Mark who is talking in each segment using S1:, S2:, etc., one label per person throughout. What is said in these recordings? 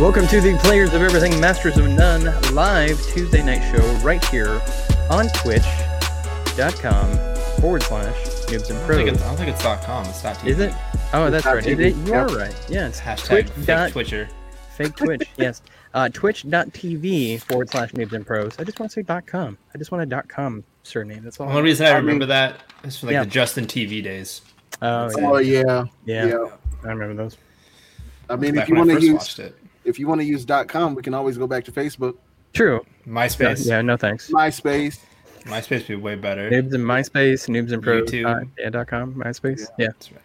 S1: Welcome to the Players of Everything Masters of None live Tuesday night show right here on twitch.com forward slash noobs and
S2: I don't, think
S1: pros.
S2: it's, I don't think it's .com. It's .tv.
S1: Is it? Oh, that's
S3: Not
S1: right. It,
S3: TV.
S1: it- you are
S3: Yep.
S1: right. Yes.
S2: Hashtag
S1: Twitch
S2: fake
S1: dot-
S2: Twitcher.
S1: Fake Twitch. yes. Uh, twitch.tv forward slash noobs and pros. I just want to say dot .com. I just want a dot .com surname. That's
S2: The
S1: all.
S2: only reason I
S3: I
S2: remember that is for like
S1: Oh, Yeah.
S2: the Justin TV days.
S1: Oh,
S3: Oh yeah,
S1: yeah.
S3: yeah.
S1: yeah. I remember those.
S3: I mean,
S2: back
S3: if you
S2: when
S3: want
S2: I
S3: to
S2: first
S3: use
S2: watched it,
S3: if you want to use .com, we can always go back to Facebook,
S1: True.
S2: MySpace.
S1: Yeah, no thanks.
S3: MySpace.
S2: MySpace would be way better.
S1: Noobs and MySpace, noobs and pros.
S2: YouTube.
S1: dot- Yeah, dot com, MySpace. Yeah,
S2: That's right.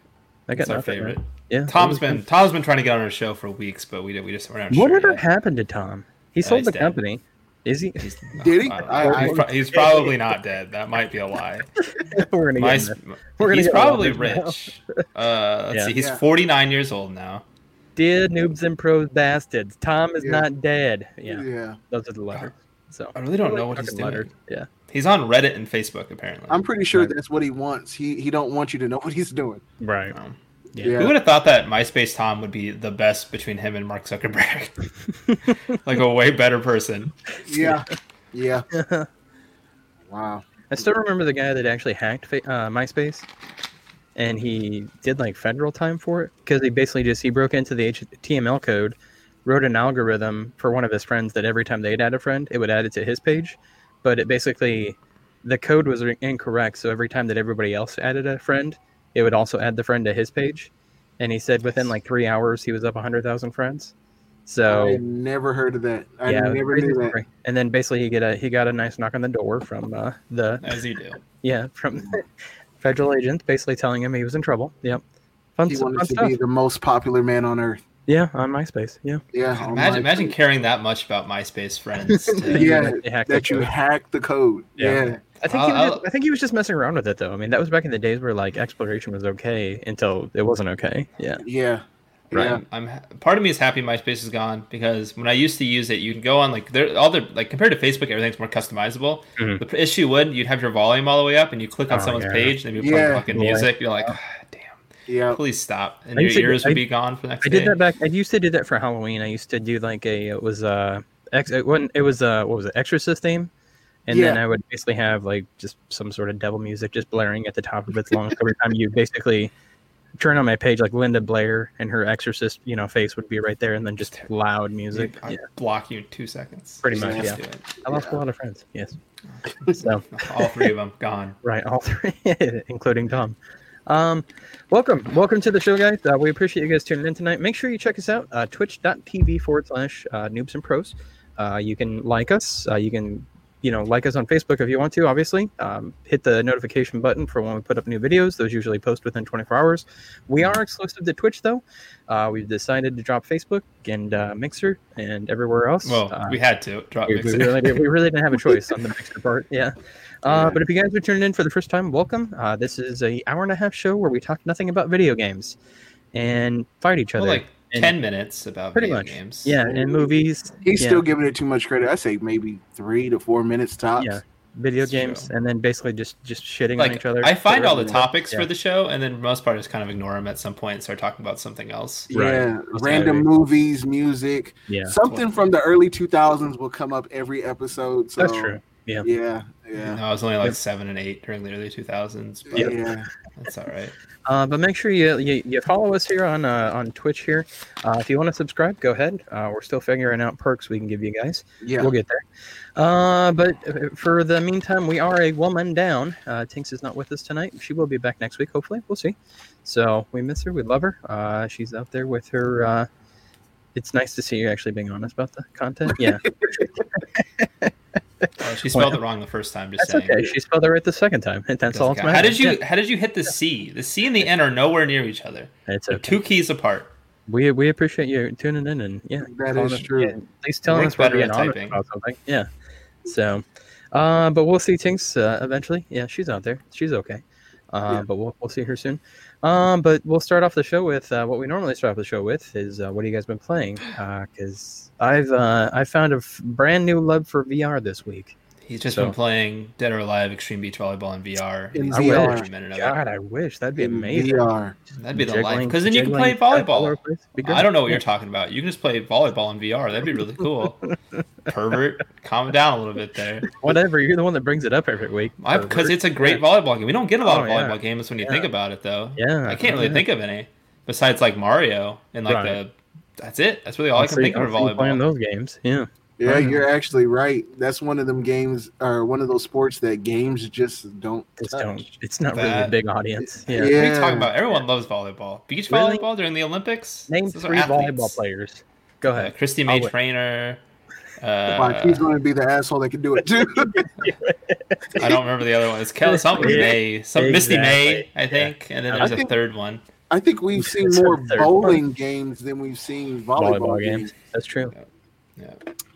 S1: I got
S2: That's our
S1: nothing, man.
S2: favorite.
S1: Yeah,
S2: Tom's
S1: that was-
S2: been Tom's been trying to get on our show for weeks, but we did we just we're not sure.
S1: Whatever
S2: yet.
S1: happened to Tom? He
S2: Yeah,
S1: sold
S2: he's
S1: the
S2: dead.
S1: company. Is he?
S2: He's,
S3: Did
S2: I don't
S3: he?
S2: know.
S3: I-
S2: he's,
S3: I-
S2: pro- he's probably not dead. That might be a lie.
S1: We're gonna
S2: My,
S1: get. in there. We're gonna
S2: he's
S1: get a lot
S2: probably
S1: of this
S2: rich. Uh, let's
S1: Yeah.
S2: see. He's
S3: Yeah.
S2: 49 years old now.
S1: Dear noobs and pros bastards, Tom is
S3: Yeah.
S1: not dead.
S3: Yeah.
S1: Yeah, those are the letters. So
S2: I really don't know what he's
S1: Fucking
S2: doing.
S1: letters. Yeah,
S2: He's on Reddit and Facebook apparently.
S3: I'm pretty sure
S1: Right.
S3: that's what he wants. He he don't want you to know what he's doing.
S1: right.
S2: Um,
S1: Yeah.
S3: Yeah.
S2: Who would have thought that MySpace Tom would be the best between him and Mark Zuckerberg? like a way better person.
S3: Yeah. Yeah. Wow.
S1: I still remember the guy that actually hacked fa- uh, MySpace, and he did like federal time for it because he basically just he broke into the HTML code, wrote an algorithm for one of his friends that every time they'd add a friend, it would add it to his page, but it basically the code was re- incorrect. So every time that everybody else added a friend, it would also add the friend to his page, and he said within like three hours he was up hundred thousand friends. So
S3: I never heard of that. I
S1: yeah, it was a
S3: never
S1: crazy
S3: knew that.
S1: story. and then basically he get a he got a nice knock on the door from uh, the
S2: As you do.
S1: yeah, from federal agents basically telling him he was in trouble. Yep. Fun,
S3: He
S1: fun
S3: wanted to
S1: stuff.
S3: be the most popular man on earth.
S1: Yeah, on MySpace. Yeah.
S3: Yeah. on
S2: Imagine,
S3: my-
S2: imagine caring that much about MySpace friends. to-
S3: Yeah,
S1: They hacked
S3: that
S1: the
S3: you
S1: code.
S3: hacked the code.
S1: Yeah.
S3: Yeah.
S1: I think, he was
S2: I'll-
S1: just, I think he was just messing around with it, though. I mean, that was back in the days where like exploration was okay until it wasn't okay. Yeah.
S3: Yeah. Yeah.
S2: I'm, I'm ha- part of me is happy MySpace is gone because when I used to use it, you can go on like there all the like compared to Facebook, everything's more customizable.
S1: Mhm.
S2: The p- issue would you'd have your volume all the way up, and you click on
S1: Oh,
S2: someone's
S1: yeah.
S2: page, and they'd be
S3: Yeah.
S2: playing fucking
S1: Boy.
S2: music. You're like, "Ah, damn,
S3: Yeah.
S2: please stop, and
S1: I
S2: your
S1: used to-
S2: ears would
S1: I-
S2: be gone for the next.
S1: I did
S2: day.
S1: that back. I used to do that for Halloween. I used to do like a it was uh ex it wasn't it was uh what was it Exorcist theme, and then
S3: Yeah.
S1: I would basically have like just some sort of devil music just blaring at the top of its lungs every time you basically turn on my page like Linda Blair and her Exorcist you know face would be right there, and then just loud music.
S2: I'd
S1: Yeah,
S2: block you in two seconds.
S1: Pretty
S2: Just
S1: much,
S2: do
S1: I lost a
S3: yeah.
S1: lot of friends. Yes, so
S2: it. All three of them gone.
S1: right, all three, including Tom. Um, welcome, welcome to the show, guys. Uh, we appreciate you guys tuning in tonight. Make sure you check us out, uh, twitch.tv forward slash uh, noobs and pros. Uh, you can like us. Uh, you can, you know, like us on Facebook if you want to, obviously. Um, hit the notification button for when we put up new videos. Those usually post within 24 hours. We are exclusive to Twitch, though. Uh, we've decided to drop Facebook and uh, Mixer and everywhere else.
S2: Well,
S1: Uh,
S2: we had to drop
S1: we, we
S2: mix it.
S1: really did. we really didn't have a choice on the mixer part. Yeah. Uh,
S3: Yeah.
S1: But if you guys are tuning in for the first time, welcome. Uh, this is a hour and a half show where we talk nothing about video games and fight each
S2: Well,
S1: other.
S2: like
S1: And-
S2: ten minutes about
S1: Pretty
S2: video
S1: much.
S2: games.
S1: yeah, and movies.
S3: He's
S1: yeah,
S3: still giving it too much credit. I say maybe three to four minutes tops.
S1: Yeah. video
S2: It's
S1: games,
S2: true.
S1: and then basically just just shitting on
S2: Like
S1: each other.
S2: I find all the
S3: Yeah.
S2: topics
S1: Yeah.
S2: for the show, and then for the most part I just kind of ignore them at some point and start talking about something else.
S1: Right.
S3: Yeah,
S1: That's
S3: random
S1: right.
S3: movies, music,
S1: Yeah,
S3: something
S2: Cool.
S3: from the early 2000s will come up every episode. So
S1: that's true. Yeah.
S3: Yeah, yeah,
S2: No, I was only like
S1: Yep.
S2: seven and eight during the early two thousands, but
S3: yeah.
S2: that's all right.
S1: Uh, but make sure you, you, you follow us here on uh, on Twitch here. Uh, if you want to subscribe, go ahead. Uh, we're still figuring out perks we can give you guys.
S3: yeah.
S1: We'll get there. Uh, but uh, for the meantime, we are a woman down. Uh, Tinks is not with us tonight. She will be back next week, hopefully. We'll see. So we miss her. We love her. Uh, she's out there with her. Uh, it's nice to see you actually being honest about the content. Yeah,
S2: Oh, she spelled it wrong the first time. Just
S1: that's
S2: saying.
S1: okay. She spelled it right the second time. and That's
S2: Doesn't
S1: all.
S2: count.
S1: that
S2: how
S1: matters.
S2: did you
S1: Yeah,
S2: How did you hit the C? The C and the N are nowhere near each other.
S1: it's
S2: They're
S1: okay.
S2: two keys apart.
S1: We we appreciate you tuning in and yeah,
S3: That
S1: Calling
S3: is
S1: it-
S3: true.
S1: yeah, at least telling
S2: Work
S1: us we're
S2: better
S1: being
S2: at
S1: honest
S2: typing.
S1: about something. Yeah. So, uh, but we'll see Tinks uh, eventually. Yeah, she's out there. She's okay. Uh,
S3: Yeah.
S1: But we'll, we'll see her soon. Um, but we'll start off the show with uh, what we normally start off the show with is uh, what have you guys been uh, playing? Because I've uh, I found a f- brand new love for VR this week.
S2: He's just
S1: So-
S2: been playing Dead or Alive Extreme Beach Volleyball in VR.
S3: In
S2: He's
S1: I
S2: playing
S3: wish.
S2: every minute of it.
S1: God, I wish that'd be
S3: in
S1: amazing.
S3: VR.
S2: That'd be the
S1: Jiggling-
S2: life. Because then you can play
S1: jiggling stuff all over
S2: volleyball.
S1: the place. Be great.
S2: I don't know what you're talking about. You can just play volleyball in VR. That'd be really cool. Pervert, calm down a little bit there.
S1: Whatever. You're the one that brings it up every week.
S2: Because
S1: pervert.
S2: it's a great volleyball game. We don't get a lot of
S1: Oh, yeah.
S2: volleyball games when you
S1: Yeah.
S2: think about it, though.
S1: Yeah,
S2: I
S1: oh,
S2: can't really
S1: yeah.
S2: think of any besides like Mario and like
S1: Right.
S2: the. That's it. That's really all I
S1: I'll
S2: can
S1: see-
S2: think of
S1: I'll
S2: for
S1: see you Playing
S2: volleyball.
S1: those games. Yeah.
S3: Yeah,
S1: Yeah.
S3: you're actually right. That's one of them games or one of those sports that games just don't
S1: Just
S3: touch.
S1: don't. It's not really a
S2: That-
S1: big audience. Yeah.
S2: What are you
S3: Yeah.
S2: talking about? Everyone loves volleyball. Beach
S1: Really?
S2: volleyball during the Olympics.
S1: Name
S2: Those are
S1: three
S2: athletes.
S1: volleyball players. Go
S2: Uh,
S1: ahead.
S2: Christy
S1: I'll
S2: May
S1: wait.
S2: Trainer.
S3: Like, he's
S2: Uh,
S3: going to be the asshole that can do it too.
S2: I don't remember the other one. It's Kelly something
S1: Yeah.
S2: May, some Misty May,
S1: Exactly.
S2: I think, and then
S1: I
S2: there's a
S3: think-
S2: third one.
S3: I think we've
S1: It's
S3: seen
S1: the
S3: more
S1: third
S3: bowling games than we've seen volleyball, games.
S1: That's true.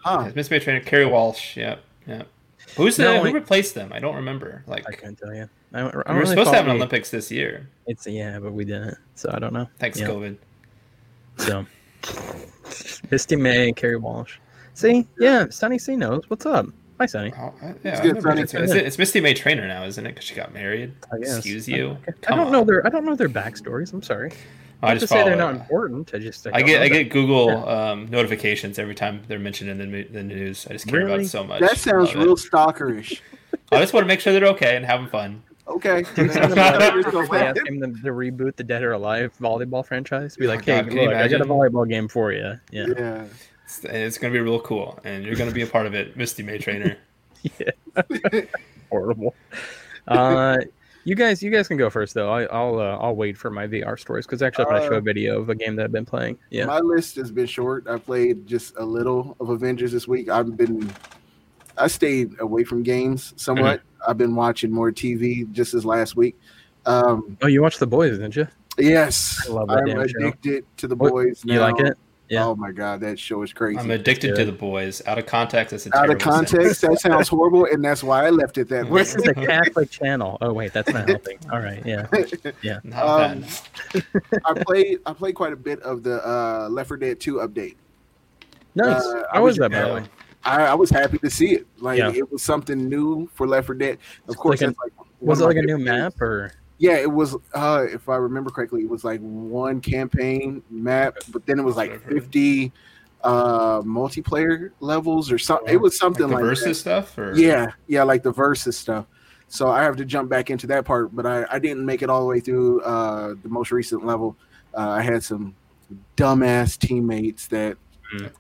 S3: Huh.
S2: It's Miss May Trainer, Carrie Walsh. Yep, yep. Who's the
S1: No,
S2: who
S1: I-
S2: replaced them? I don't remember. Like
S1: I can't tell you. I, I don't
S2: we were
S1: really
S2: supposed to have an
S1: follow-
S2: Olympics this year.
S1: It's yeah, but we didn't. So I don't know.
S2: Thanks,
S1: Yeah.
S2: COVID.
S1: So Misty May, Carrie Walsh. See, yeah, Sunny C knows. What's up? Hi, Sunny.
S2: Oh, I- yeah,
S3: It's
S2: I
S3: good
S2: remember
S3: Sunny
S2: it's,
S1: Trainer.
S2: it's, it's Misty May Trainer now, isn't it? Because she got married.
S1: I guess.
S2: Excuse you.
S1: I
S2: Come
S1: don't
S2: on.
S1: know their I don't know their backstories. I'm sorry.
S2: I
S1: not to
S2: just
S1: say
S2: follow.
S1: they're
S2: it.
S1: not important. I just
S2: I
S1: don't
S2: get
S1: know
S2: I
S1: them.
S2: get Google um, notifications every time they're mentioned in the, mo- the news. I just care about
S1: Really?
S2: it so much.
S3: That sounds
S2: Love it.
S3: real stalkerish.
S2: I just want to make sure they're okay and having fun.
S3: Okay.
S1: Dude, send them
S2: Yeah.
S1: another
S3: You're so
S1: person,
S3: bad.
S1: ask him to, to reboot the Dead or Alive volleyball franchise. Be
S2: Oh,
S1: like,
S2: God,
S1: hey,
S2: can you
S1: look, I got a
S2: imagine?
S1: volleyball game for you. Yeah.
S3: yeah.
S2: It's, and it's gonna be real cool, and you're gonna be a part of it, Misty May Trainer.
S1: horrible. Uh, you guys, you guys can go first though. I, I'll uh, I'll wait for my VR stories because actually I'm gonna show
S3: Uh,
S1: a video of a game that I've been playing. Yeah,
S3: My list has been short. I played just a little of Avengers this week. I've been, I stayed away from games somewhat.
S1: Mm-hmm.
S3: I've been watching more TV just as last week. Um,
S1: oh, you watched The Boys, didn't you?
S3: yes,
S1: I love that
S3: I'm
S1: damn show.
S3: addicted to the
S1: What-
S3: boys.
S1: You
S3: now.
S1: like it? Yeah.
S3: Oh my god, that show is crazy.
S2: I'm addicted to
S1: Good.
S2: the boys. Out of context, that's a
S3: Out
S2: terrible
S3: of context, that sounds horrible, and that's why I left it that way.
S1: This is a Catholic channel. Oh wait, that's not helping. All right, yeah.
S2: Sentence. Not
S3: Um,
S2: bad.
S1: Mm-hmm.
S3: I played I played quite a bit of the uh, Left 4 Dead 2 update.
S1: Nice.
S3: Uh,
S1: I
S3: I
S1: was
S3: was
S1: that by
S2: your
S1: the way.
S2: pal.
S3: I, I was happy to see it. Like
S1: Yeah.
S3: it was something new for Left 4 Dead. Of
S1: like
S3: course,
S1: a-
S3: that's like one
S1: Was it
S3: of
S1: like
S3: my
S1: a new
S3: favorite games.
S1: map or?
S3: Yeah, it was. Uh, if I remember correctly, it was like one campaign map, but then it was like
S2: Whatever.
S3: fifty uh, multiplayer levels or something. It
S2: Like
S3: was
S2: the
S3: something like,
S2: versus stuff, or
S3: that. Yeah, yeah, like the versus stuff. So I have to jump back into that part, but I, I didn't make it all the way through uh, the most recent level. Uh, I had some dumbass teammates that
S1: Mm.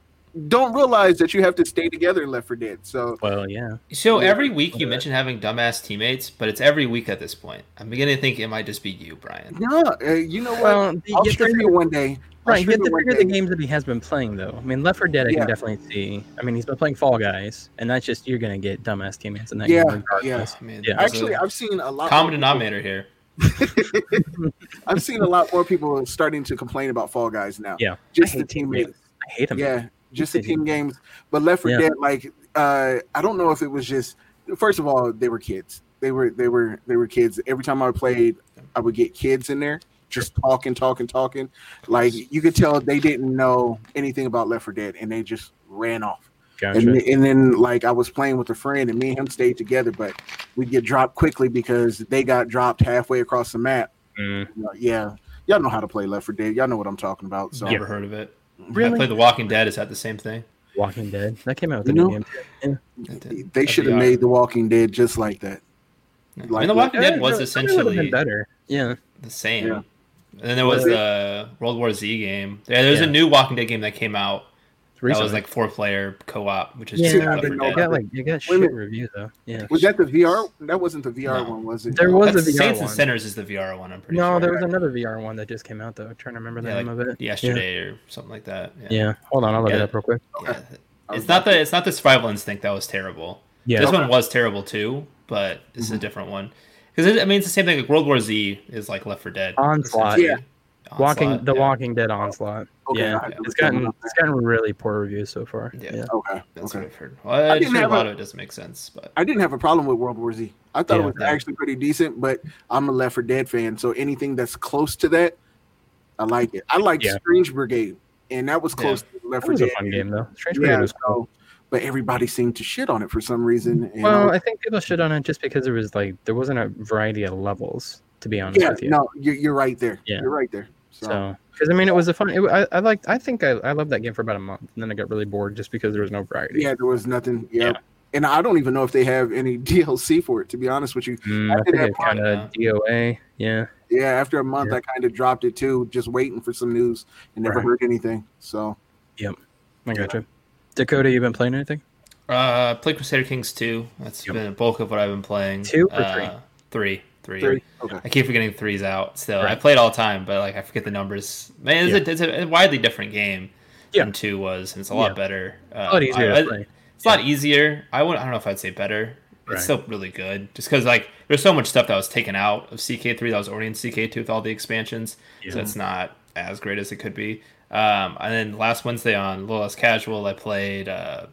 S3: don't realize that you have to stay together in Left 4 Dead. So
S1: Well, yeah.
S2: So
S3: Yeah.
S2: every week you mention having dumbass teammates, but it's every week at this point. I'm beginning to think it might just be you, Brian.
S3: no, uh, you know what?
S1: Well, you
S3: I'll
S1: have to
S3: stream
S1: figure-
S3: it one day. I'll
S1: Right, you
S3: stream
S1: have
S3: it
S1: to
S3: one
S1: figure the
S3: day.
S1: games that he has been playing though. I mean, Left 4 Dead, I
S3: Yeah.
S1: can definitely see. I mean, he's been playing Fall Guys, and that's just you're gonna get dumbass teammates in that
S3: Yeah,
S1: game. regardless.
S2: I mean,
S1: Yeah.
S2: there's
S3: Actually,
S2: a
S3: I've seen a lot.
S2: common
S3: more
S2: denominator here.
S3: people- I've seen a lot more people starting to complain about Fall Guys now.
S1: Yeah. I
S3: just the
S1: hate
S3: team
S1: teammates.
S3: games.
S1: I hate him.
S3: Yeah, just the
S1: Hate
S3: team games. But Left 4
S1: Yeah.
S3: Dead, like, uh, I don't know if it was just. First of all, they were kids. They were they were they were kids. Every time I played, I would get kids in there just talking, talking, talking. Like you could tell they didn't know anything about Left 4 Dead, and they just ran off.
S1: Gotcha.
S3: And, th- and then like I was playing with a friend, and me and him stayed together, but we get dropped quickly because they got dropped halfway across the map.
S1: Mm.
S3: You know, yeah, y'all know how to play Left 4 Dead. Y'all know what I'm talking about. So
S2: Never heard of it. I
S1: Really?
S2: played The Walking Dead. Is that the same thing?
S1: Walking Dead. That came out with a
S3: You
S1: new
S3: know-
S1: game.
S3: they should have
S2: VR.
S3: made The Walking Dead just like that.
S2: Yeah. I
S3: Like-
S2: mean, The Walking Dead was
S1: That would've been
S2: essentially
S1: better. Yeah.
S2: the same.
S3: Yeah.
S2: And then there was the World War Z game. Yeah, there's
S1: Yeah.
S2: a new Walking Dead game that came out that was
S1: Recently.
S2: like four player co op, which is
S1: Yeah,
S2: just like
S3: I
S2: Left
S3: didn't
S2: 4
S3: know
S1: it
S2: Dead.
S1: got like it got
S3: Wait a
S1: shit
S3: minute.
S1: reviews though. Yeah.
S3: Was that the VR? That wasn't the VR
S2: No.
S3: one, was it?
S1: There was
S2: That's
S1: a VR
S2: Saints
S1: one.
S2: and Sinners is the VR one. I'm pretty
S1: no,
S2: sure.
S1: there was another VR one that just came out though. I'm trying to remember the
S2: Yeah,
S1: name of it.
S2: yesterday or something like that.
S1: Yeah. Hold on, I'll look it
S2: Yeah.
S1: up real quick.
S2: yeah.
S3: I was
S2: It's not
S3: like,
S2: the it's not the survival instinct that was terrible.
S1: Yeah. Mm-hmm.
S2: This one was terrible too, but this is a
S3: Mhm.
S2: different one. Because I mean, it's the same thing. Like World War Z is like Left for Dead.
S1: Onslaught.
S2: essentially.
S3: Yeah.
S1: Walking
S2: Onslaught,
S1: the
S2: yeah.
S1: Walking Dead Onslaught.
S3: okay,
S1: yeah.
S3: I have to
S1: It's
S3: look
S1: gotten
S3: that one
S1: it's gotten really poor reviews so far.
S2: Yeah.
S1: yeah.
S3: up. okay.
S2: That's
S3: okay.
S2: what I've heard. Well, I just
S3: didn't
S2: heard a
S3: have
S2: lot
S3: a-
S2: of it doesn't make sense, but
S3: I didn't have a problem with World War Z. I thought
S1: Yeah.
S3: it was
S2: Yeah.
S3: actually pretty decent, but I'm a Left 4 Dead fan, so anything that's close to that, I like it. I like
S1: Yeah.
S3: Strange Brigade, and that was
S2: Yeah.
S3: close to
S1: That
S3: Left 4
S1: was a
S3: Dead.
S1: fun game though. Strange Brigade
S3: Yeah,
S1: was cool.
S3: so but everybody seemed to shit on it for some reason. And
S1: Well, I think people shit on it just because it was like there wasn't a variety of levels. To be honest
S3: yeah,
S1: with you,
S3: no, you're, you're right there.
S1: Yeah.
S3: You're right there. So,
S1: so because I mean it was a fun. It, I, I liked. I think I, I loved that game for about a month, and then I got really bored just because there was no variety.
S3: yeah, there was nothing.
S1: Yeah.
S3: yeah. And I don't even know if they have any DLC for it, to be honest with you.
S1: Mm,
S3: I
S1: I
S3: did
S1: think
S3: that
S1: it kind of DOA. Yeah.
S3: Yeah, after a month,
S1: Yeah.
S3: I kind of dropped it too, just waiting for some news and never
S1: Right.
S3: heard anything. So,
S1: I gotcha. Dakota, you been playing anything?
S2: Uh, play Crusader Kings two. That's
S1: Yep.
S2: been a bulk of what I've been playing.
S1: Two or
S2: Uh, three, three.
S3: three. Okay.
S2: I keep forgetting threes out. Still, I
S1: Right.
S2: played all the time, but like I forget the numbers. Man, it's, a, it's a widely different game
S1: Yeah.
S2: than two was, and it's a lot
S1: Yeah.
S2: better. Uh,
S1: A lot easier
S2: I- I-
S1: to play.
S2: It's a lot easier. I would. I don't know if I'd say better.
S1: Right.
S2: It's still really good, just because like there's so much stuff that was taken out of CK3 that was already in CK2 with all the expansions, so
S1: Yeah.
S2: it's not as great as it could be. Um, and then last Wednesday on a little less casual, I played uh,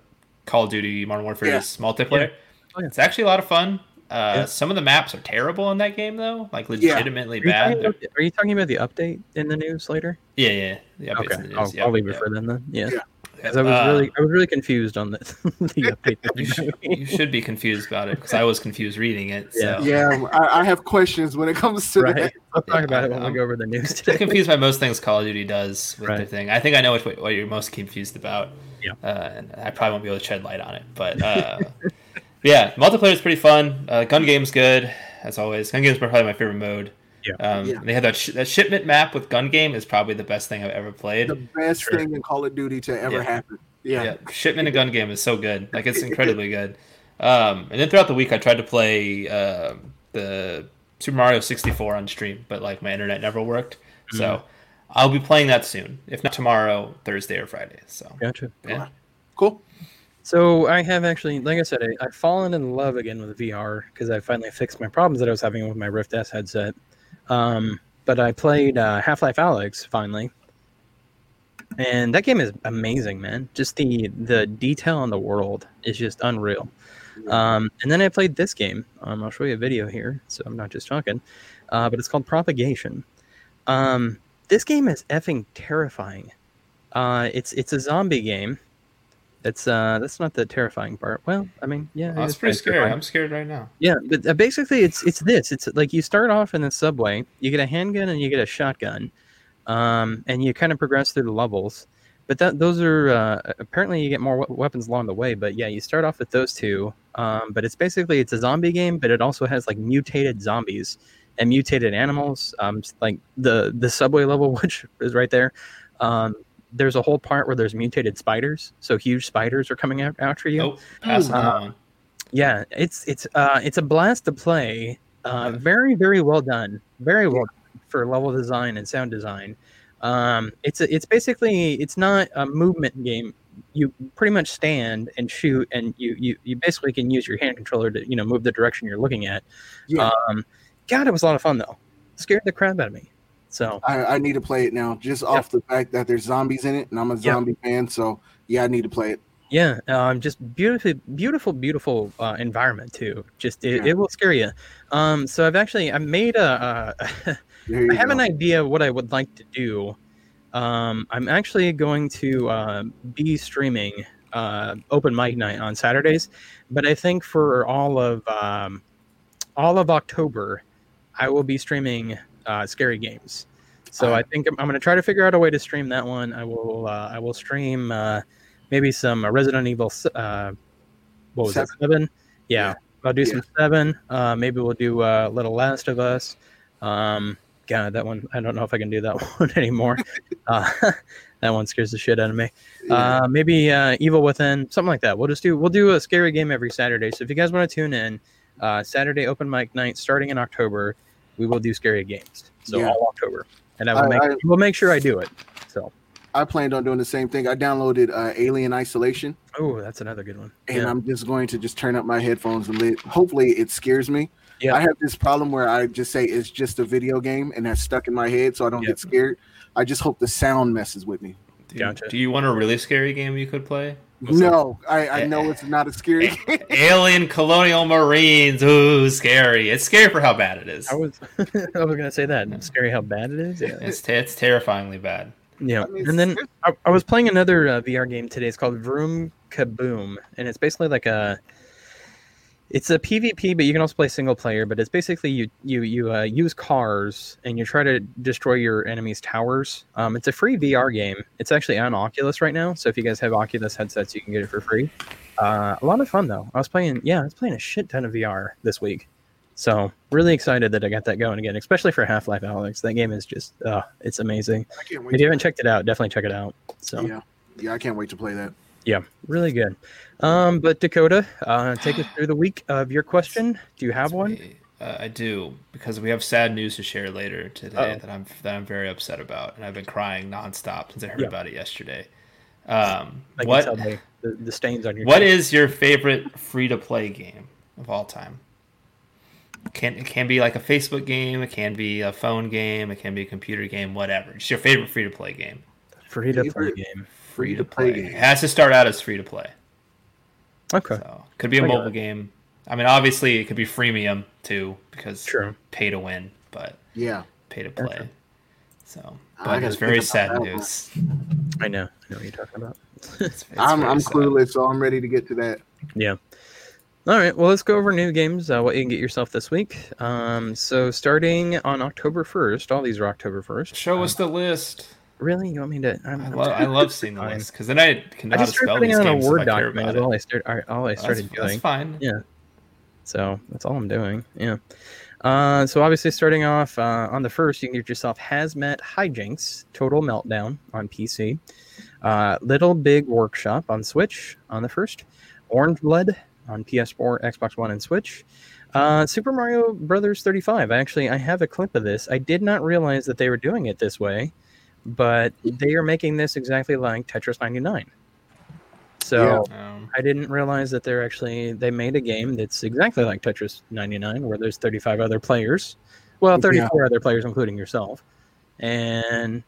S2: Call of Duty Modern Warfare's multiplayer.
S1: Oh, yeah.
S2: It's actually a lot of fun. Uh,
S1: Yeah.
S2: Some of the maps are terrible in that game though, like
S3: Yeah.
S2: legitimately
S1: Are you, talking
S2: bad. They're-
S1: about, are you talking about the update in the news later?
S2: Yeah, yeah, yeah. the updates
S1: Okay,
S2: in the news,
S1: I'll,
S2: yeah,
S1: I'll leave it
S2: yeah.
S1: for then. Then, yeah,
S3: Yeah.
S1: 'Cause I was
S2: Uh,
S1: really, I was really confused on this. the update. that they
S2: You should,
S1: made.
S2: you should be confused about it because I was confused reading it.
S1: Yeah.
S2: So.
S3: yeah, I, I have questions when it comes to
S1: right.
S3: that.
S1: I'll talk about it when
S2: Um,
S1: we go over the news
S2: I'm
S1: today.
S2: confused by most things Call of Duty does with their
S1: Right.
S2: thing. I think I know which, what you're most confused about.
S1: Yeah.
S2: Uh, and I probably won't be able to shed light on it, but uh, yeah, multiplayer is pretty fun. Uh, gun game's good as always. Gun game's probably my favorite mode.
S1: Yeah.
S2: Um,
S3: Yeah.
S2: They had that, sh- that shipment map with gun game is probably the best thing I've ever played.
S3: The best
S1: Sure.
S3: thing in Call of Duty to ever
S2: Yeah.
S3: happen. Yeah.
S2: shipment and gun game is so good. Like it's incredibly good. Um, and then throughout the week, I tried to play uh, the Super Mario 64 on stream, but like my internet never worked.
S1: Mm-hmm.
S2: So I'll be playing that soon, if not tomorrow, Thursday or Friday. So
S1: Gotcha.
S2: yeah.
S3: Cool.
S1: So I have actually, like I said, I, I've fallen in love again with VR because I finally fixed my problems that I was having with my Rift S headset. Um, but I played uh, Half Life Alex finally, and that game is amazing, man. Just the the detail on the world is just unreal. Um, and then I played this game. Um, I'll show you a video here, so I'm not just talking. Uh, but it's called Propagation. Um, this game is effing terrifying. Uh, it's it's a zombie game. That's uh, that's not the terrifying part. Well, I mean, yeah, it
S2: That's
S1: is
S2: pretty
S1: kinda
S2: scary.
S1: terrifying.
S2: I'm scared right now.
S1: Yeah, but uh, basically, it's it's this. It's like you start off in the subway, you get a handgun and you get a shotgun, um, and you kind of progress through the levels. But that those are uh, apparently you get more we- weapons along the way. But yeah, you start off with those two. Um, but it's basically it's a zombie game, but it also has like mutated zombies and mutated animals. Um, s- like the the subway level, which is right there. Um, there's a whole part where there's mutated spiders, so huge spiders are coming out after you.
S2: Oh, pass on
S1: Uh,
S2: that one.
S1: Yeah, it's it's uh it's a blast to play. Uh,
S2: Yeah.
S1: very very well done. Very well done for level design and sound design. Um, it's a, it's basically it's not a movement game. You pretty much stand and shoot, and you you you basically can use your hand controller to you know move the direction you're looking at.
S3: Yeah.
S1: Um, God, it was a lot of fun though. Scared the crap out of me. So
S3: I, I need to play it now, just off the fact that there's zombies in it, and I'm a zombie fan. So yeah, I need to play it.
S1: Yeah, um, just beautiful, beautiful, beautiful uh, environment too. Just it,
S3: Yeah.
S1: it will scare you. Um, so I've actually I made a uh,
S3: There you
S1: I have
S3: go.
S1: an idea what I would like to do. Um, I'm actually going to uh, be streaming uh, open mic night on Saturdays, but I think for all of um, all of October, I will be streaming uh, scary games. So I think I'm, I'm going to try to figure out a way to stream that one. I will uh, I will stream uh, maybe some uh, Resident Evil. s- Uh, what was it? Seven. Yeah,
S3: Yeah.
S1: I'll do some seven. Uh, maybe we'll do uh, Little Last of Us. Um, God, that one. I don't know if I can do that one anymore. uh, that one scares the shit out of me.
S3: Yeah.
S1: Uh, maybe uh, Evil Within, something like that. We'll just do. We'll do a scary game every Saturday. So if you guys want to tune in, uh, Saturday open mic night starting in October, we will do scary games. So
S3: Yeah.
S1: all October, and I will
S3: I-
S1: make.
S3: I-
S1: we'll make sure I do it. So
S3: I planned on doing the same thing. I downloaded uh, Alien Isolation,
S1: oh, that's another good one.
S3: and
S1: Yeah.
S3: I'm just going to just turn up my headphones and let, hopefully it scares me.
S1: Yeah.
S3: I have this problem where I just say it's just a video game, and that's stuck in my head, so I don't
S1: Yeah.
S3: get scared. I just hope the sound messes with me.
S2: Do you,
S1: Gotcha.
S2: do you want a really scary game you could play?
S1: What's that? Eh,
S3: no, I, I know it's not a scary game.
S2: Alien Colonial Marines. Ooh, scary. It's scary for how bad it is.
S1: I was I was gonna say that. It's scary how bad it is. Yeah.
S2: It's, it's terrifyingly bad.
S1: Yeah.
S3: I mean,
S1: and then
S3: seriously.
S1: I, I was playing another uh, VR game today. It's called Vroom Kaboom, and it's basically like a it's a PvP, but you can also play single player. But it's basically you you you uh, use cars and you try to destroy your enemies' towers. Um, it's a free VR game. It's actually on Oculus right now, so if you guys have Oculus headsets, you can get it for free. Uh, a lot of fun though. I was playing, yeah, I was playing a shit ton of VR this week, so really excited that I got that going again, especially for Half Life Alex. That game is just, uh, it's amazing.
S3: I can't wait.
S1: If you haven't checked it out, definitely check it out. So
S3: yeah, yeah, I can't wait to play that.
S1: yeah, really good. Um, but Dakota, uh, take us through the week of your question. Do you have one?
S2: Uh, I do because we have sad news to share later today
S1: Uh-oh.
S2: that I'm that I'm very upset about, and I've been crying nonstop since I heard
S1: Yeah.
S2: about it yesterday. Um,
S1: I can tell
S2: what
S1: by the, the stains on your
S2: what
S1: cheek.
S2: is your favorite free to play game of all time? Can it can be like a Facebook game, it can be a phone game, it can be a computer game, whatever. It's your favorite free to play game.
S1: free to play
S3: favorite-
S1: game?
S2: Free to
S3: Free-to-play
S2: play.
S3: game.
S2: It has to start out as free to play.
S1: Okay,
S2: So could be a
S1: I got
S2: mobile game. I mean, obviously it could be freemium too because
S1: true.
S2: pay to win, but
S3: Yeah,
S2: pay to
S1: Gotcha.
S2: play. So, but
S3: I gotta
S2: it's
S3: think
S2: very
S3: about
S2: sad
S3: that one.
S2: news.
S1: I know, I know what you're talking about.
S2: It's- it's
S3: I'm
S2: very
S3: I'm
S2: sad.
S3: clueless, so I'm ready to get to that.
S1: All right, well, let's go over new games, uh, what you can get yourself this week. Um, so, starting on October 1st, all these are October 1st.
S2: Show us the list.
S1: Really? You want me to? I'm,
S2: I
S1: I'm
S2: love I
S1: trying-
S2: love seeing the
S1: Fine.
S2: list because then I can know
S1: I
S2: how to
S1: just started
S2: spell
S1: putting
S2: these
S1: it on a
S2: games
S1: Word
S2: if I care about
S1: document, is
S2: it.
S1: all I, start, I- all I
S2: That's-
S1: started
S2: that's,
S1: doing.
S2: fine.
S1: Yeah. So, that's all I'm doing. Yeah. Uh, so, obviously, starting off uh, on the first, you can get yourself Hazmat Hijinks Total Meltdown on PC, uh, Little Big Workshop on Switch on the first, Orange Blood on PS4, Xbox One, and Switch. Uh, Super Mario Brothers 35. Actually, I have a clip of this. I did not realize that they were doing it this way, but they are making this exactly like Tetris 99. So
S3: Yeah.
S2: Um,
S1: I didn't realize that they're actually they made a game that's exactly like Tetris 99, where there's 35 other players, well,
S3: Yeah.
S1: 34 other players including yourself, and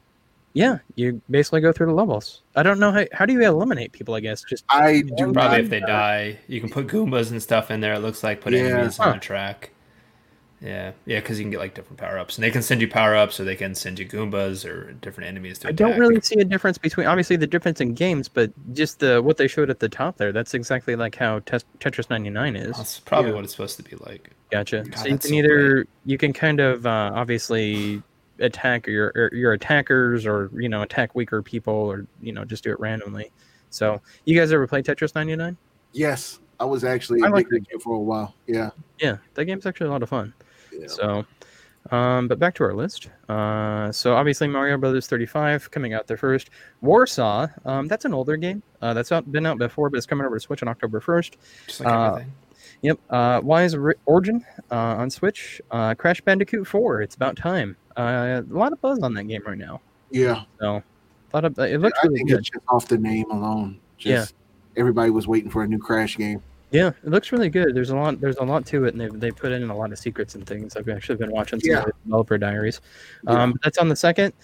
S1: yeah, you basically go through the levels. I don't know how how do you eliminate people? I guess just
S3: I do
S2: probably
S3: not
S2: if they die, you can put Goombas and stuff in there. It looks like put
S3: Yeah.
S2: enemies
S1: Huh.
S2: on the track. Yeah, yeah, because you can get like different power ups, and they can send you power ups, or they can send you Goombas or different enemies to
S1: I
S2: attack.
S1: don't really see a difference between obviously the difference in games, but just the what they showed at the top there. That's exactly like how Tes- Tetris 99 is.
S2: That's probably
S3: Yeah.
S2: what it's supposed to be like.
S1: Gotcha.
S2: God,
S1: so you
S2: that's
S1: can
S2: so
S1: either you can kind of uh, obviously attack your or your attackers or you know attack weaker people or you know just do it randomly. So you guys ever play Tetris 99?
S3: Yes, I was actually
S1: I like
S3: addicted to it for a while. Yeah.
S1: Yeah, that game's actually a lot of fun.
S3: Yeah.
S1: So, um, but back to our list. Uh, so obviously Mario Brothers 35 coming out there first. Warsaw, um, that's an older game. Uh, that's out, been out before, but it's coming over to Switch on October 1st.
S2: Just like
S1: Uh,
S2: everything.
S1: Yep. Uh, Wise Ri- Origin uh, on Switch. Uh, Crash Bandicoot 4. It's about time. Uh, a lot of buzz on that game right now.
S3: Yeah.
S1: So, a lot of it looks
S3: I
S1: really
S3: think
S1: good.
S3: it's just off the name alone. Just everybody was waiting for a new crash game.
S1: Yeah, it looks really good. There's a lot. There's a lot to it, and they they put in a lot of secrets and things. I've actually been watching some
S3: Yeah.
S1: of the developer diaries.
S3: Yeah.
S1: Um, but that's on the second.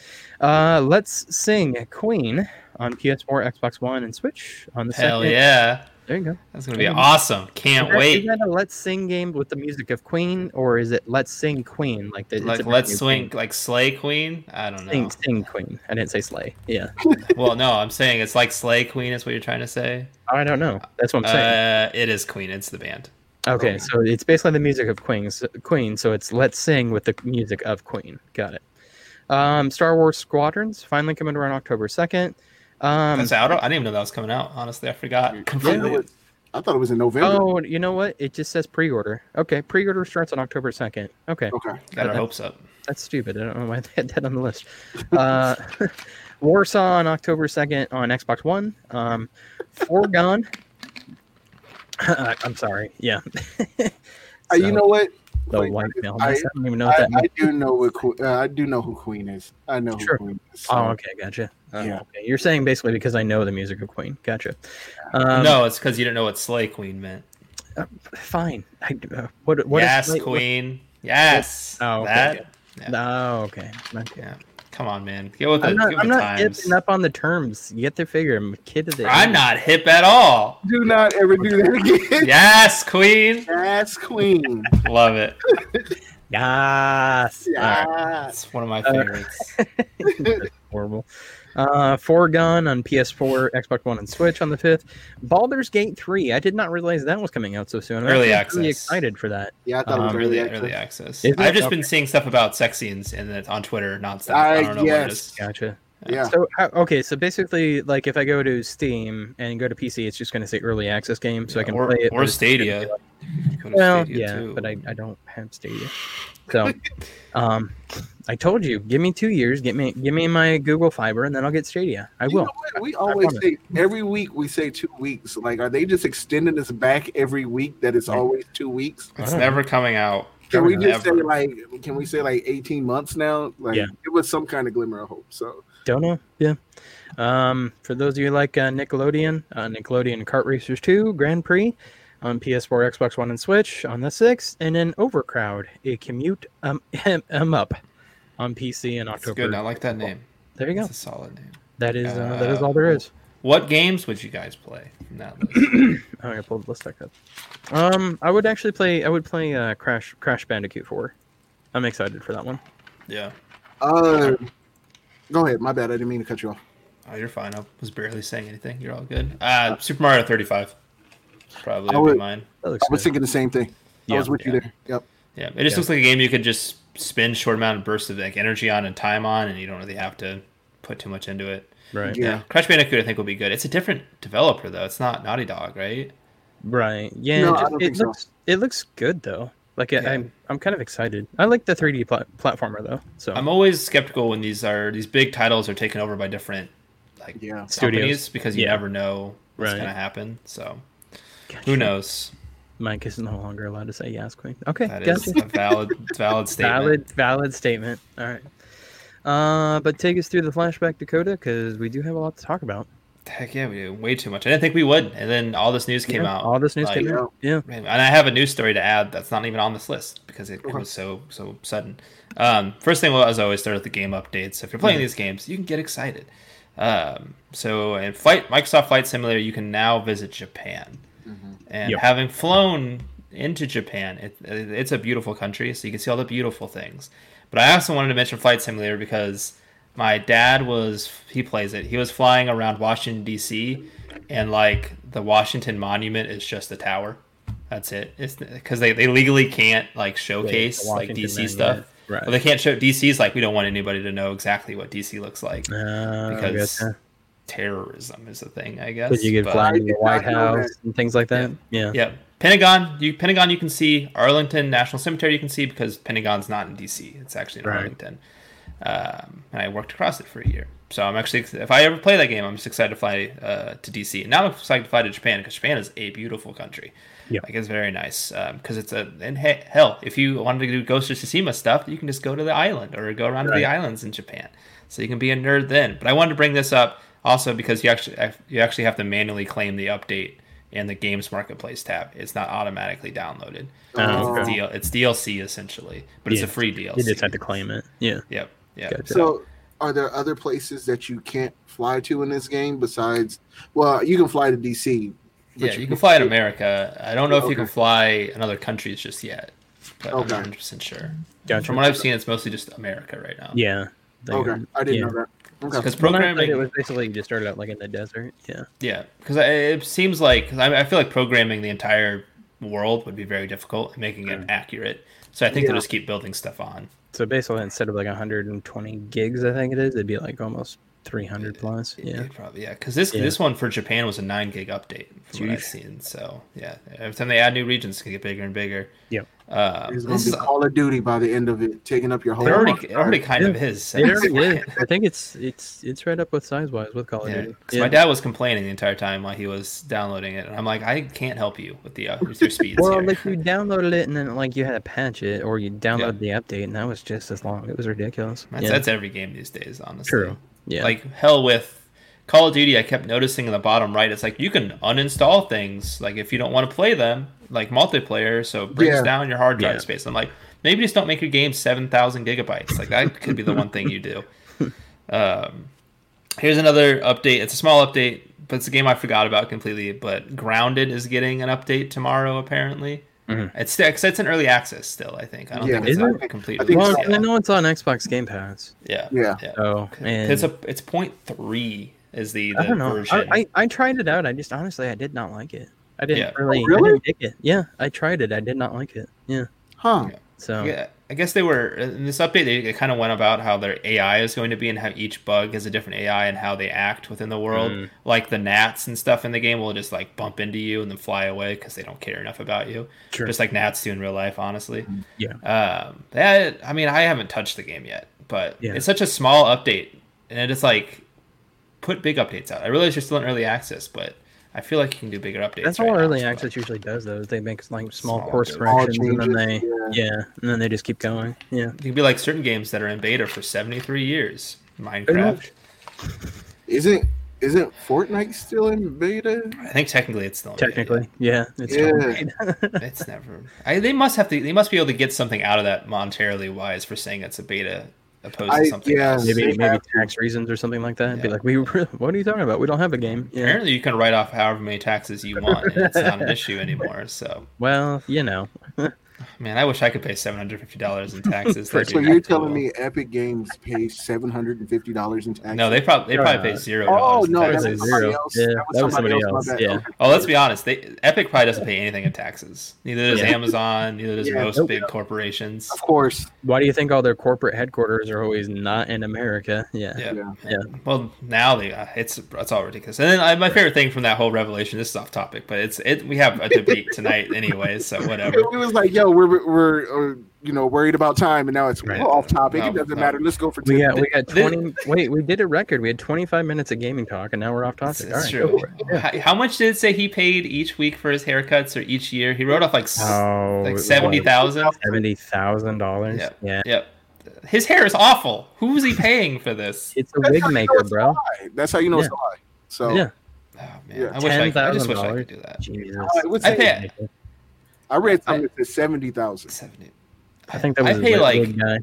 S1: Uh, Let's sing Queen on PS4, Xbox One, and Switch on the
S2: Hell
S1: second.
S2: yeah,
S1: There you go.
S2: that's gonna be
S1: Mhm.
S2: awesome. Can't
S1: Is that-
S2: wait.
S1: Is that a Let's Sing game with the music of Queen, or is it Let's Sing Queen? Like the, it's a
S2: like
S1: brand
S2: let's
S1: new
S2: swing like slay queen i don't know
S1: Sing, sing queen. I didn't say slay. Yeah.
S2: well no i'm saying it's like slay queen is what you're trying to say
S1: I don't know. That's what I'm saying.
S2: uh um, it is queen it's the band
S1: okay, so it's basically the music of Queen's Queen, so it's let's sing with the music of Queen. Got it. Um, Star Wars Squadrons finally coming around October second. Um,
S2: that's out i didn't even know that was coming out honestly i forgot completely
S3: Yeah, it was- I thought it was in November.
S1: oh, you know what? It just says pre-order. Okay, pre-order starts on October second. Okay.
S3: Okay.
S2: got our
S1: that-
S2: hopes up
S1: That's stupid. I don't know why they had that on the list. Uh, Warsaw on October 2nd on Xbox One. Um, Foregone. I'm sorry. Yeah.
S3: Uh,
S1: So,
S3: you know what?
S1: the
S3: Like,
S1: white male.
S3: I-
S1: I, don't even know what
S3: I,
S1: that
S3: I
S1: means.
S3: do know what Que- uh, I do know who Queen is. I know
S1: Sure.
S3: who Queen is. so-
S1: Oh, okay. Gotcha. Oh,
S3: Yeah.
S1: okay. You're saying basically because I know the music of Queen. Gotcha. Um,
S2: no it's because you didn't know what slay queen meant
S1: Fine. I, uh, what, what is
S2: yes
S1: like-
S2: queen yes
S1: Oh, okay,
S2: that
S1: good.
S2: yeah.
S1: Oh, okay. okay.
S2: yeah come on man get with the,
S1: I'm not,
S2: give
S1: I'm
S2: it
S1: not
S2: times
S1: hipping up on the terms. Get their figure. I'm a kid of the
S2: i'm not hip at all
S3: Do not ever do that again.
S2: yes queen
S3: That's Queen.
S2: love it
S1: Yes. All right.
S3: Yeah.
S2: it's one of my
S1: Uh,
S2: favorites
S1: horrible. Uh, Foregone on PS4, Xbox One, and Switch on the 5th. Baldur's Gate 3. I did not realize that was coming out so soon. I'm
S2: Early
S1: actually
S2: access.
S1: Really excited for that.
S3: Yeah, I thought
S2: Um,
S3: it was
S2: early,
S3: really
S2: early
S3: access.
S2: access.
S1: Is it?
S2: I've just been
S1: Okay.
S2: seeing stuff about sex scenes in the, on Twitter nonstop. I
S3: Uh,
S2: don't know what it
S3: yes.
S2: is.
S1: Gotcha.
S3: Yeah,
S1: So how- okay, so basically, like if I go to Steam and go to PC, it's just going to say early access game, so I
S2: Yeah,
S1: can
S2: or,
S1: play it.
S2: or
S1: it's just gonna
S2: Stadia.
S1: be like-
S2: You go to
S1: Well,
S2: Stadia,
S1: yeah,
S2: too.
S1: but I, I don't have Stadia. So, um, I told you, give me two years, get me give me my Google Fiber, and then I'll get Stadia. I
S3: You
S1: will.
S3: know what? We always
S1: promise.
S3: say every week we say two weeks. Like, are they just extending this back every week? That it's
S1: Yeah.
S3: always two weeks.
S1: I
S2: it's
S1: don't
S2: never coming out.
S3: Can we
S2: Never.
S3: just say like? Can we say like eighteen months now? Like,
S1: Yeah.
S3: it was some kind of glimmer of hope. So
S1: Don't know. Yeah. Um, for those of you like uh, Nickelodeon, uh, Nickelodeon Kart Racers 2 Grand Prix on PS4, Xbox One, and Switch on the 6th, and then Overcrowd, a commute um, em up on PC in
S2: It's
S1: October.
S2: good. I like that name.
S1: There you go.
S2: It's a solid name.
S1: That is uh, that is all there
S2: Uh,
S1: is.
S2: What games would you guys play from that list?
S1: Oh, I pulled the list back up. Um, I would actually play. I would play uh, Crash Crash Bandicoot 4. I'm excited for that one.
S2: yeah.
S3: Uh, go ahead. My bad. I didn't mean to cut you off.
S2: Oh, you're fine. I was barely saying anything. You're all good. Uh, Super Mario 35 probably
S3: I
S2: would
S3: would-
S2: be mine.
S1: That looks
S3: I was
S1: good.
S3: thinking the same thing. I
S1: Yeah,
S3: was with you
S2: yeah.
S3: there. Yep.
S2: Yeah, it just
S1: Yeah.
S2: looks like a game you could just spend short amount of bursts of like energy on and time on, and you don't really have to put too much into it.
S1: right,
S3: Yeah.
S2: Crash Bandicoot I think will be good. It's a different developer though. It's not Naughty Dog, right?
S1: right, yeah.
S3: No,
S1: it,
S3: I
S1: just-
S3: don't
S1: it
S3: think so.
S1: looks it looks good though. Like I
S2: Yeah.
S1: I'm I'm kind of excited. I like the 3D pla- platformer though. So
S2: I'm always skeptical when these are these big titles are taken over by different like
S3: Yeah.
S1: Studios.
S2: companies because you
S1: Yeah.
S2: never know what's
S1: Right.
S2: gonna happen. So
S1: Gotcha.
S2: who knows?
S1: Mike is no longer allowed to say yes, Queen. Okay,
S2: That is
S1: gotcha.
S2: a valid valid statement.
S1: Valid, valid statement. All right. Uh, but take us through the flashback, Dakota, because we do have a lot to talk about.
S2: Heck yeah, we do way too much. I didn't think we would, and then all this news came
S1: Yeah,
S2: out.
S1: All this news
S2: like,
S1: came out. Yeah.
S2: Man, And I have a news story to add that's not even on this list because it, it
S3: Okay.
S2: was so so sudden. Um, first thing, well, as always, start with the game updates. So if you're playing these games, you can get excited. Um, so in Flight Microsoft Flight Simulator, you can now visit Japan, and
S1: Yep.
S2: having flown into Japan, it, it- it's a beautiful country, so you can see all the beautiful things. But I also wanted to mention Flight Simulator because my dad was he plays it. He was flying around Washington D.C. and like the Washington Monument is just a tower. That's it. It's because they, they legally can't like showcase like
S1: Washington
S2: DC
S1: Monument,
S2: stuff.
S1: right.
S2: Well, they can't show DC's like we don't want anybody to know exactly what DC looks like.
S1: Uh,
S2: Because-
S1: gotcha.
S2: Terrorism is a thing, I guess.
S1: Because you could
S2: but-
S1: fly
S3: I
S1: into the
S3: did
S1: White
S3: not know
S1: House and things like that. Yeah.
S2: Yeah, Pentagon. You Pentagon you can see Arlington National Cemetery you can see because Pentagon's not in DC. It's actually in
S1: Right.
S2: Arlington. Um, and I worked across it for a year, so I'm actually ex- if I ever play that game, I'm just excited to fly uh, to DC. And now I'm excited to fly to Japan because Japan is a beautiful country.
S1: Yeah.
S2: like it's very nice because it's a and he- hell, if you wanted to do Ghost of Tsushima stuff, you can just go to the island or go around to the islands in Japan. So you can be a nerd then. But I wanted to bring this up also because you actually you actually have to manually claim the update in the games marketplace tab. It's not automatically downloaded.
S1: Oh,
S2: It's
S3: okay.
S2: DL it's DLC essentially, but
S1: Yeah.
S2: it's a free DLC.
S1: You just had to claim it. Yeah.
S2: Yep. Yeah.
S1: Gotcha.
S3: So, are there other places that you can't fly to in this game besides? Well, you can fly to DC. but
S2: Yeah, you can fly in America. I don't know if you can
S3: Okay.
S2: fly in other countries just yet, but
S3: Okay.
S2: I'm not 100% sure.
S1: Gotcha.
S2: From what I've seen, it's mostly just America right now.
S1: yeah. They-
S3: Okay, I didn't
S1: Yeah.
S3: know that. Okay.
S1: When
S2: Because
S1: I played
S2: programming,
S1: it was basically you just started out like in the desert. Yeah.
S2: Yeah, because it seems like 'cause I, I feel like programming the entire world would be very difficult and making
S1: Hmm.
S2: it accurate. So I think
S3: Yeah.
S2: they'll just keep building stuff on.
S1: So basically, instead of like 120 gigs, I think it is, it'd be like almost 300 plus. Yeah.
S2: It'd probably yeah. Because this
S1: Yeah.
S2: this one for Japan was a nine gig update from what
S1: Jeez.
S2: I've seen. So yeah, every time they add new regions, it's gonna get bigger and bigger.
S1: Yep.
S2: Uh,
S3: It's going
S2: this
S3: to
S2: is,
S3: be Call of Duty by the end of it, taking up your whole.
S2: it already it already kind
S1: Yeah.
S2: of is.
S1: It already is. I think it's it's it's right up with size wise with Call of
S2: Yeah,
S1: Duty.
S2: 'cause my dad was complaining the entire time while he was downloading it, and I'm like, I can't help you with the uh, with your speeds.
S1: Well,
S2: here.
S1: like you downloaded it and then like you had to patch it, or you downloaded the update, and that was just as long. It was ridiculous.
S2: That's,
S1: yeah.
S2: that's every game these days, honestly.
S1: True. Yeah.
S2: Like hell with Call of Duty, I kept noticing in the bottom right, it's like you can uninstall things, like if you don't want to play them, like multiplayer, so it brings
S3: Yeah.
S2: down your hard drive
S1: Yeah.
S2: space. I'm like, maybe just don't make your game seven thousand gigabytes. Like that could be the one thing you do. Um, here's another update. It's a small update, but it's a game I forgot about completely. But Grounded is getting an update tomorrow, apparently.
S1: Mhm.
S2: It's it's it's an early access still. I think. I don't
S3: Yeah.
S2: think it's
S1: Is
S2: out
S1: it?
S2: completely.
S3: I think
S1: well,
S3: so.
S1: I know it's on Xbox Game Pass.
S2: yeah. yeah.
S3: Yeah.
S1: So and
S2: It's a it's point three is the, the
S1: I don't know.
S2: version.
S1: I, I I tried it out. I just honestly I did not like it. I didn't
S2: Yeah.
S1: really, I
S3: really?
S1: didn't dig it. Yeah, I tried it. I did not like it. Yeah.
S3: Huh.
S1: So
S2: Yeah, I guess they were in this update. They, they kind of went about how their AI is going to be and how each bug is a different AI and how they act within the world.
S1: Mm.
S2: Like the gnats and stuff in the game will just like bump into you and then fly away because they don't care enough about you,
S1: sure. Mm,
S2: just like gnats do in real life. Honestly,
S1: Yeah.
S2: Um, that I mean, I haven't touched the game yet, but
S1: Yeah.
S2: it's such a small update, and it's like put big updates out. I realize you're still in early access, but I feel like you can do bigger updates.
S1: That's
S2: right
S1: all
S2: now,
S1: early
S2: so-
S1: access usually does though. Is they make like small
S2: Small
S1: course
S2: updates.
S1: corrections and then
S3: changes,
S1: they yeah. and then they just keep going. Oh, Yeah.
S2: It can be like certain games that are in beta for 73 years. Minecraft.
S3: Isn't isn't Fortnite still in beta?
S2: I think technically it's still in beta.
S1: Technically. Yeah. It's
S3: Yeah.
S1: fine.
S2: It's never. I, they must have to. They must be able to get something out of that monetarily wise for saying it's a beta opposed
S3: I-
S2: to something
S3: yeah.
S2: else.
S1: maybe
S3: They
S1: maybe
S3: have
S1: tax reasons or something like that. Be
S2: Yeah.
S1: like, we what are you talking about? We don't have a game. Yeah.
S2: Apparently, you can write off however many taxes you want, and it's not an issue anymore. So,
S1: Well, you know.
S2: man, I wish I could pay seven hundred fifty dollars in taxes. They
S3: So
S2: do that
S3: you're
S2: too.
S3: telling me Epic Games pays seven hundred and fifty dollars in taxes?
S2: No, they probably they probably pay
S1: Uh,
S2: zero
S3: Oh
S2: dollars. in
S3: no, that
S1: was
S2: taxes.
S1: a
S3: was somebody
S1: zero.
S3: else.
S1: Yeah,
S3: that was somebody else. my bad.
S1: yeah.
S3: Okay.
S2: Oh, let's be honest. They Epic probably doesn't pay anything in taxes. Neither does
S1: Yeah.
S2: Amazon. Neither does
S3: Yeah,
S2: most
S1: nope.
S2: big corporations.
S3: Of course,
S1: Why do you think all their corporate headquarters are always not in America? Yeah.
S2: Yeah.
S3: Yeah.
S1: Yeah.
S2: Well, now they uh, it's it's all ridiculous. And then I, my favorite thing from that whole revelation. This is off topic, but it's it. We have a debate tonight, anyway. So whatever.
S3: it was like, yo, we're we're uh, you know worried about time, and now it's
S2: Right.
S3: off topic. it
S2: No, no.
S3: doesn't matter. Let's go for
S1: We
S3: ten.
S1: got we got
S2: They-
S1: twenty. Wait, we did a record. We had twenty five minutes of gaming talk, and now we're off
S2: It's,
S1: topic. All
S2: it's
S1: right,
S2: true.
S1: go for it.
S2: How, how much did it say he paid each week for his haircuts or each year? He wrote off like s-
S1: Oh,
S2: like seventy thousand.
S1: Seventy thousand dollars.
S2: Yep.
S1: Yeah,
S2: Yep. His hair is awful. Who's he paying for this?
S1: it's a
S3: That's
S1: wig
S3: how you know
S1: maker,
S3: it's
S1: bro.
S3: Right. That's how you know it's a lie. So
S1: Yeah.
S2: Oh man,
S3: Yeah.
S2: I wish I, could- I just wish I
S1: $10,000.
S2: could do that.
S1: Jesus.
S3: I
S2: Oh,
S3: would
S1: I,
S3: say-
S1: pay,
S3: I read something that said seventy thousand.
S2: Seventy.
S1: I think that was
S2: I
S1: a
S2: pay
S1: wig
S2: like
S1: guy.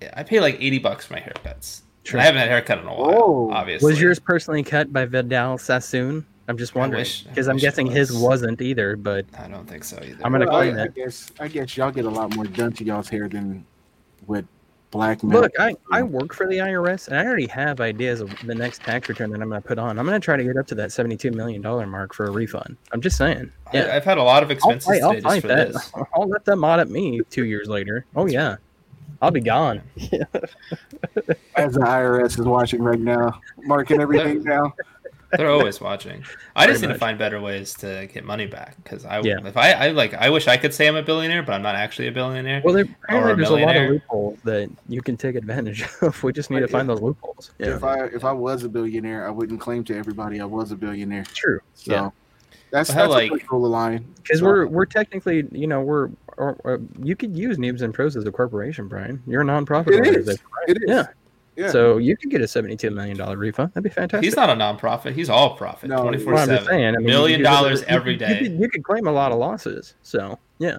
S2: yeah, I pay like eighty bucks for my haircuts.
S1: Sure.
S2: And I haven't had a haircut in a while.
S3: Oh.
S2: obviously.
S1: Was yours personally cut by Vidal Sassoon? I'm just
S2: I
S1: wondering
S2: wish- I
S1: because I'm
S2: wish it
S1: guessing his
S2: was.
S1: wasn't either. But
S2: I don't think so either.
S1: I'm gonna
S3: Well,
S1: call you
S3: I, I
S1: that.
S3: guess I guess y'all get a lot more done to y'all's hair than with black men.
S1: Look, I, I work for the IRS and I already have ideas of the next tax return that I'm going to put on. I'm going to try to get up to that $72 million mark for a refund. I'm just saying.
S2: I,
S1: Yeah.
S2: I've had a lot of
S1: I'll,
S2: expenses
S1: fight, I'll
S2: today just
S1: fight
S2: for
S1: that.
S2: this.
S1: I'll let them audit me two years later. Oh, yeah. I'll be gone.
S3: as the IRS is watching right now, marking everything down.
S2: They're always watching. I
S1: Pretty
S2: just need to
S1: much.
S2: find better ways to get money back because I,
S1: Yeah.
S2: if I, I like, I wish I could say I'm a billionaire, but I'm not actually a billionaire.
S1: Well, there, apparently
S2: a
S1: there's a lot of
S2: millionaire.
S1: loopholes that you can take advantage of. We just need to find those loopholes. Yeah.
S3: If I if I was a billionaire, I wouldn't claim to everybody I was a billionaire.
S1: True.
S3: So
S1: Yeah.
S3: that's
S2: Well,
S3: that's
S2: like-
S3: like, a cool line.
S1: Because
S3: So-
S1: we're we're technically, you know, we're or, or you could use Noobs and Pros as a corporation, Brian. You're a nonprofit
S3: It is.
S1: organization.
S3: It is.
S1: Yeah.
S3: Yeah.
S1: So you could get a seventy-two million dollar refund. That'd be fantastic.
S2: he's not a nonprofit. He's all profit,
S3: No,
S2: twenty
S1: Well,
S2: four
S1: I'm just
S2: seven.
S1: saying. I mean, you
S2: Million
S1: could do
S2: dollars
S1: whatever- you
S2: every
S1: could-
S2: day.
S1: You could, you could claim a lot of losses. So yeah,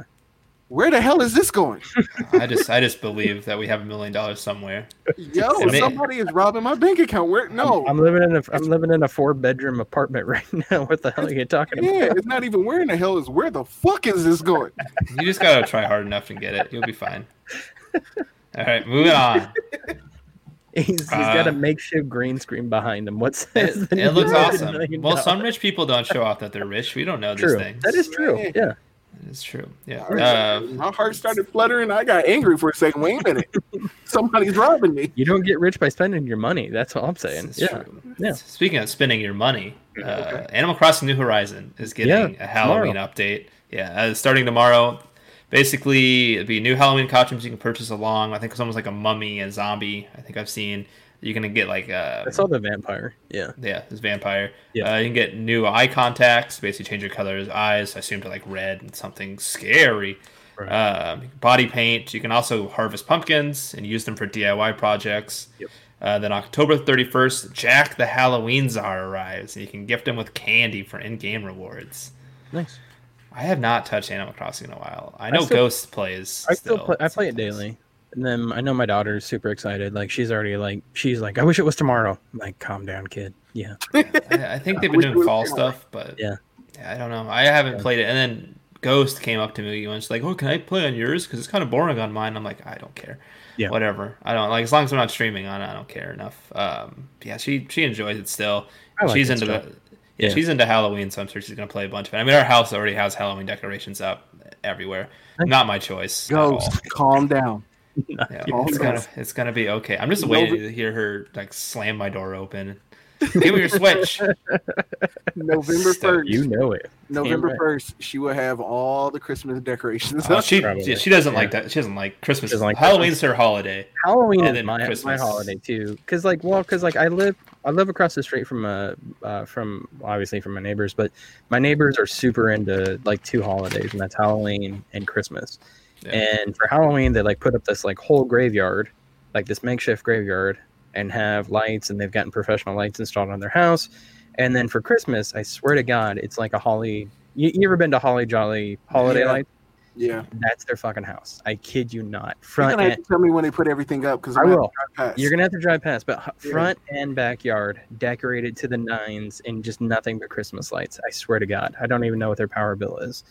S3: Where the hell is this going?
S2: I just, I just believe that we have a million dollars somewhere.
S3: Yo,
S2: Man.
S3: somebody is robbing my bank account. Where? No.
S1: I'm, I'm living in a I'm living in a four bedroom apartment right now. What the hell are you talking about?
S3: yeah, it's not even where in the hell is where the fuck is this going?
S1: Uh,
S2: You just gotta try hard enough and get it. You'll be fine. All right, moving on.
S1: He's, he's got
S2: Uh,
S1: a makeshift green screen behind him. What says
S2: It,
S1: that he
S2: it looks
S1: has a
S2: awesome.
S1: million
S2: Well,
S1: dollars?
S2: some rich people don't show off that they're rich. We don't know these
S1: true.
S2: things.
S1: That is true. Yeah.
S2: It's true. Yeah. Uh,
S3: My heart started fluttering. I got angry for a second. Wait a minute. Somebody's robbing me.
S1: You don't get rich by spending your money. That's all I'm saying.
S2: It's
S1: Yeah.
S2: true.
S1: Yeah.
S2: Speaking of spending your money, uh, Animal Crossing New Horizon is getting
S1: Yeah,
S2: a Halloween update. Yeah, uh, starting tomorrow. Basically, it'll be new Halloween costumes you can purchase along. I think it's almost like a mummy, a zombie. I think I've seen. You're gonna get like uh,
S1: I saw the vampire. Yeah.
S2: yeah, this vampire.
S1: Yeah.
S2: Uh, you can get new eye contacts. Basically, change your colors, eyes. I assume to like red and something scary.
S1: Right.
S2: Um, body paint. You can also harvest pumpkins and use them for DIY projects.
S1: Yep.
S2: Uh, then October 31st, Jack the Halloween Czar arrives, and you can gift him with candy for in-game rewards.
S1: Nice.
S2: I have not touched Animal Crossing in a while. I know
S1: still-
S2: Ghost plays.
S1: I still play, I play it daily. And then I know my daughter's super excited. Like she's already like she's like, I wish it was tomorrow. I'm like, calm down, kid. Yeah.
S2: I, I think they've been
S3: Which
S2: doing
S3: was-
S2: fall stuff, but
S1: Yeah.
S2: I don't know. I haven't played it. And then Ghost came up to me once, like, "Oh, can I play on yours? Because it's kind of boring on mine." I'm like, "I don't care,
S1: Yeah.
S2: whatever. I don't like as long as I'm not streaming on. it, I don't care enough." Um, yeah, she she enjoys it still.
S1: I like
S2: she's
S1: it
S2: into
S1: still.
S2: the yeah,
S1: Yeah.
S2: she's into Halloween, so I'm sure she's gonna play a bunch of it. I mean, our house already has Halloween decorations up everywhere.
S1: Nice.
S2: Not my choice. at all.
S3: Ghost, calm down.
S2: Yeah,
S3: Yeah,
S2: it's
S3: it's
S2: gonna
S3: nice.
S2: it's gonna be okay. I'm just
S3: No
S2: waiting
S3: re-
S2: to hear her like slam my door open. Give me your switch.
S3: November
S2: Stop
S3: first.
S1: You know it.
S3: November
S1: right.
S3: first, she will have all the Christmas decorations.
S1: Uh,
S2: Oh,
S3: up.
S2: she
S1: Probably.
S2: she doesn't
S1: Yeah.
S2: like that. She doesn't like Christmas.
S1: Doesn't like
S2: Halloween's her holiday.
S1: Halloween
S2: And
S1: is
S2: then
S1: my, my
S2: Christmas.
S1: holiday too, because like, well, because like I live I live across the street from uh, uh from well, obviously from my neighbors, but my neighbors are super into like two holidays, and that's Halloween and Christmas.
S2: Yeah.
S1: And for Halloween, they like put up this like whole graveyard, like this makeshift graveyard, and have lights, and they've gotten professional lights installed on their house. And then for Christmas, I swear to God, it's like a holly. You, you ever been to Holly Jolly holiday
S3: Yeah.
S1: lights?
S3: yeah,
S1: That's their fucking house. I kid you not.
S3: you're
S1: Front
S3: gonna have
S1: end.
S3: to tell me when they put everything up because
S1: I will.
S3: Past.
S1: You're gonna have to drive past, but h-
S3: Yeah.
S1: front and backyard decorated to the nines and just nothing but Christmas lights. I swear to God, I don't even know what their power bill is.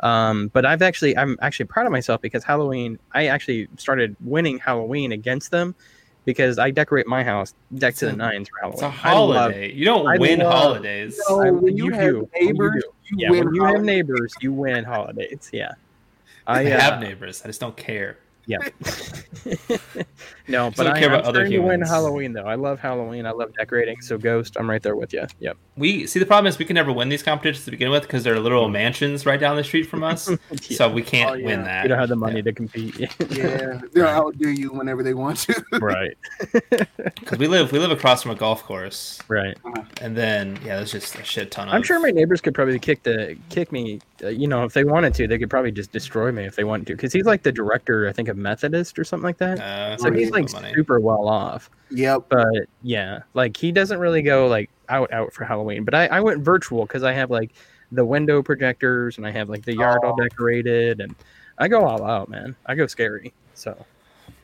S1: Um, but I've actually, I'm actually proud of myself because Halloween, I actually started winning Halloween against them because I decorate my house decked to the
S2: It's a-
S1: nines for Holiday.
S2: It's a
S1: I love-
S2: holiday. you don't
S1: I
S2: win
S1: love-
S2: holidays.
S3: No,
S1: I-
S3: when you have
S1: do. When
S3: neighbors,
S1: you, do.
S3: You
S1: yeah,
S3: win
S1: when you have
S3: holiday.
S1: neighbors, you win holidays. Yeah,
S2: I,
S1: I uh,
S2: have neighbors. I just don't care.
S1: Yeah. no, but
S2: don't
S1: I
S2: care
S1: am
S2: about other
S1: starting to win
S2: humans.
S1: Halloween though. I love Halloween. I love decorating. So Ghost, I'm right there with you. Yep.
S2: We see the problem is we can never win these competitions to begin with because they're little mansions right down the street from us.
S1: Mm. Yeah.
S2: So we can't
S3: Oh, yeah.
S2: win that.
S1: you don't have the money to compete.
S3: Yeah, they'll outdo you whenever they want to.
S1: right.
S2: because we live we live across from a golf course,
S1: Right.
S2: and then yeah, there's just a shit ton of. uh,
S1: I'm sure my neighbors could probably kick the kick me. Uh, you know, if they wanted to, they could probably just destroy me if they wanted to. Because he's like the director, I think, of Methodist or something like that.
S2: Uh,
S1: so he's
S2: yeah,
S1: like
S2: money.
S1: super well off.
S3: yep.
S1: but yeah, like he doesn't really go like out out for Halloween. But I, I went virtual because I have like the window projectors and I have like the yard all
S3: Oh.
S1: decorated and I go all out, man. I go scary. So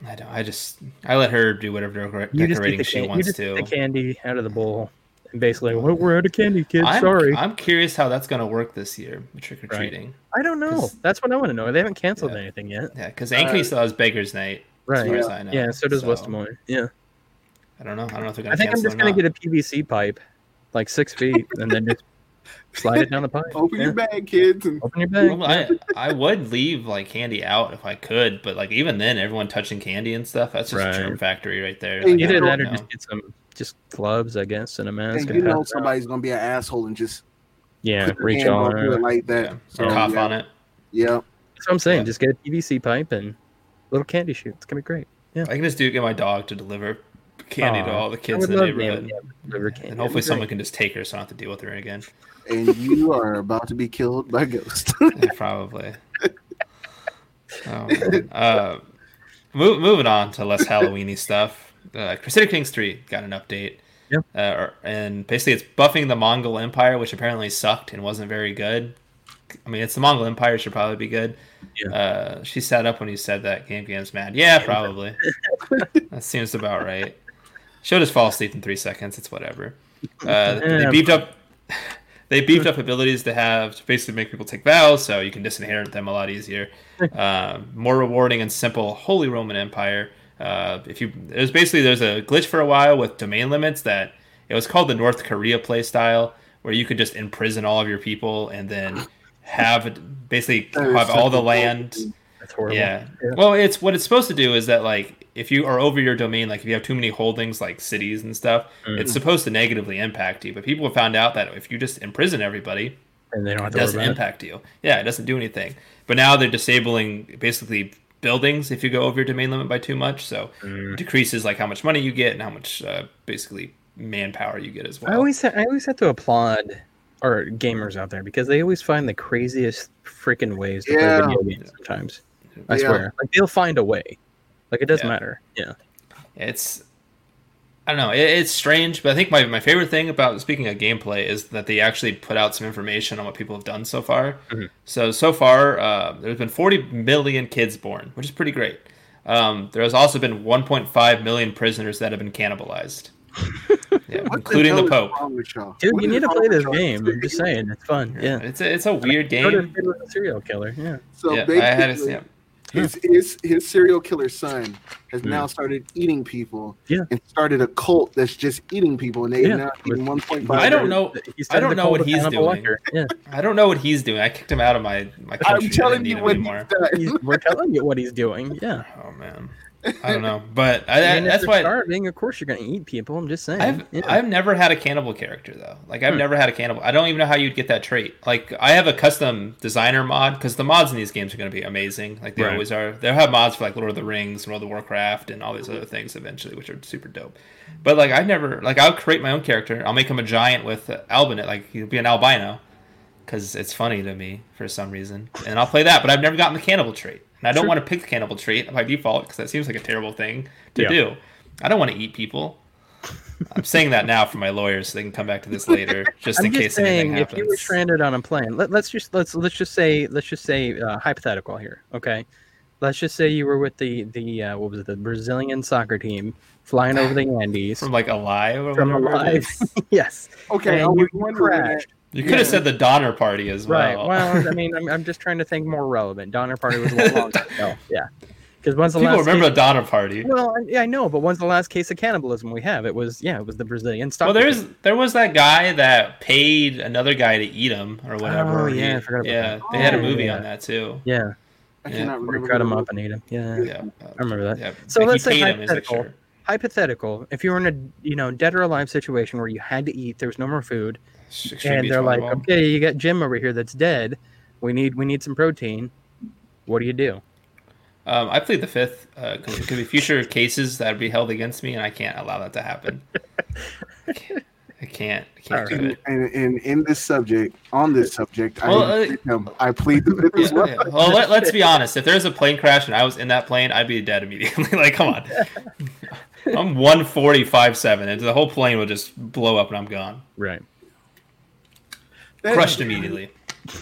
S2: I don't. I just I let her do whatever decor-
S1: you just eat
S2: decorating
S1: the,
S2: she
S1: can- you
S2: wants
S1: just eat
S2: to.
S1: the candy out of the bowl and basically, well, we're out of candy, kids.
S2: I'm,
S1: Sorry,
S2: I'm curious how that's gonna work this year, trick or treating.
S1: I don't know.
S2: 'cause-
S1: That's what I want to know. They haven't canceled
S2: Yeah.
S1: anything yet,
S2: Yeah, because Ankeny
S3: Uh,
S2: still has Baker's Night. As
S1: right?
S2: far
S1: Yeah.
S2: as I know.
S1: so does West Des
S2: So,
S1: Moines. Yeah,
S2: I don't know. I don't know if they're gonna.
S1: I think I'm just gonna get a PVC pipe, like six feet, and then just slide it down the pipe.
S3: Open
S1: Yeah.
S3: your bag, kids, and
S1: Open your bag.
S2: I I would leave like candy out if I could, but like even then, everyone touching candy and stuff. That's just
S1: Right.
S2: a germ factory right there.
S3: Hey,
S2: Like, I
S1: Either
S2: don't
S1: that or
S2: know.
S1: just get some just gloves, I guess, and a mask.
S3: and
S1: and
S3: you
S1: pass
S3: know
S1: it out.
S3: somebody's gonna be an asshole and just
S1: yeah,
S3: put their
S1: reach
S3: hand
S1: all.
S3: all through it
S1: around.
S3: like that.
S2: yeah.
S3: So,
S2: cough
S3: yeah.
S2: on it.
S3: Yep.
S1: That's what I'm saying.
S2: Yeah.
S1: Just get a PVC pipe and little candy shoot. It's gonna be great.
S2: I can just do get my dog to deliver candy to
S1: Aw,
S2: all the kids
S1: would
S2: in the
S1: love to,
S2: neighborhood.
S1: yeah, deliver candy.
S2: And
S1: That'd be
S2: hopefully
S1: great.
S2: someone can just take her, so I don't have to deal with her again.
S3: and you are about to be killed by ghosts.
S2: Yeah, probably. Oh, man. uh, move, moving on to less Halloweeny stuff. Uh, Crusader Kings Three got an update.
S1: Yeah.
S2: Uh, or- and basically, it's buffing the Mongol Empire, which apparently sucked and wasn't very good. I mean, it's the Mongol Empire; should probably be good.
S1: Yeah.
S2: Uh, she sat up when you said that. Game Gam's mad. Yeah, probably. that seems about right. She'll just fall asleep in three seconds. It's whatever. Uh, they
S1: Yeah.
S2: beefed up they beefed up abilities to have to basically make people take vows, so you can disinherit them a lot easier. Um, more rewarding and simple Holy Roman Empire. Uh, if you there's basically there's a glitch for a while with domain limits that it was called the North Korea play style, where you could just imprison all of your people and then have it- basically
S3: That is
S2: have
S3: such
S2: all
S3: a
S2: the
S3: bull-
S2: land.
S1: That's horrible.
S2: Yeah.
S1: Yeah.
S2: Well, it's what it's supposed to do is that like if you are over your domain, like if you have too many holdings like cities and stuff,
S1: Mm.
S2: it's supposed to negatively impact you. But people have found out that if you just imprison everybody,
S1: and they don't have to
S2: it
S1: worry
S2: doesn't
S1: about it.
S2: impact you. Yeah, it doesn't do anything. But now they're disabling basically buildings if you go over your domain limit by too much. So it decreases like how much money you get and how much uh, basically manpower you get as well.
S1: I always ha- I always have to applaud our gamers out there because they always find the craziest freaking ways to
S3: Yeah.
S1: play video games. Sometimes I
S3: Yeah.
S1: swear, like they'll find a way. Like it doesn't
S2: Yeah.
S1: matter. Yeah.
S2: it's I don't know. It, it's strange, but I think my, my favorite thing about speaking of gameplay is that they actually put out some information on what people have done so far.
S1: Mhm.
S2: So so far, uh, there's been 40 million kids born, which is pretty great. Um, there has also been 1.5 million prisoners that have been cannibalized. Yeah, including the,
S3: hell is
S2: Pope.
S3: wrong with y'all?
S1: Dude,
S3: What
S1: you
S3: is
S1: need to
S3: wrong
S1: play
S3: with
S1: this
S3: y'all?
S1: game. I'm just saying, it's fun. Yeah.
S2: It's a, it's a weird
S1: Go to
S2: game.
S1: bed with a serial killer. Yeah.
S3: So
S2: yeah,
S3: basically,
S2: I had a yeah.
S3: his, his his serial killer son has now started eating people
S1: Yeah.
S3: and started a cult that's just eating people and they
S1: Yeah.
S3: are now eating 1.5
S2: I don't know.
S1: He
S2: I
S1: started
S2: don't
S1: to
S2: know
S1: call
S2: what
S1: the
S2: he's
S1: cannibal
S2: doing.
S1: Lecter. Yeah.
S2: I don't know what he's doing. I kicked him out of my my country.
S3: I'm telling
S2: I didn't
S3: you
S2: need
S3: what
S2: him
S3: he's
S2: anymore.
S3: done.
S1: He's, we're telling you what he's doing. Yeah.
S2: Oh man, I don't know. But I,
S1: I
S2: I,
S1: mean, if
S2: that's
S1: you're
S2: why
S1: starving. Of course, you're gonna eat people. I'm just saying.
S2: I've
S1: yeah.
S2: I've never had a cannibal character though. Like I've
S1: Hmm.
S2: never had a cannibal. I don't even know how you'd get that trait. Like I have a custom designer mod because the mods in these games are going to be amazing. Like they
S1: Right.
S2: always are. They'll have mods for like Lord of the Rings, World of Warcraft, and all these other things eventually, which are super dope. But like I've never like I'll create my own character. I'll make him a giant with uh, albino. Like he'll be an albino because it's funny to me for some reason, and I'll play that. But I've never gotten the cannibal trait, and I don't
S1: Sure.
S2: want to pick the cannibal trait by default because that seems like a terrible thing to
S1: Yeah.
S2: do. I don't want to eat people. I'm saying that now for my lawyers, so they can come back to this later, just
S1: I'm
S2: in
S1: just
S2: case anything
S1: saying, if
S2: happens.
S1: you were stranded on a plane, let, let's just let's let's just say let's just say uh, hypothetical here, okay? Let's just say you were with the the uh, what was it, the Brazilian soccer team flying over the Andes
S2: from like alive or
S1: from
S2: whatever it
S1: alive.
S2: is.
S1: yes,
S3: Okay, I
S1: And
S3: was
S1: you
S3: wondering that.
S1: crashed.
S2: You could have said the Donner Party as well.
S1: Right. Well, I mean, I'm, I'm just trying to think more relevant. Donner Party was a little longer ago. Yeah, because when's the
S2: people
S1: last?
S2: remember
S1: case-
S2: the Donner Party.
S1: well, I- yeah, I know, but when's the last case of cannibalism we have? It was yeah, it was the Brazilian soccer.
S2: Well, there
S1: team.
S2: is there was that guy that paid another guy to eat him or whatever.
S1: Oh, yeah,
S2: He-
S1: I forgot about
S2: yeah,
S1: that.
S2: they had a
S1: Oh,
S2: movie
S1: yeah.
S2: on that too.
S1: yeah,
S3: I
S2: Yeah,
S3: cannot
S1: we
S3: remember.
S1: cut
S3: the
S1: him
S3: name.
S1: up and eat him. Yeah,
S2: Yeah,
S1: I remember that.
S2: yeah.
S1: So
S2: Like, he
S1: let's say
S2: paid him, is it
S1: hypothetical.
S2: sure?
S1: hypothetical if you were in a you know dead or alive situation where you had to eat there was no more food
S2: Extreme
S1: and
S2: Beach
S1: they're like
S2: Volleyball.
S1: okay you got jim over here that's dead we need we need some protein what do you do
S2: Um, I plead the fifth because it could be future cases that would be held against me, and I can't allow that to happen. I can't. I can't, I can't do
S3: And,
S2: it.
S3: and, and in this subject, on this subject,
S2: Well,
S3: I,
S2: uh,
S3: plead him. I plead the fifth
S2: Yeah,
S3: as well.
S2: yeah. Well, let, let's be honest. If there's a plane crash and I was in that plane, I'd be dead immediately. like, come on. I'm 145 seven, and the whole plane would just blow up, and I'm gone,
S1: right
S3: That-
S2: crushed immediately.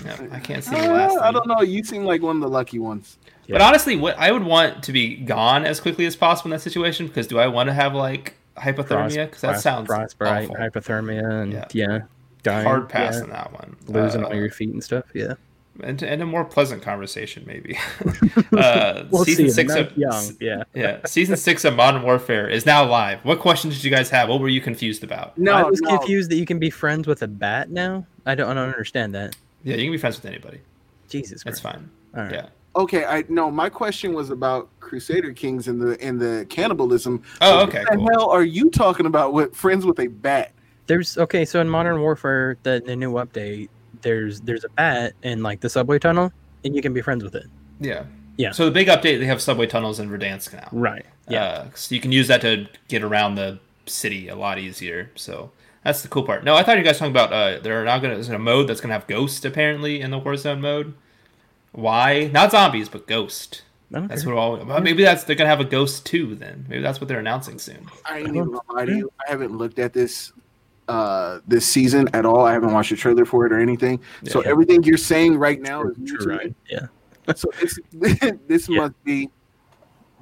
S2: Yeah, I can't see the last.
S3: Uh, I
S2: thing.
S3: don't know. You seem like one of the lucky ones.
S2: But honestly, what I would want to be gone as quickly as possible in that situation because do I want to have like hypothermia? Because that sounds
S1: frostbite
S2: awful.
S1: hypothermia and
S2: Yeah.
S1: yeah, dying
S2: Hard pass
S1: yeah,
S2: on that one.
S1: losing
S2: Uh,
S1: all your feet and stuff yeah
S2: and, and a more pleasant conversation maybe. uh,
S1: we'll
S2: season
S1: see
S2: six
S1: not
S2: of
S1: young yeah
S2: yeah, season six of Modern Warfare is now live. What questions did you guys have? What were you confused about?
S3: No,
S1: i was
S3: no.
S1: confused that you can be friends with a bat now i don't i don't understand that
S2: Yeah, you can be friends with anybody.
S1: jesus
S2: That's
S1: Christ.
S2: fine.
S1: all right
S2: Yeah.
S3: Okay, I no. My question was about Crusader Kings and the and the cannibalism.
S2: Oh,
S3: What
S2: okay,
S3: The
S2: cool.
S3: hell are you talking about? With friends with a bat?
S1: There's okay, so in Modern Warfare, the, the new update, there's there's a bat in like the subway tunnel, and you can be friends with it.
S2: Yeah.
S1: Yeah.
S2: So the big update, they have subway tunnels in Verdansk now.
S1: Right. Yeah.
S2: Yeah. so you can use that to get around the city a lot easier. So that's the cool part. No, I thought you guys were talking about uh, they're now gonna there's a mode that's gonna have ghosts apparently in the Warzone mode. Why? Not zombies, but ghost.
S1: I don't
S2: That's
S1: care.
S2: what all. well, Maybe that's they're gonna have a ghost too. Then maybe that's what they're announcing soon.
S3: I ain't even gonna lie to you. I haven't looked at this uh this season at all. I haven't watched a trailer for it or anything. so
S2: Yeah.
S3: everything you're saying right now is new to
S1: True, right. Yeah.
S3: me. So this this
S1: Yeah.
S3: must be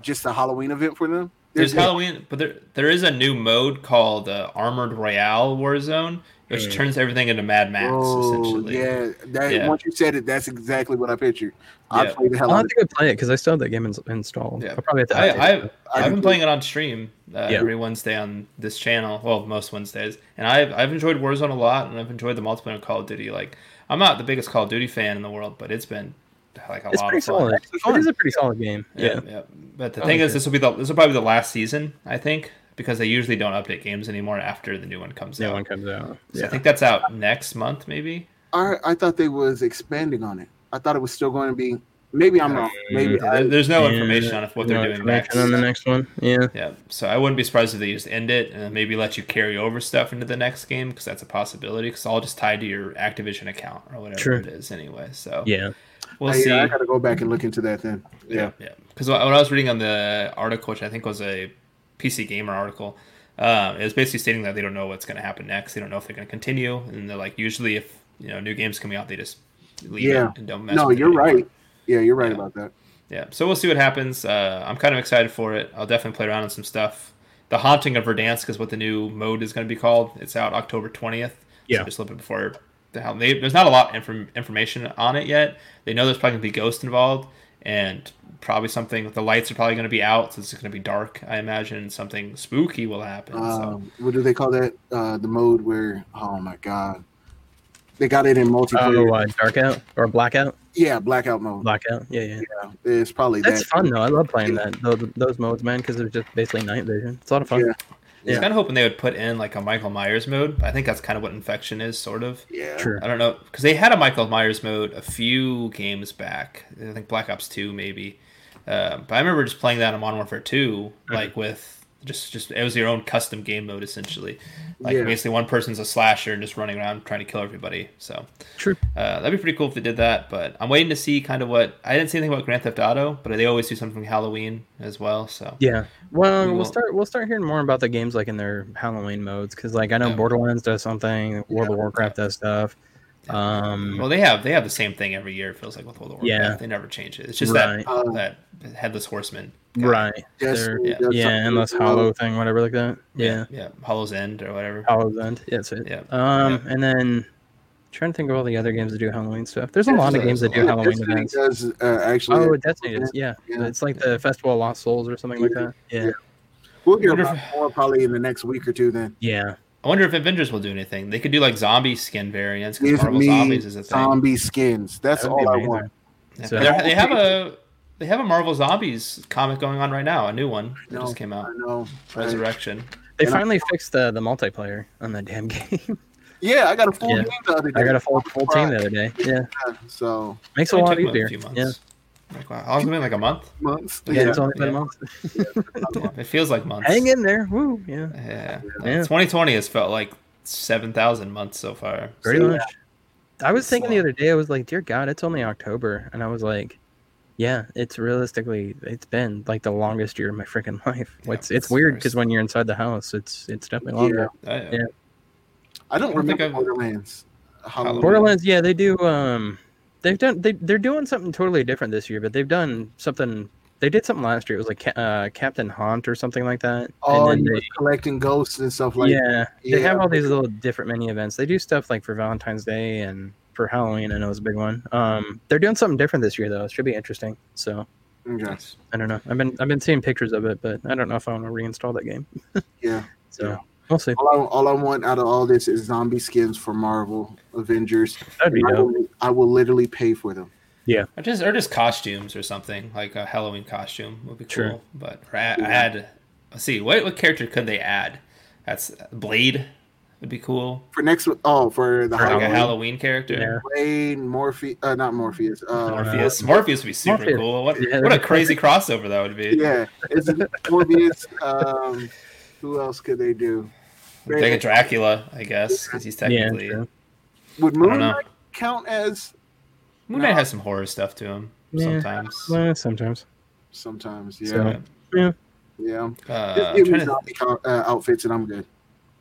S3: just a Halloween event for them.
S2: There's Halloween, but there there is a new mode called uh, Armored Royale Warzone, which
S1: Mm.
S2: turns everything into Mad Max
S3: Oh,
S2: essentially.
S3: yeah, that,
S2: Yeah.
S3: once you said it, that's exactly what I pictured. I
S2: Yeah.
S3: played the hell
S1: I'll
S3: out
S1: have
S3: of
S1: to go play it because I still have that game in, installed.
S2: Yeah.
S1: I'll probably have to.
S2: I,
S1: update
S2: I,
S1: it.
S2: I've been playing it on stream uh,
S1: Yeah.
S2: every Wednesday on this channel. Well, most Wednesdays, and I've I've enjoyed Warzone a lot, and I've enjoyed the multiplayer of Call of Duty. Like, I'm not the biggest Call of Duty fan in the world, but it's been like a
S1: it's
S2: lot
S1: pretty
S2: of fun.
S1: solid.
S3: fun.
S1: It is a pretty solid game. Yeah.
S2: Yeah, yeah. But the
S1: I
S2: thing
S1: like
S2: is,
S1: it.
S2: this will be the this will probably be the last season, I think, because they usually don't update games anymore after the new one comes
S1: No
S2: out.
S1: one comes out.
S2: So I
S1: Yeah.
S2: think that's out next month, maybe.
S3: I, I thought they was expanding on it. I thought it was still going to be. Maybe I'm wrong. Maybe
S2: Yeah, there-
S3: I,
S2: there's no
S1: Yeah.
S2: information on what
S1: No
S2: they're doing next.
S1: information on the next one. Yeah.
S2: Yeah, so I wouldn't be surprised if they just end it and then maybe let you carry over stuff into the next game because that's a possibility. Because all just tied to your Activision account or whatever
S1: True.
S2: it is anyway. So
S1: Yeah.
S2: we'll
S3: I,
S2: see.
S3: I gotta go back and look into that then. Yeah.
S2: yeah. Because when I was reading on the article, which I think was a PC Gamer article, um, it was basically stating that they don't know what's going to happen next. They don't know if they're going to continue, and they're like, usually if you know new games coming out, they just leave
S3: Yeah.
S2: it and don't mess.
S3: No,
S2: with it
S3: you're
S2: anymore.
S3: right. Yeah, you're right
S2: Yeah.
S3: about that.
S2: Yeah, so we'll see what happens. Uh, I'm kind of excited for it. I'll definitely play around on some stuff. The Haunting of Verdansk is what the new mode is going to be called. It's out October 20th.
S1: Yeah.
S2: So just a little bit before the hell. They, there's not a lot of inform, information on it yet. They know there's probably going to be ghosts involved and probably something. The lights are probably going to be out, so it's going to be dark, I imagine. Something spooky will happen. so.
S3: Um, what do they call that? Uh, the mode where oh my god, they got it in multiplayer.
S1: Oh, uh, dark out or blackout?
S3: yeah, blackout mode.
S1: Blackout. Yeah, yeah.
S3: It's probably
S1: That's
S3: that.
S1: fun though. I love playing that those, those modes, man, because they're just basically night vision. It's a lot of fun.
S3: Yeah.
S2: I was
S1: Yeah.
S2: kind of hoping they would put in like a Michael Myers mode. but I think that's kind of what Infection is, sort of.
S3: Yeah,
S1: True.
S2: I don't know because they had a Michael Myers mode a few games back. I think Black Ops Two maybe, uh, but I remember just playing that on Modern Warfare Two, like with just just it was your own custom game mode essentially. Like
S3: Yeah.
S2: basically one person's a slasher and just running around trying to kill everybody. So
S1: True.
S2: uh, that'd be pretty cool if they did that. But I'm waiting to see kind of what I didn't see anything about Grand Theft Auto, but they always do something Halloween as well. So
S1: Yeah. Well,
S2: We
S1: we'll
S2: won't-
S1: start we'll start hearing more about the games like in their Halloween modes because like I know
S2: Yeah.
S1: Borderlands does something, World of Warcraft does stuff. Um,
S2: Well, they have they have the same thing every year. It feels like with World of Warcraft,
S1: Yeah.
S2: they never change it. It's just
S1: Right.
S3: Um,
S2: that that headless horseman, guy.
S1: right. They're-
S3: Destiny
S2: Yeah.
S3: does
S1: yeah,
S3: something
S1: unless
S3: as well.
S1: Hollow thing, whatever like that. Yeah.
S2: yeah, Hollow's End or whatever.
S1: Hollow's End. Yeah, that's it.
S2: Yeah.
S1: Um,
S2: Yeah.
S1: and then trying to think of all the other games that do Halloween stuff. There's a
S2: Yeah,
S1: lot of
S2: there's
S1: games
S2: a-
S1: that
S2: there's
S1: do
S2: a-
S1: Halloween
S3: Destiny
S1: events.
S3: does uh, actually.
S1: Oh, Destiny is. Yeah.
S3: Yeah.
S1: It's like the Festival of Lost Souls or something like that. Yeah.
S3: We'll hear
S2: Wonder
S3: about more probably in the next week or two. Then
S1: Yeah.
S2: I wonder if Avengers will do anything. They could do like zombie skin variants because
S3: give
S2: Marvel
S3: me
S2: Zombies is a thing.
S3: zombie skins. That's
S1: That would be
S3: all I
S1: amazing.
S3: want.
S2: Yeah,
S1: So-
S2: but they're- they have a they have a Marvel Zombies comic going on right now, a new one that
S3: No.
S2: just came
S3: I
S2: out,
S3: know. Right.
S2: Resurrection.
S1: They
S3: And I-
S1: finally fixed the, the multiplayer on that damn game.
S3: Yeah, I got a full
S1: Yeah.
S3: game the other day.
S1: I got a full, full team the other day. Yeah.
S3: so
S1: Makes it a
S2: It
S1: lot
S2: took them
S1: easier.
S2: few months.
S1: Yeah.
S2: Like, wow, how long has it been? Like a month.
S3: months.
S1: Yeah, it's only been a
S2: Yeah.
S1: month.
S2: Yeah, it feels like months.
S1: Hang in there. Woo. Yeah.
S2: Yeah.
S1: Yeah.
S2: 2020 has felt like seven thousand months so far.
S1: Pretty
S2: So-
S1: much. I was thinking the
S2: So-
S1: other day, I was like, dear God, it's only October. And I was like, yeah, it's realistically, it's been like the longest year of my freaking life.
S2: Yeah,
S1: it's it's
S2: it's
S1: weird
S2: first.
S1: because when you're inside the house, it's it's definitely
S3: Yeah.
S1: longer.
S2: I-
S1: Yeah.
S3: I don't
S2: I don't think
S3: remember
S2: I've-
S3: Borderlands. Halloween.
S1: Borderlands, yeah, they do. Um, they've done they they're doing something totally different this year, but they've done something. They did something last year. It was like Ca- uh, Captain Haunt or something like that.
S3: Oh,
S1: and
S3: and
S1: then
S3: you
S1: they,
S3: were collecting ghosts and stuff like
S1: yeah,
S3: yeah.
S1: they have all these little different mini events. They do stuff like for Valentine's Day and for Halloween. I know it's a big one. Um, they're doing something different this year though. It should be interesting. So
S3: Okay.
S1: I don't know. I've been I've been seeing pictures of it, but I don't know if I want to reinstall that game.
S3: Yeah.
S1: So
S3: Yeah.
S1: we'll see.
S3: All I, all I want out of all this is zombie skins for Marvel Avengers.
S1: That'd be
S3: I,
S1: dope.
S3: will, I will literally pay for them.
S2: Or just or just costumes or something like a Halloween costume would be cool.
S1: Sure.
S2: But or add,
S3: Yeah.
S2: add let's see what what character could they add? That's Blade would be cool.
S3: For next oh for the
S1: For
S2: Like a
S3: Halloween.
S2: Halloween character.
S3: Blade, Morpheus, uh, not Morpheus. Uh,
S2: Morpheus. Morpheus would be super
S1: Morpheus.
S2: cool. What,
S1: Yeah,
S2: what a
S1: that'd be
S2: crazy crossover that would be.
S3: yeah, it's Morpheus. Um, who else could they do?
S2: Like a Dracula, I guess, because he's
S1: Yeah,
S2: technically
S1: true.
S3: Would
S2: I
S3: Moon
S2: don't know.
S3: Knight count as
S2: Moon
S3: No.
S2: Knight has some horror stuff to him
S1: Yeah.
S2: sometimes.
S1: Eh, sometimes.
S3: sometimes? Yeah,
S1: So-
S3: yeah. Just
S2: Uh, I'm
S3: give me
S2: trying to,
S3: zombie co- uh, outfits and I'm good.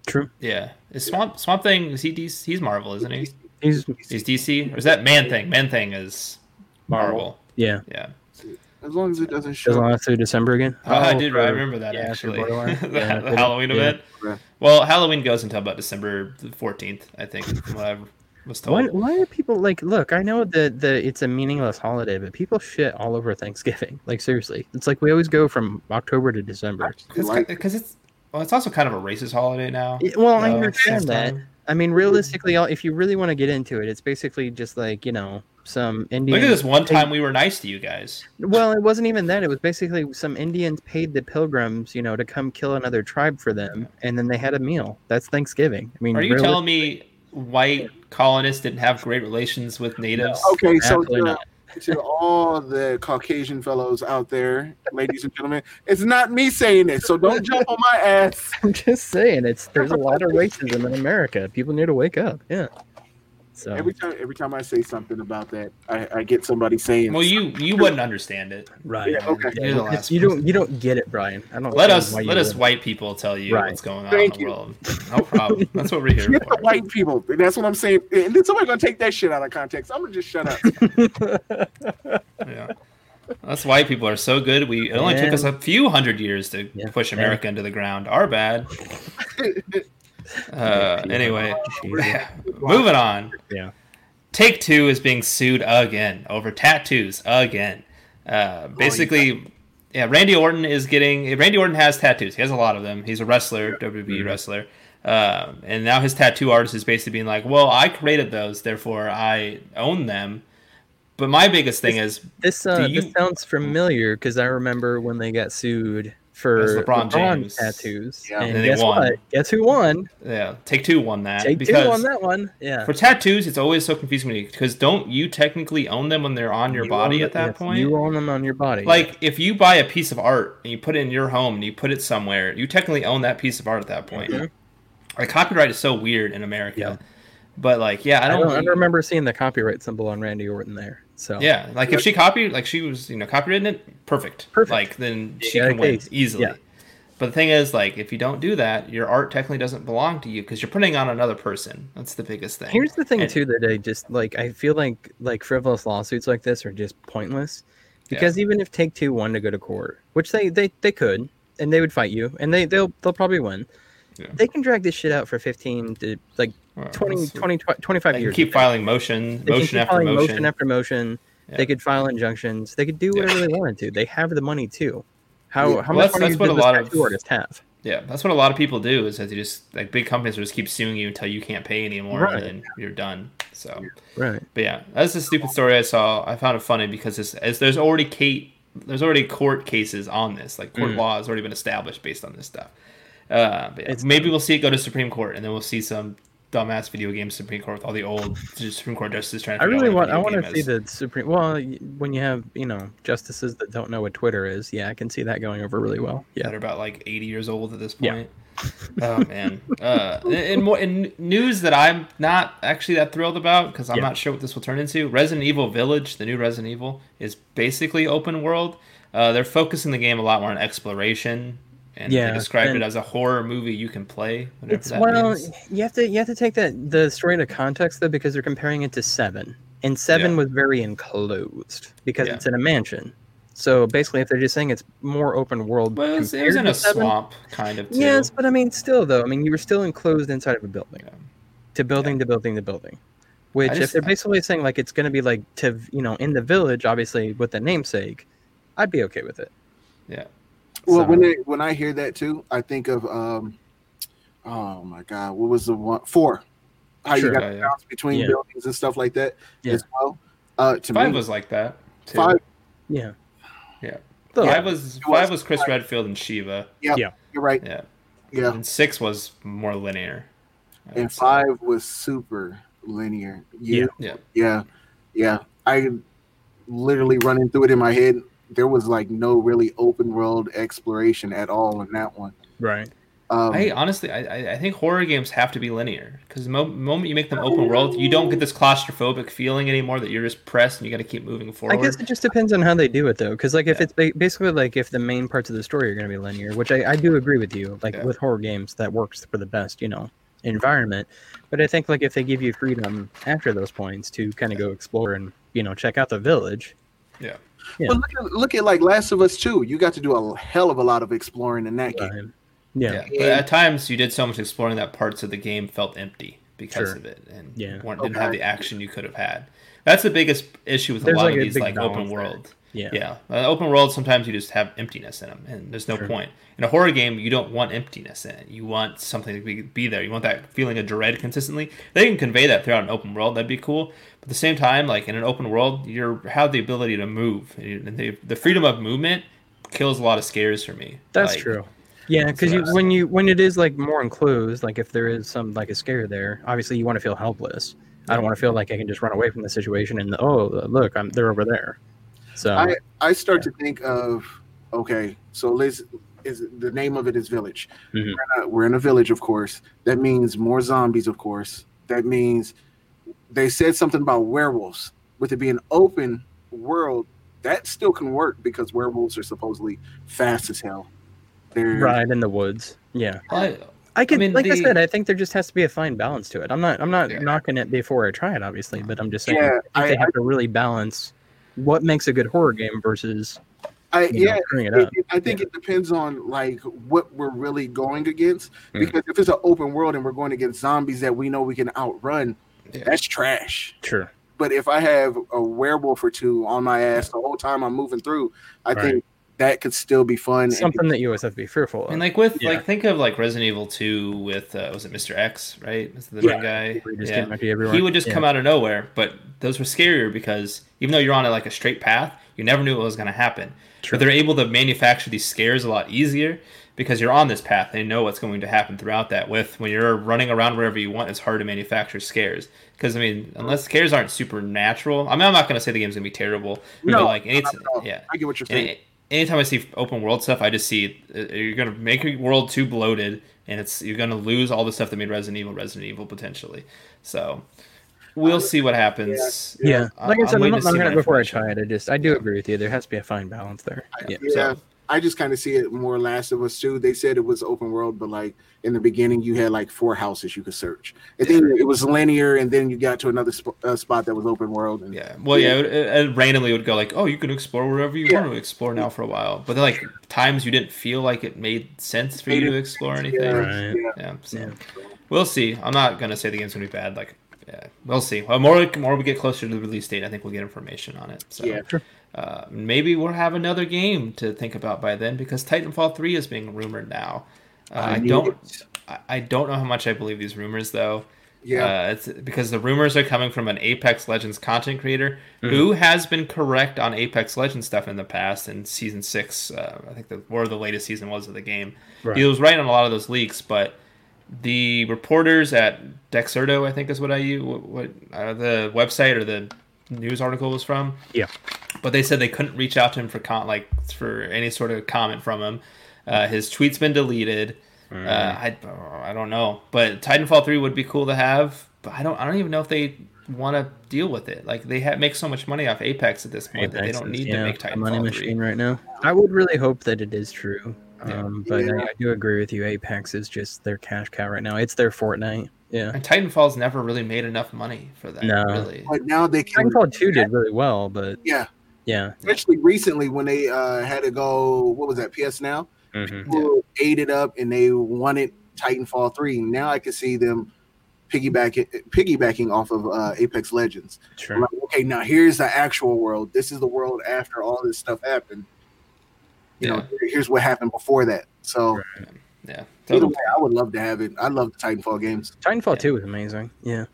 S1: True.
S2: yeah, is Swamp Swamp Thing? Is he DC, he's Marvel, isn't he?
S1: He's
S2: He's DC, or is that Man Thing? Man Thing is Marvel.
S1: Yeah.
S2: Yeah.
S3: As long as it
S1: Does
S3: doesn't
S1: it
S3: show.
S1: last through December again?
S2: Oh, I did. I
S1: for-
S2: remember that
S1: yeah, for
S2: actually.
S1: Borderlands.
S2: the,
S1: Yeah,
S2: the
S1: for-
S2: Halloween
S1: yeah.
S2: event.
S3: Right.
S2: Well, Halloween goes until about December fourteenth, I think, from what I was told.
S1: Why, why are people like? Look, I know that the it's a meaningless holiday, but people shit all over Thanksgiving. Like seriously, it's like we always go from October to December.
S2: Because
S3: Like-
S2: it's well, it's also kind of a racist holiday now.
S1: Yeah, Well, I
S2: Uh,
S1: understand that.
S2: sometime.
S1: I mean, realistically, I'll- if you really want to get into it, it's basically just like you know some Indian.
S2: Look at this one time we were nice to you guys.
S1: Well, it wasn't even that. It was basically some Indians paid the pilgrims, you know, to come kill another tribe for them, and then they had a meal. That's Thanksgiving. I mean,
S2: Are you
S1: reali-
S2: telling me white colonists didn't have great relations with natives?
S3: Okay, so
S1: Absolutely
S3: to, to all the Caucasian fellows out there, ladies and gentlemen, it's not me saying it, so don't jump on my ass.
S1: I'm just saying, it's there's a lot of racism in America. People need to wake up. Yeah. So
S3: Every time, every time I say something about that, I, I get somebody saying,
S2: Well, you you wouldn't understand it.
S1: right.
S3: Yeah, okay.
S1: Yeah,
S2: You're the
S1: it's-
S2: last
S1: you don't
S2: person.
S1: you don't get it, Brian. I don't
S2: Let
S1: know
S2: us
S1: why you
S2: let us
S1: would.
S2: white people tell you
S1: Right.
S2: what's going on
S3: Thank
S2: in the
S3: you.
S2: world. No problem. That's what we're here
S3: "Get the
S2: for.
S3: white people." And that's what I'm saying. And then somebody's gonna take that shit out of context. I'm gonna just shut up.
S2: Yeah. That's why people are so good. We it only took us a few hundred years to
S1: Yeah.
S2: push America into the ground. Our bad. Uh, anyway, moving on.
S1: Yeah.
S2: Take Two is being sued again over tattoos again.
S1: Oh,
S2: Uh, basically, yeah. Randy Orton is getting. Randy Orton has tattoos. He has a lot of them. He's a wrestler, WWE
S1: Mm-hmm.
S2: wrestler, um, and now his tattoo artist is basically being like, "Well, I created those, therefore I own them." But my biggest thing is
S1: This uh,
S2: Do you-
S1: this sounds familiar because I remember when they got sued for
S2: That's LeBron
S1: LeBron,
S2: James.
S1: tattoos.
S3: Yeah.
S1: And,
S2: And they
S1: guess
S2: won.
S1: what? Guess who won?
S2: Yeah, Take Two won that.
S1: Take
S2: because
S1: two on that one. Yeah.
S2: For tattoos, it's always so confusing to me because don't you technically own them when they're on your
S1: You
S2: body
S1: own
S2: at
S1: it-
S2: that
S1: yes,
S2: point?
S1: You own them on your body.
S2: like if you buy a piece of art and you put it in your home and you put it somewhere, you technically own that piece of art at that point.
S1: Mhm.
S2: Like copyright is so weird in America. But like, yeah, I
S1: I don't,
S2: don't, e
S1: I don't remember seeing the copyright symbol on Randy Orton there. So
S2: Yeah, like if she copied, like she was, you know, copywritten it, perfect.
S1: Perfect.
S2: Like then
S1: You
S2: she
S1: got a
S2: can win
S1: case.
S2: easily.
S1: Yeah.
S2: But the thing is, like, if you don't do that, your art technically doesn't belong to you because you're putting on another person. That's the biggest thing.
S1: Here's the thing
S2: And-
S1: too that I just like I feel like like frivolous lawsuits like this are just pointless because even if Take Two wanted to go to court, which they they, they could and they would fight you and they they'll they'll probably win.
S2: Yeah.
S1: They can drag this shit out for 15 to like
S2: Well,
S1: 20,
S2: that's-
S1: 20 tw- 25
S2: They can
S1: years.
S2: keep filing motion,
S1: They can
S2: motion
S1: keep
S2: after
S1: filing
S2: motion.
S1: motion after motion.
S2: Yeah.
S1: They could file injunctions. They could do
S2: Yeah.
S1: whatever they wanted to. They have the money too. How
S3: Yeah.
S1: how
S2: Well,
S1: much
S2: that's-
S1: money
S2: that's what
S1: does
S2: a
S1: this
S2: lot of-
S1: tattoo artist have?
S2: yeah, that's what a lot of people do is that they just like big companies will just keep suing you until you can't pay anymore,
S1: Right.
S2: and then you're done. So,
S1: Right.
S2: but yeah, that's a stupid story I saw. I found it funny because it's, as there's already Kate, there's already court cases on this. Like
S1: Mm.
S2: court law has already been established based on this stuff. Uh, but yeah,
S1: It's-
S2: maybe we'll see it go to Supreme Court, and then we'll see some dumbass video game Supreme Court with all the old Supreme Court justices trying to.
S1: I
S2: figure out
S1: really want.
S2: what a
S1: I
S2: video
S1: want to
S2: game
S1: see
S2: is.
S1: the Supreme. Well, y- when you have you know justices that don't know what Twitter is, yeah, I can see that going over really well.
S2: that
S1: Yeah,
S2: are about like 80 years old at this
S1: Yeah.
S2: point. oh man. Uh, and, and more in news that I'm not actually that thrilled about because I'm
S1: Yeah.
S2: not sure what this will turn into. Resident Evil Village, the new Resident Evil, is basically open world. Uh, they're focusing the game a lot more on exploration, and
S1: Yeah,
S2: they describe it
S1: and-
S2: as a horror movie you can play. Whatever
S1: it's
S2: that
S1: well,
S2: means.
S1: you have to you have to take that the story into context though because they're comparing it to Seven, and Seven
S2: Yeah.
S1: was very enclosed because
S2: Yeah.
S1: it's in a mansion. So basically, if they're just saying it's more open world,
S2: Well, it was, it
S1: compared
S2: was in
S1: to
S2: a
S1: Seven,
S2: swamp kind of. Too.
S1: Yes, but I mean, still though, I mean, you were still enclosed inside of a building,
S2: Yeah.
S1: to building to building to building. Which, if
S2: just-
S1: they're basically saying like it's going to be like to you know in the village, obviously with the namesake, I'd be okay with it.
S2: Yeah.
S3: Well,
S1: So-
S3: when they, when I hear that too, I think of um, oh my god, what was the one four? How
S1: Sure.
S3: you got
S2: Yeah,
S3: to
S2: yeah.
S3: bounce between
S1: Yeah.
S3: buildings and stuff like that
S1: Yeah.
S3: as well. Uh, to
S2: Five
S3: me,
S2: was like that. Too.
S3: five,
S1: Yeah.
S2: Yeah.
S1: Look,
S2: Five was
S3: was
S2: five was Chris Redfield and Shiva.
S3: you're right.
S2: Yeah.
S3: Yeah,
S2: And six was more linear. I would
S3: and
S2: say.
S3: five was super linear. You,
S2: Yeah.
S3: yeah, yeah. I literally running through it in my head. There was like no really open world exploration at all in that one.
S1: right.
S3: Um,
S2: I honestly, I, I- I think horror games have to be linear because the mo- moment you make them open world, you don't get this claustrophobic feeling anymore that you're just pressed and you got to keep moving forward.
S1: I guess it just depends on how they do it though, because like if
S2: Yeah.
S1: it's ba- basically like if the main parts of the story are going to be linear, which I, I do agree with you, like
S2: Yeah.
S1: with horror games that works for the best, you know, environment. But I think like if they give you freedom after those points to kind of go explore and you know check out the village, yeah.
S3: But look at, look at like Last of Us Two. You got to do a hell of a lot of exploring in that game.
S1: um, yeah.
S2: Yeah, But at times, you did so much exploring that parts of the game felt empty because
S1: Sure.
S2: of it and
S1: Yeah.
S2: weren't, didn't
S3: Okay.
S2: have the action you could have had. That's the biggest issue with
S1: There's
S2: a lot
S1: like
S2: of
S1: a
S2: these
S1: big
S2: like open
S1: balance there.
S2: world.
S1: yeah,
S2: Yeah, Uh, open world sometimes you just have emptiness in them, and there's no
S1: Sure.
S2: point. In a horror game, you don't want emptiness in it. You want something to be, be there. You want that feeling of dread consistently. They can convey that throughout an open world. That'd be cool. But at the same time, like in an open world, you have the ability to move, and the, the freedom of movement kills a lot of scares for me.
S1: That's
S2: Like,
S1: true. Yeah,
S2: that's
S1: because
S2: what
S1: you,
S2: I was
S1: when you when it is like more enclosed, like if there is some like a scare there, obviously you want to feel helpless. I don't want to feel like I can just run away from the situation and oh look, I'm they're over there. So
S3: I start to think of okay, so Liz is the name of it is Village.
S1: Mhm.
S3: We're, in a, we're in a village, of course. That means more zombies, of course. That means they said something about werewolves. With it being open world, that still can work because werewolves are supposedly fast as hell. They're
S1: ride in the woods. Yeah,
S2: I-
S1: I could
S2: mean,
S1: like I
S2: the-
S1: said, I think there just has to be a fine balance to it. I'm not I'm not
S2: Yeah.
S1: knocking it before I try it, obviously, but I'm just saying
S3: Yeah,
S1: I think
S3: I-
S1: they have to really balance what makes a good horror game versus
S3: I,
S1: you know,
S3: yeah,
S1: screwing it
S3: it-
S1: up.
S3: it- I think it depends on like what we're really going against. Because if it's an open world and we're going against zombies that we know we can outrun,
S2: Yeah.
S3: that's trash.
S1: True.
S3: But if I have a werewolf or two on my ass the whole time I'm moving through, I
S1: Right.
S3: think that could still be fun. and-
S1: Something that you always have to be fearful of.
S2: And like with
S1: Yeah.
S2: like think of like Resident Evil Two with uh, was it Mr. X right? Is the
S3: Yeah.
S2: main guy?
S1: Where he just
S2: Yeah.
S1: came after you everywhere.
S2: He would just
S1: Yeah.
S2: come out of nowhere, but those were scarier because even though you're on a, like a straight path, you never knew what was going to happen.
S1: True.
S2: But they're able to manufacture these scares a lot easier because you're on this path. They know what's going to happen throughout that. With when you're running around wherever you want, it's hard to manufacture scares because I mean, unless scares aren't supernatural, I mean, I'm not going to say the game's going to be terrible.
S3: No,
S2: but like any,
S3: not at all.
S2: yeah,
S3: I get what you're saying.
S2: any, anytime I see open world stuff, I just see uh, you're gonna make your world too bloated, and it's you're gonna lose all the stuff that made Resident Evil Resident Evil potentially. So we'll see what happens.
S1: yeah.
S2: I-
S1: Like I
S2: I'm
S1: said, I'm,
S2: waiting
S1: not
S2: to
S1: knocking
S2: see
S1: it
S2: my
S1: before I
S2: information.
S1: try it. I just I do agree with you. There has to be a fine balance there. Yeah.
S3: Yeah,
S2: So-
S3: I just kind of see it more Last of Us too. They said it was open world, but like in the beginning, you had like four houses you could search. And then it was linear, and then you got to another sp- uh, spot that was open world. And
S2: Yeah. Well, yeah. It, it, it randomly would go like, "Oh, you can explore wherever you
S3: Yeah.
S2: want to explore now for a while," but then like times you didn't feel like it made sense for you
S3: Made
S2: to explore anything.
S3: yeah,
S1: Right.
S3: yeah.
S2: Yeah. So
S1: Yeah.
S2: we'll see. I'm not gonna say the game's gonna be bad. Like, yeah, we'll see. Well, more more we get closer to the release date, I think we'll get information on it. So
S3: Yeah.
S1: Sure.
S2: uh, maybe we'll have another game to think about by then because Titanfall three is being rumored now. Uh, I,
S3: I knew
S2: don't.
S3: it.
S2: I, I don't know how much I believe these rumors though.
S3: Yeah.
S2: Uh, it's because the rumors are coming from an Apex Legends content creator who has been correct on Apex Legends stuff in the past. In season six, uh, I think the or the latest season was of the game,
S1: Right.
S2: he was right on a lot of those leaks. But the reporters at Dexerto, I think is what I u- what, what uh, the website or the news article was from
S1: Yeah.
S2: but they said they couldn't reach out to him for con- like for any sort of comment from him. Uh, his tweet's been deleted.
S1: Mm.
S2: Uh, I I don't know, but Titanfall three would be cool to have. But I don't I don't even know if they want to deal with it. Like they ha- make so much money off Apex at this point that they
S1: Apex
S2: don't
S1: is,
S2: need
S1: yeah,
S2: to make
S1: a money
S2: Titanfall
S1: machine
S2: three.
S1: right now. I would really hope that it is true.
S2: Yeah.
S1: Um, but
S3: Yeah.
S1: I, I do agree with you. Apex is just their cash cow right now. It's their Fortnite. Yeah.
S2: And Titanfall's never really made enough money for that.
S1: No.
S2: Really.
S3: But now they can.
S1: Titanfall two did really well, but
S3: Yeah,
S1: yeah.
S3: especially recently when they uh, had to go. What was that? PS Now. People ate it up, and they wanted Titanfall three. Now I can see them piggybacking piggybacking off of uh, Apex Legends. I'm
S1: Sure.
S3: like, okay, now here's the actual world. This is the world after all this stuff happened. You know,
S2: Yeah.
S3: here- here's what happened before that. So
S2: Yeah.
S3: either
S2: So-
S3: way, I would love to have it. I love the Titanfall games.
S1: Titanfall
S2: Yeah.
S1: two was amazing. Yeah.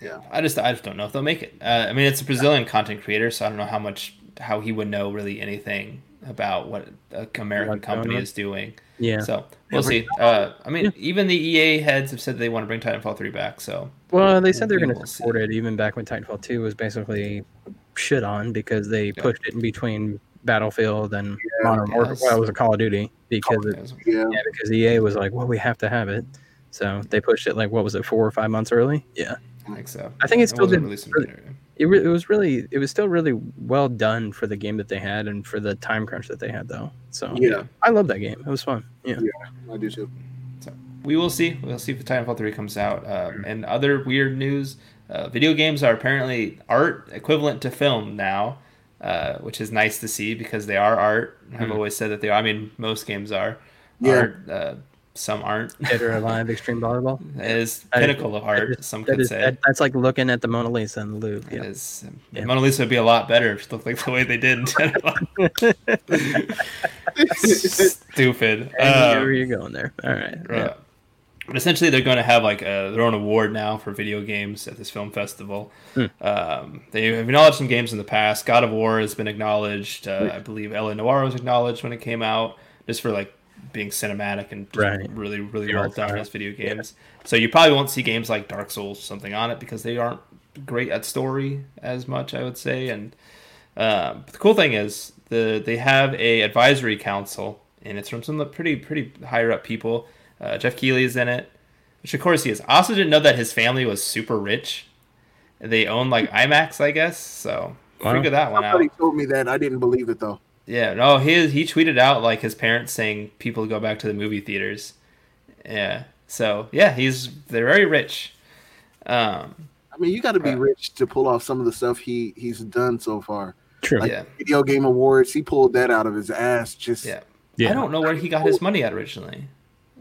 S3: Yeah.
S2: I just I just don't know if they'll make it. Uh, I mean, it's a Brazilian content creator, so I don't know how much how he would know really anything about what a
S1: What's
S2: American
S1: going
S2: company
S1: on?
S2: is doing.
S1: Yeah.
S2: So we'll see. Uh, I mean, even the EA heads have said they want to bring Titanfall three back. So
S1: Well, they said they're
S2: we
S1: going
S2: will
S1: to
S2: see.
S1: support it even back when Titanfall 2 was basically shit on because they pushed it in between Battlefield and
S3: Yeah.
S1: Modern Warfare.
S2: Yes.
S1: Well, it was a Call of Duty because it,
S2: there's-
S3: Yeah.
S1: yeah, because EA was like, well, we have to have it. So they pushed it like what was it, four or five months early? Yeah,
S2: I think so.
S1: I think it's
S2: It
S1: still
S2: wasn't
S1: been-
S2: released in January.
S1: it, re- it was really it was still really well done for the game that they had and for the time crunch that they had though. So
S3: Yeah.
S1: I love that game. It was fun. Oh, Yeah,
S3: I do too.
S2: we will see. We'll see if Titanfall 3 comes out.
S1: Mm-hmm.
S2: Um, and other weird news uh, video games are apparently art equivalent to film now, uh, which is nice to see because they are art.
S1: Mm-hmm.
S2: I've always said that they are. I mean, most games are.
S3: Yeah.
S2: Art, uh, some aren't.
S1: Dead or Alive, Extreme Volleyball.
S2: It is
S1: That is-
S2: pinnacle of art, some
S1: That
S2: could
S1: is
S2: say.
S1: that, that's like looking at the Mona Lisa and the Louvre.
S2: It
S1: Yeah.
S2: is. um,
S1: Yeah.
S2: Mona Lisa would be a lot better if she looked like the way they did. in Titanfall. Stupid.
S1: I knew
S2: Um,
S1: where you're going there. All right. Yeah.
S2: Right. But essentially, they're going to have like uh their own award now for video games at this film festival.
S1: Hmm.
S2: Um, they have acknowledged some games in the past. God of War has been acknowledged. Uh,
S1: Hmm.
S2: I believe Ella Noir was acknowledged when it came out, just for like being cinematic and just
S1: Right.
S2: really, really
S1: They
S2: well
S1: are
S2: done
S1: fun.
S2: as video games. So you probably won't see games like Dark Souls or something on it because they aren't great at story as much, I would say. And um, but the cool thing is the they have a advisory council, and it's from some of the pretty pretty higher up people. Uh, Jeff Keighley is in it, which of course he is. I also didn't know that his family was super rich. They own like IMAX, I guess. So
S1: Wow.
S2: figure that one out.
S3: Somebody told me that. I didn't believe it though.
S2: Yeah, no, he he tweeted out like his parents saying people go back to the movie theaters. Yeah, so yeah, he's they're very rich. Um,
S3: I mean, you got to be
S2: Right.
S3: rich to pull off some of the stuff he he's done so far.
S1: True.
S2: yeah.
S3: Video Game Awards. He pulled that out of his ass. Just
S2: Yeah.
S4: Yeah.
S2: I don't know where he got his money at originally,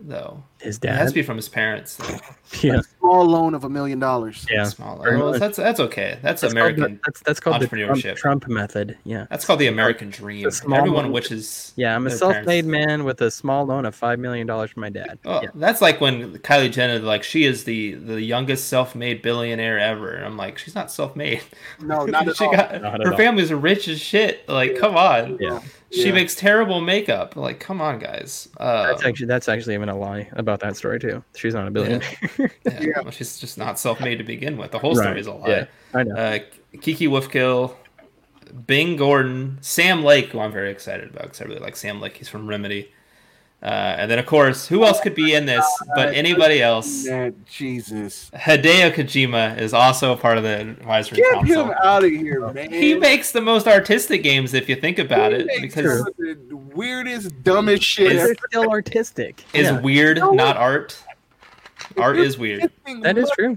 S2: though.
S1: His
S2: It
S1: dad.
S2: has to be from his parents. though.
S1: yeah.
S3: small loan of a million dollars.
S1: Yeah.
S2: Small.
S1: very
S2: well,
S1: much.
S2: that's that's okay. That's,
S1: That's called the-
S2: American.
S1: that's that's called the Trump,
S2: entrepreneurship.
S1: Trump method. Yeah.
S2: that's called the American dream.
S1: a small
S2: Everyone
S1: loan.
S2: wishes.
S1: Yeah, I'm a
S2: Their
S1: self-made
S2: parents.
S1: man with a small loan of five million dollars from my dad.
S2: Oh,
S1: Yeah.
S2: that's like when Kylie Jenner, like she is the the youngest self-made billionaire ever. And I'm like, she's not self-made.
S3: No, not at
S2: she
S3: all.
S2: got
S4: Not at
S2: her
S4: all.
S2: family's rich as shit. Like, come on.
S1: Yeah.
S2: She
S3: Yeah.
S2: makes terrible makeup. Like, come on, guys. Uh,
S1: That's actually that's actually even a lie about that story too. She's not a billionaire.
S2: yeah,
S3: Yeah.
S2: well, she's just not self-made to begin with. The whole
S1: Right,
S2: story is a lie.
S1: yeah. I know.
S2: uh, Kiki Wolfkill, Bing Gordon, Sam Lake, who I'm very excited about because I really like Sam Lake. He's from Remedy. Uh, and then, of course, who else could be in this
S3: Uh,
S2: but anybody else?
S3: Yeah, Jesus.
S2: Hideo Kojima is also a part of the advisory
S3: Get
S2: council.
S3: him out of here, man.
S2: He makes the most artistic games if you think about
S3: He
S2: it
S3: makes
S2: because
S3: some of the weirdest, dumbest shit.
S2: Is-
S1: They're still artistic.
S2: is
S1: Yeah,
S2: weird
S3: No.
S2: not art. Art is weird.
S1: that is true.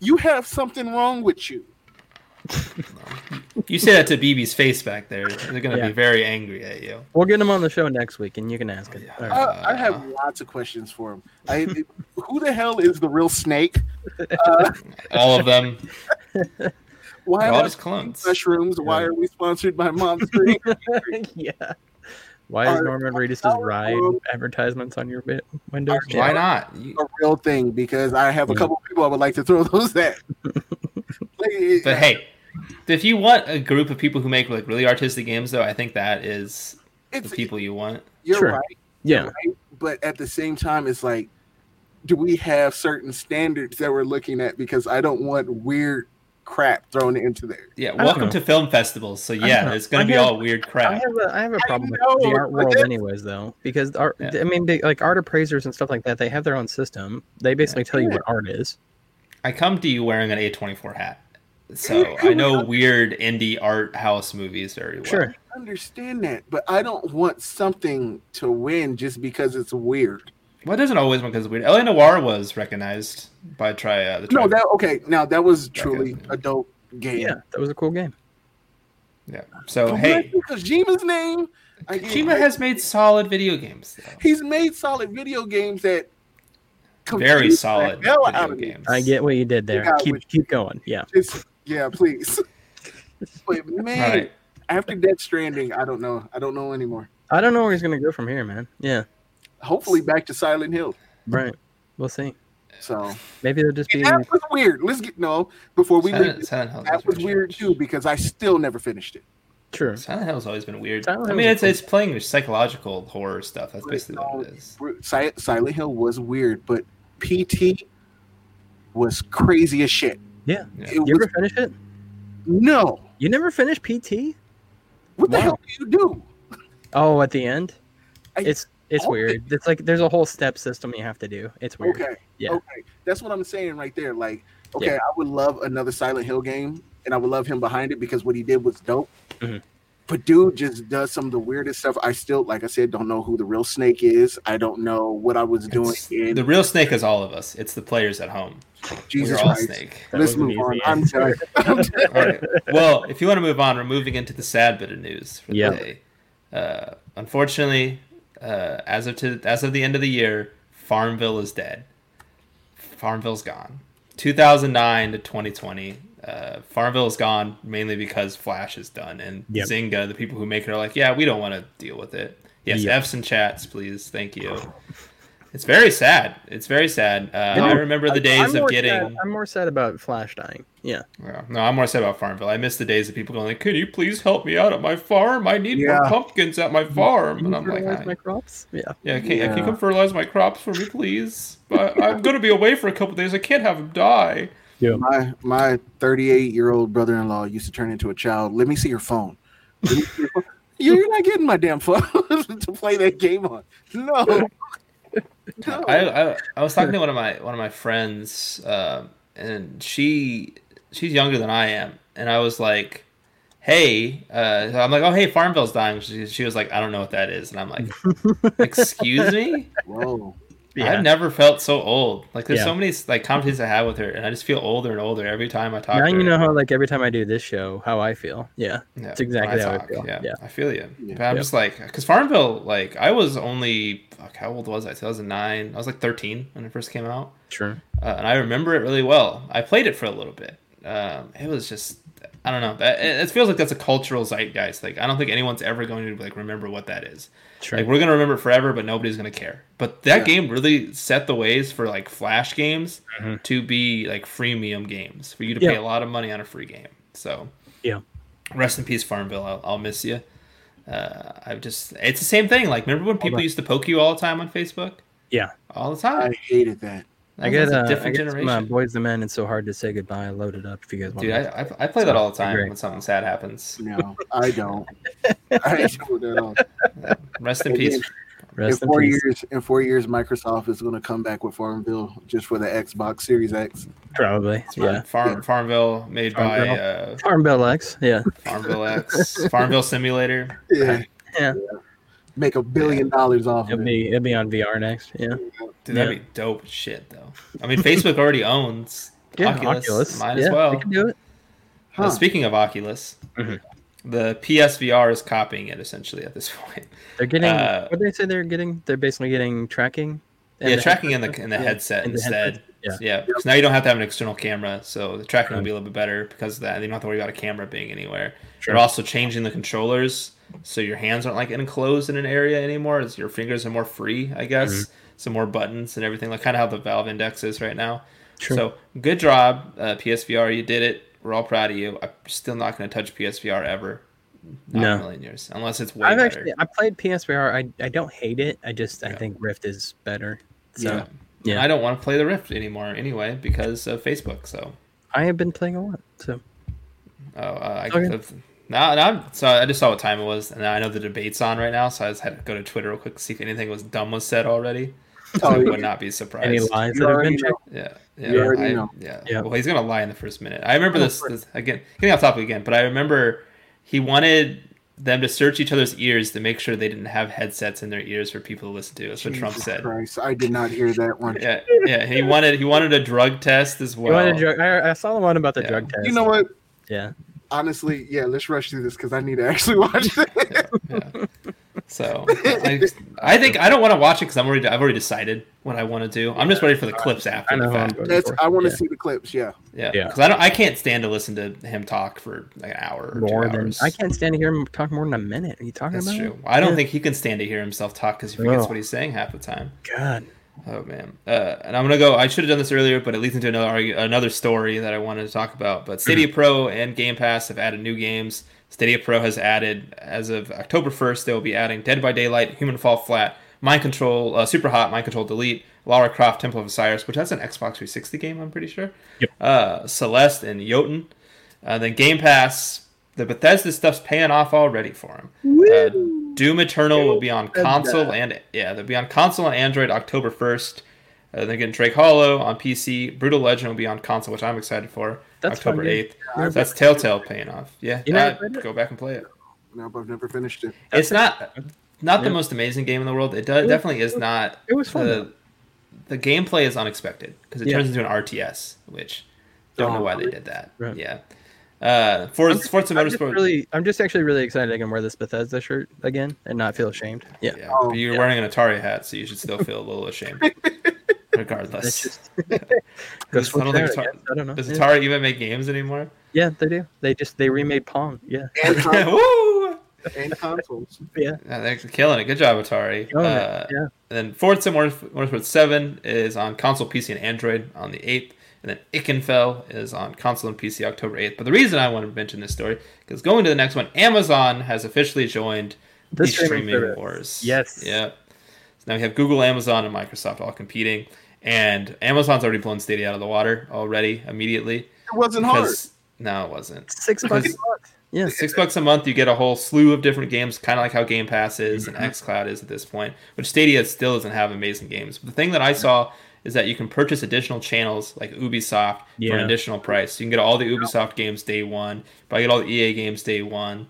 S3: You have something wrong with you.
S2: You say that to BB's face back there. They're going to
S1: Yeah.
S2: be very angry at you.
S1: We'll get him on the show next week, and you can ask him.
S2: Yeah.
S1: All right.
S3: I, I have
S2: Uh-huh.
S3: lots of questions for him. I, who the hell is the real snake? Uh,
S2: All of them.
S3: why
S2: They're
S3: am
S2: all
S3: I
S2: just clones.
S3: mushrooms? Why are we sponsored by Monster?
S1: yeah. Why is
S3: Are-
S1: Norman Reedus'
S3: our-
S1: ride
S3: um,
S1: advertisements on your bit window?
S3: our-
S2: Why not? You-
S3: a real thing because I have a
S1: Yeah.
S3: couple people I would like to throw those at. Like,
S2: But hey, if you want a group of people who make like really artistic games, though, I think that is the
S3: it's,
S2: people you want.
S3: you're
S1: Sure.
S3: right,
S1: Yeah.
S3: but at the same time, it's like, do we have certain standards that we're looking at? Because I don't want weird crap thrown into there.
S2: Yeah,
S1: don't
S2: welcome
S1: know.
S2: to film festivals. So
S1: don't
S2: yeah,
S1: know.
S2: it's gonna
S1: I
S2: be
S1: have-
S2: all weird
S1: I
S2: crap.
S1: have a I have a problem
S3: know,
S1: with the art
S3: but
S1: world,
S3: that's-
S1: anyways, though, because the art.
S2: Yeah.
S1: I mean, they, like art appraisers and stuff like that. They have their own system. They basically tell you
S3: Yeah.
S1: what art is.
S2: I come to you wearing an A24 hat. So
S3: Mm,
S2: I know weird indie art house movies very well.
S1: Sure.
S3: I understand that, but I don't want something to win just because it's weird.
S2: Well, it doesn't always because weird. LA Noir was recognized by try uh, the Tri-
S3: No, that okay. Now that was truly
S2: Okay.
S3: a dope game.
S1: Yeah, Oh, that was a cool game.
S2: yeah. So
S3: But
S2: hey,
S3: when I see Kojima's name. I get
S2: Kojima has made solid video games. Though.
S3: He's made solid video games that
S2: Very
S3: confuse the
S2: solid
S3: hell out
S2: video
S3: of me.
S2: games.
S1: I get what you did there.
S3: Yeah,
S1: keep
S3: which-
S1: keep going. Yeah.
S3: It's, yeah, please. But
S2: All
S3: man,
S2: right.
S3: after Death Stranding, I don't know. I don't know anymore.
S1: I don't know where he's gonna go from here, man. Yeah.
S3: Hopefully, back to Silent Hill.
S1: Right. We'll see.
S3: So
S1: Maybe it'll just be.
S3: And that was weird. Let's get no before we leave.
S2: Silent, Silent Hill.
S3: That was weird too because I still never finished it.
S1: True.
S2: Silent Hill's always been weird.
S1: Silent
S2: I
S1: Hill's
S2: mean,
S1: a
S2: it's
S1: cool-
S2: it's playing with psychological horror stuff. That's
S3: Right,
S2: basically what
S3: no,
S2: it is.
S3: Si- Silent Hill was weird, but PT was crazy as shit.
S1: Yeah.
S2: Yeah.
S3: It
S1: You
S3: was,
S1: ever finish it?
S3: no.
S1: You never finished PT?
S3: What the
S1: Wow.
S3: hell do you do?
S1: Oh, at the end.
S3: I-
S1: It's it's
S3: Okay.
S1: weird. It's like there's a whole step system you have to do. It's weird.
S3: Okay.
S1: Yeah.
S3: Okay. That's what I'm saying right there. Like, okay,
S1: Yeah.
S3: I would love another Silent Hill game, and I would love him behind it because what he did was dope.
S1: Mhm.
S3: But dude just does some of the weirdest stuff. I still, like I said, don't know who the real snake is. I don't know what I was doing.
S2: It's-
S3: In
S2: the real snake is all of us. It's the players at home.
S3: Jesus
S2: We're all
S3: Christ.
S2: snake.
S1: That
S3: Let's
S1: was an
S3: move on.
S1: easy
S3: I'm
S1: answer.
S3: done. I'm done.
S2: All right. Well, if you want to move on, we're moving into the sad bit of news for the
S1: Yeah.
S2: day. Uh, unfortunately, uh, as of to as of the end of the year, Farmville is dead. Farmville's gone. 2009 to 2020, uh, Farmville is gone mainly because Flash is done and
S1: Yep.
S2: Zynga, the people who make it, are like, yeah, we don't want to deal with it. Yes,
S1: Yep.
S2: F's and chats, please. Thank you. It's very sad. It's very sad. Uh, I remember the
S1: I'm
S2: days
S1: more
S2: of getting.
S1: sad- I'm more sad about Flash dying. Yeah.
S2: Yeah. No, I'm more sad about Farmville. I miss the days of people going like, "Could you please help me out at my farm? I need more
S3: Yeah.
S2: pumpkins at my farm." And I'm like,
S1: fertilize
S2: "I-
S1: my crops? Yeah.
S2: "Yeah, can, yeah. can
S3: Yeah.
S2: you come fertilize my crops for me, please? I, I'm going to be away for a couple days. I can't have him die."
S3: My my 38 year old brother in law used to turn into a child. Let me see your phone. Let me see your phone. You're not getting my damn phone to play that game on. No. No.
S2: I, I I was talking to one of my one of my friends, um, and she she's younger than I am, and I was like, "Hey," uh, I'm like, "Oh, hey, Farmville's dying." She, she was like, "I don't know what that is," and I'm like, "Excuse me."
S3: Whoa.
S1: Yeah.
S2: I've never felt so old. Like there's
S1: Yeah.
S2: so many like conversations I have with her, and I just feel older and older every time I talk.
S1: now
S2: to her.
S1: you know how like every time I do this show, how I feel. Yeah.
S2: Yeah,
S1: It's exactly
S2: when
S1: how I feel.
S2: Yeah,
S1: Yeah.
S2: I feel you.
S3: Yeah.
S2: But I'm
S1: Yeah.
S2: just like, because Farmville, like, I was only, fuck, how old was I? 2009. I was like 13 when it first came out,
S1: Sure.
S2: uh, and I remember it really well. I played it for a little bit. Um, it was just, I don't know. That, it, it feels like that's a cultural zeitgeist. Like, I don't think anyone's ever going to like remember what that is.
S1: Sure.
S2: Like, we're gonna remember it forever, but nobody's gonna care. But that
S3: Yeah.
S2: game really set the ways for like Flash games
S1: Mhm.
S2: to be like freemium games for you to
S1: Yeah.
S2: pay a lot of money on a free game. So
S1: Yeah.
S2: rest in peace, Farmville. I'll, I'll miss you. Uh, I've just it's the same thing. Like remember when people
S1: on.
S2: used to poke you all the time on Facebook?
S1: Yeah.
S2: all the time.
S3: I hated that.
S1: I
S2: That
S1: get
S2: was- that's
S1: uh, I get some, uh, boys the men. It's so hard to say goodbye. I loaded up. If you guys want,
S2: Dude, I,
S1: to
S2: I, I play that all the time
S1: Agree.
S2: when something sad happens.
S3: No, I don't. I don't at all.
S2: Rest in
S3: Again,
S2: peace.
S3: In
S1: rest in
S3: four
S1: peace.
S3: years, in four years, Microsoft is going to come back with Farmville just for the Xbox Series X.
S1: Probably. Yeah.
S2: Farm, Farmville made by
S1: Farmville.
S2: uh,
S1: Farmville X. Yeah.
S2: Farmville X, Farmville Simulator.
S3: Yeah,
S1: Yeah.
S3: make a billion dollars off
S1: It'll
S3: of it.
S1: be it'll be on VR next. Yeah.
S2: Dude, that'd be dope as shit though. I mean, Facebook already owns
S1: Yeah.
S2: Oculus. Might
S1: yeah,
S2: as well.
S1: We can do it.
S2: Uh,
S3: Huh.
S2: speaking of Oculus,
S1: Mhm.
S2: the PSVR is copying it essentially at this point.
S1: They're getting.
S2: Uh,
S1: what they say they're getting? They're basically getting tracking. and
S2: yeah,
S1: the-
S2: tracking in the in the
S1: yeah,
S2: headset
S1: and the
S2: instead.
S1: headset, yeah.
S2: yeah. So now you don't have to have an external camera, so the tracking will be a little bit better because of that. And you don't have to worry about a camera being anywhere.
S1: Sure.
S2: They're also changing the controllers, so your hands aren't like enclosed in an area anymore. As your fingers are more free, I guess.
S1: Mm-hmm.
S2: So more buttons and everything, like kind of how the Valve Index is right now.
S1: Sure.
S2: So good job, uh, PSVR. You did it. We're all proud of you. I'm still not going to touch PSVR ever. Not
S1: No.
S2: in a million years, unless it's way
S1: I've
S2: better.
S1: actually I played PSVR. I I don't hate it. I just I
S2: Yeah.
S1: think Rift is better. So
S2: yeah.
S1: yeah.
S2: I don't want to play the Rift anymore anyway because of Facebook. So
S1: I have been playing a lot. So
S2: Oh, uh, I
S1: Okay.
S2: that's- now, now I'm, so I just saw what time it was, and I know the debate's on right now, so I just had to go to Twitter real quick to see if anything was dumb was said already. So I
S3: Oh,
S2: would
S3: you-
S2: not be
S1: any
S2: surprised.
S1: lines
S3: you
S1: that have been
S3: already
S1: checked?
S3: know.
S2: Yeah, yeah,
S3: You already
S2: I-
S3: know.
S2: yeah,
S1: Yeah.
S2: Well, he's gonna lie in the first minute. I remember
S1: Oh,
S2: this,
S1: of course.
S2: this again. Getting off topic again, but I remember he wanted them to search each other's ears to make sure they didn't have headsets in their ears for people to listen to. That's what Trump
S3: Jesus
S2: said.
S3: Christ, I did not hear that one.
S2: Yeah, yeah. He wanted he wanted a drug test as
S1: You
S2: well.
S1: wanted drug, I, I saw the one about the
S2: Yeah.
S1: drug test.
S3: You know what?
S1: Yeah.
S3: Honestly, yeah, let's rush through this because I need to actually watch it.
S2: yeah. So I, I think I don't want to watch it because I'm already I've already decided what I want to do. I'm just ready for the clips after
S1: I know
S2: the
S1: who I'm
S2: fact.
S1: voting
S3: That's,
S1: for.
S3: I want to
S1: Yeah.
S3: see the clips. Yeah,
S2: Yeah,
S1: Yeah.
S2: because I don't I can't stand to listen to him talk for like an hour or
S1: more
S2: two
S1: than
S2: hours.
S1: I can't stand to hear him talk more than a minute. Are you talking
S2: That's
S1: about?
S2: true. I don't
S1: Yeah.
S2: think he can stand to hear himself talk because he forgets
S1: No.
S2: what he's saying half the time.
S1: God.
S2: Oh man. Uh, and I'm gonna go. I should have done this earlier, but it leads into another argu- another story that I wanted to talk about. But Stadia
S1: Mm-hmm.
S2: Pro and Game Pass have added new games. Stadia Pro has added, as of October 1st, they will be adding Dead by Daylight, Human Fall Flat, Mind Control, uh, Super Hot, Mind Control Delete, Lara Croft, Temple of Osiris, which that's an Xbox 360 game, I'm pretty sure.
S1: Yep.
S2: Uh, Celeste and Jotun. Uh, then Game Pass. The Bethesda stuff's paying off already for him. Uh, Doom Eternal will be on console and yeah, they'll be on console and Android October first. Uh, they're getting Drake Hollow on PC. Brutal Legend will be on console, which I'm excited for.
S1: That's
S2: October
S1: fun, dude.
S2: eighth.
S3: Yeah, I've
S2: that's Telltale paying off. Yeah,
S1: You never
S2: uh,
S1: played it?
S2: go back and play it.
S3: nope, I've never finished it.
S2: It's not not the
S1: Yeah.
S2: most amazing game in the world. It does,
S1: It was-
S2: definitely is not.
S1: it was fun, though.
S2: The, the gameplay is unexpected because it
S1: Yeah.
S2: turns into an RTS, which don't know
S3: Oh,
S2: why they did that.
S1: Right.
S2: Yeah. Uh, Forza,
S1: just-
S2: Forza
S1: I'm just
S2: Motorsport.
S1: really, I'm just actually really excited I can wear this Bethesda shirt again and not feel ashamed. Yeah.
S2: Yeah,
S3: Oh,
S2: but you're wearing an Atari hat, so you should still feel a little ashamed.
S1: That's
S2: Regardless,
S1: just. Go
S2: Does- I
S1: switch
S2: don't
S1: it out, I,
S2: think Atari-
S1: guess. I don't know.
S2: does
S1: Yeah.
S2: Atari even make games anymore?
S1: yeah, they do. They just they remade Pong. Yeah.
S3: And, con-
S2: Woo!
S3: and consoles.
S2: Yeah, they're killing it. Good job, Atari.
S1: Killing it. Oh,
S2: Uh,
S1: Yeah.
S2: And then Forza Motorsport Motorsport 7 is on console, PC, and Android on the 8th. And then Ickenfell is on console and PC October 8th. But the reason I wanted to mention this story, because going to the next one, Amazon has officially joined the,
S1: The
S2: streaming,
S1: streaming service.
S2: wars.
S1: Yes.
S2: Yeah. So now we have Google, Amazon, and Microsoft all competing. And Amazon's already blown Stadia out of the water already, immediately.
S3: It wasn't hard.
S2: because- No, it wasn't
S1: Six bucks a
S2: Because-
S1: month. Yeah.
S2: six bucks a month you get a whole slew of different games kind of like how game pass is
S1: Mm-hmm.
S2: and xcloud is at this point which stadia still doesn't have amazing games but the thing that i saw is that you can purchase additional channels like ubisoft for an
S1: Yeah.
S2: additional price you can get all E the ubisoft games day one but i get all the ea games day one